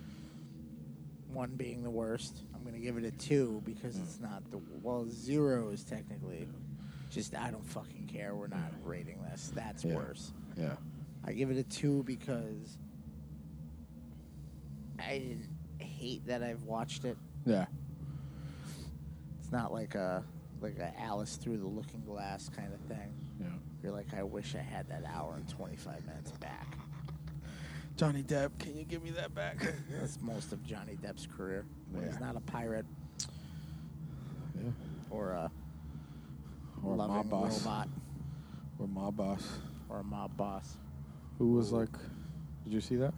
H: One being the worst. I'm gonna give it a two because it's not the well zero is technically. Just I don't fucking care. We're not rating this. That's
G: Yeah.
H: worse.
G: Yeah.
H: I give it a two because I didn't hate that I've watched it.
G: Yeah.
H: It's not like a like a Alice through the Looking Glass kind of thing.
G: Yeah.
H: You're like, I wish I had that hour and 25 minutes back.
G: Johnny Depp, can you give me that back?
H: That's most of Johnny Depp's career. When
G: Yeah.
H: he's not a pirate
G: yeah.
H: or a
G: Or my
H: loving
G: boss.
H: robot
G: Or my boss.
H: or a mob boss.
G: Who was like? Did you see that?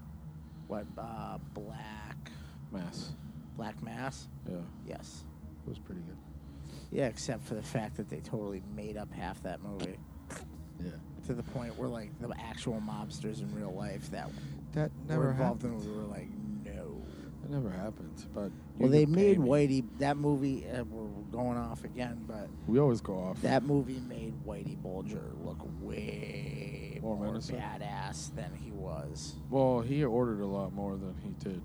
H: What uh, black
G: Mass.
H: black mass?
G: Yeah.
H: Yes.
G: It was pretty good.
H: Yeah, except for the fact that they totally made up half that movie
G: Yeah.
H: to the point where like the actual mobsters in real life that
G: That
H: were
G: never
H: involved
G: happened.
H: in it were like no.
G: That never happened. But you
H: Well, they
G: could
H: made
G: pay me.
H: Whitey that movie. Uh, we're going off again, but
G: We always go off.
H: that movie made Whitey Bulger look way
G: More
H: more,
G: menacing?
H: badass than he was.
G: Well, he ordered a lot more than he did.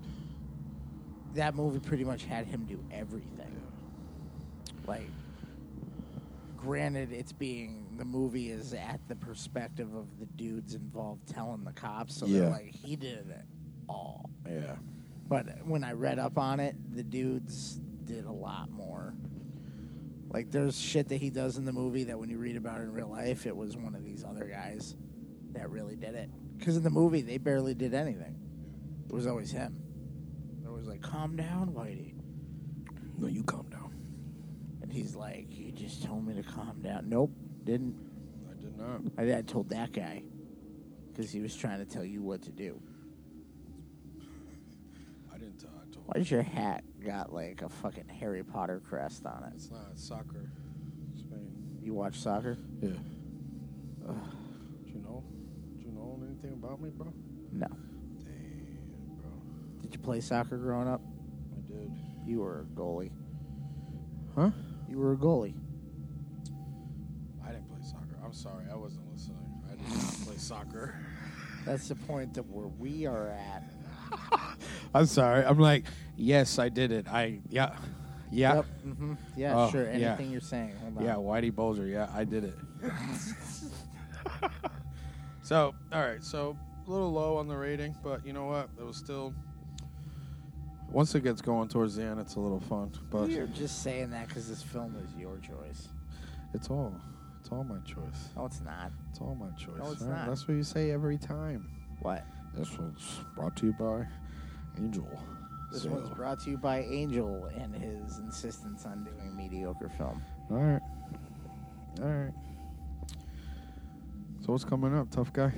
H: That movie pretty much had him do everything. like granted it's being the movie is at the perspective of the dudes involved telling the cops so
G: Yeah.
H: they're like he did it all
G: Yeah.
H: but when i read up on it the dudes did a lot more like there's shit that he does in the movie that when you read about it in real life it was one of these other guys that really did it because in the movie they barely did anything it was always him there was like calm down whitey
G: No, you calm down.
H: and he's like, "You just told me to calm down." Nope, didn't.
G: I did not.
H: I, I told that guy because he was trying to tell you what to do.
G: I didn't tell. I told.
H: Why's your hat got like a fucking Harry Potter crest on it?
G: It's not soccer. Spain.
H: You watch soccer?
G: Yeah. Do you know? Do you know anything about me, bro?
H: No.
G: Damn, bro.
H: Did you play soccer growing up?
G: I did.
H: You were a goalie.
G: Huh?
H: You were a goalie.
G: I didn't play soccer. I'm sorry. I wasn't listening. I did not play soccer.
H: That's the point that where we are at.
G: I'm sorry. I'm like, yes, I did it. I yeah, Yeah.
H: Yep, mhm. Yeah,
G: Oh,
H: sure.
G: yeah.
H: Anything you're saying. Hold on.
G: Yeah, Whitey Bulger. Yeah, I did it. so, all right. So, a little low on the rating, but you know what? It was still. Once it gets going towards the end, it's a little fun. But
H: You're just saying that because this film is your choice.
G: it's all, it's all my choice.
H: No, it's not.
G: It's all my choice.
H: No, it's
G: All right,
H: not.
G: That's what you say every time.
H: What?
G: This one's brought to you by Angel.
H: This
G: So-
H: one's brought to you by Angel and his insistence on doing mediocre film.
G: All right. All right. So what's coming up, tough guy?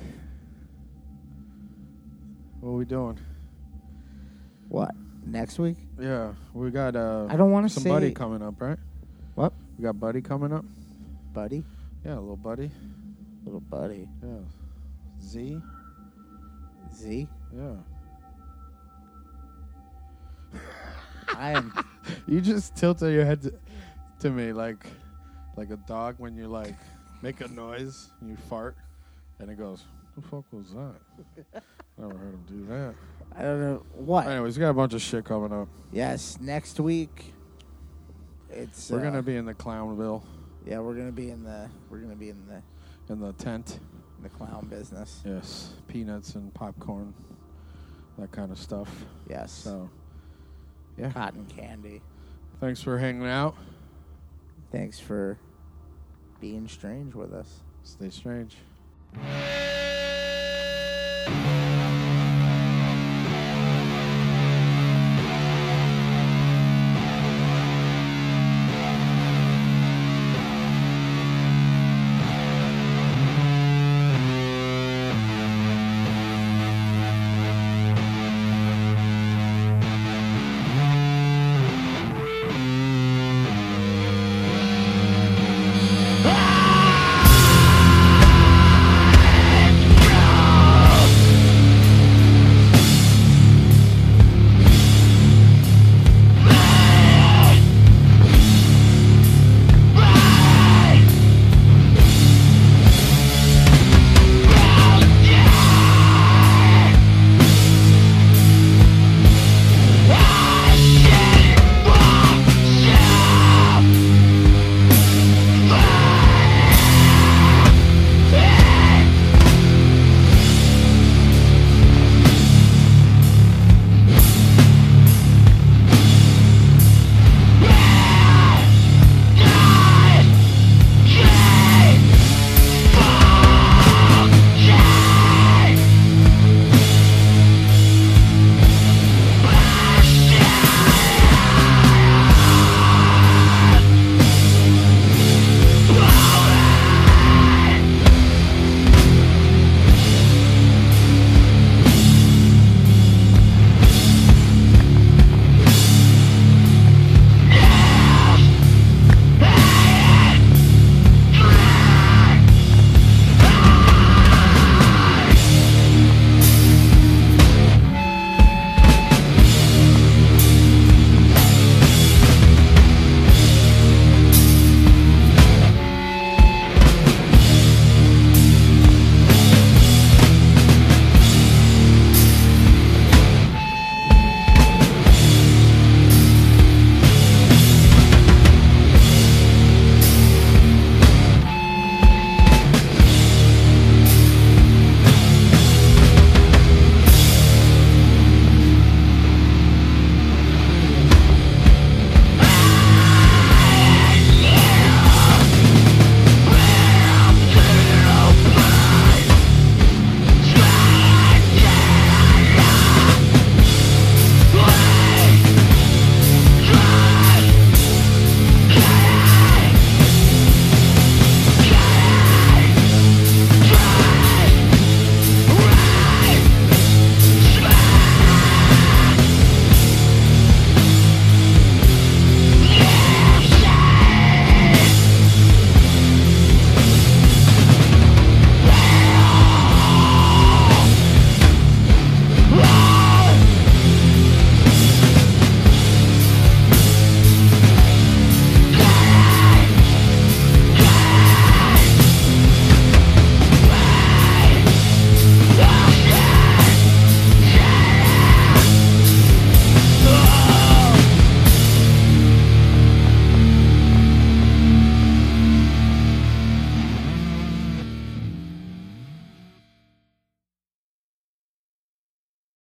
G: What are we doing?
H: What? Next week?
G: Yeah, we got. Uh,
H: I don't wanna
G: some buddy
H: say-
G: coming up, right?
H: What?
G: We got buddy coming up.
H: Buddy?
G: Yeah, a little buddy.
H: Little buddy.
G: Yeah. Z.
H: Z?
G: Yeah.
H: I am.
G: You just tilted your head to, to me like, like a dog when you like make a noise, and you fart, and it goes. Who the fuck was that? Never heard him do that.
H: I don't know. What?
G: Anyways, we got a bunch of shit coming up.
H: Yes, next week. It's.
G: We're
H: uh,
G: gonna be in the Clownville
H: Yeah, we're gonna be in the. We're gonna be in the.
G: in the tent.
H: in the clown business.
G: Yes, peanuts and popcorn, that kind of stuff.
H: Yes.
G: So, yeah.
H: Cotton candy.
G: Thanks for hanging out.
H: Thanks for being strange with us.
G: Stay strange.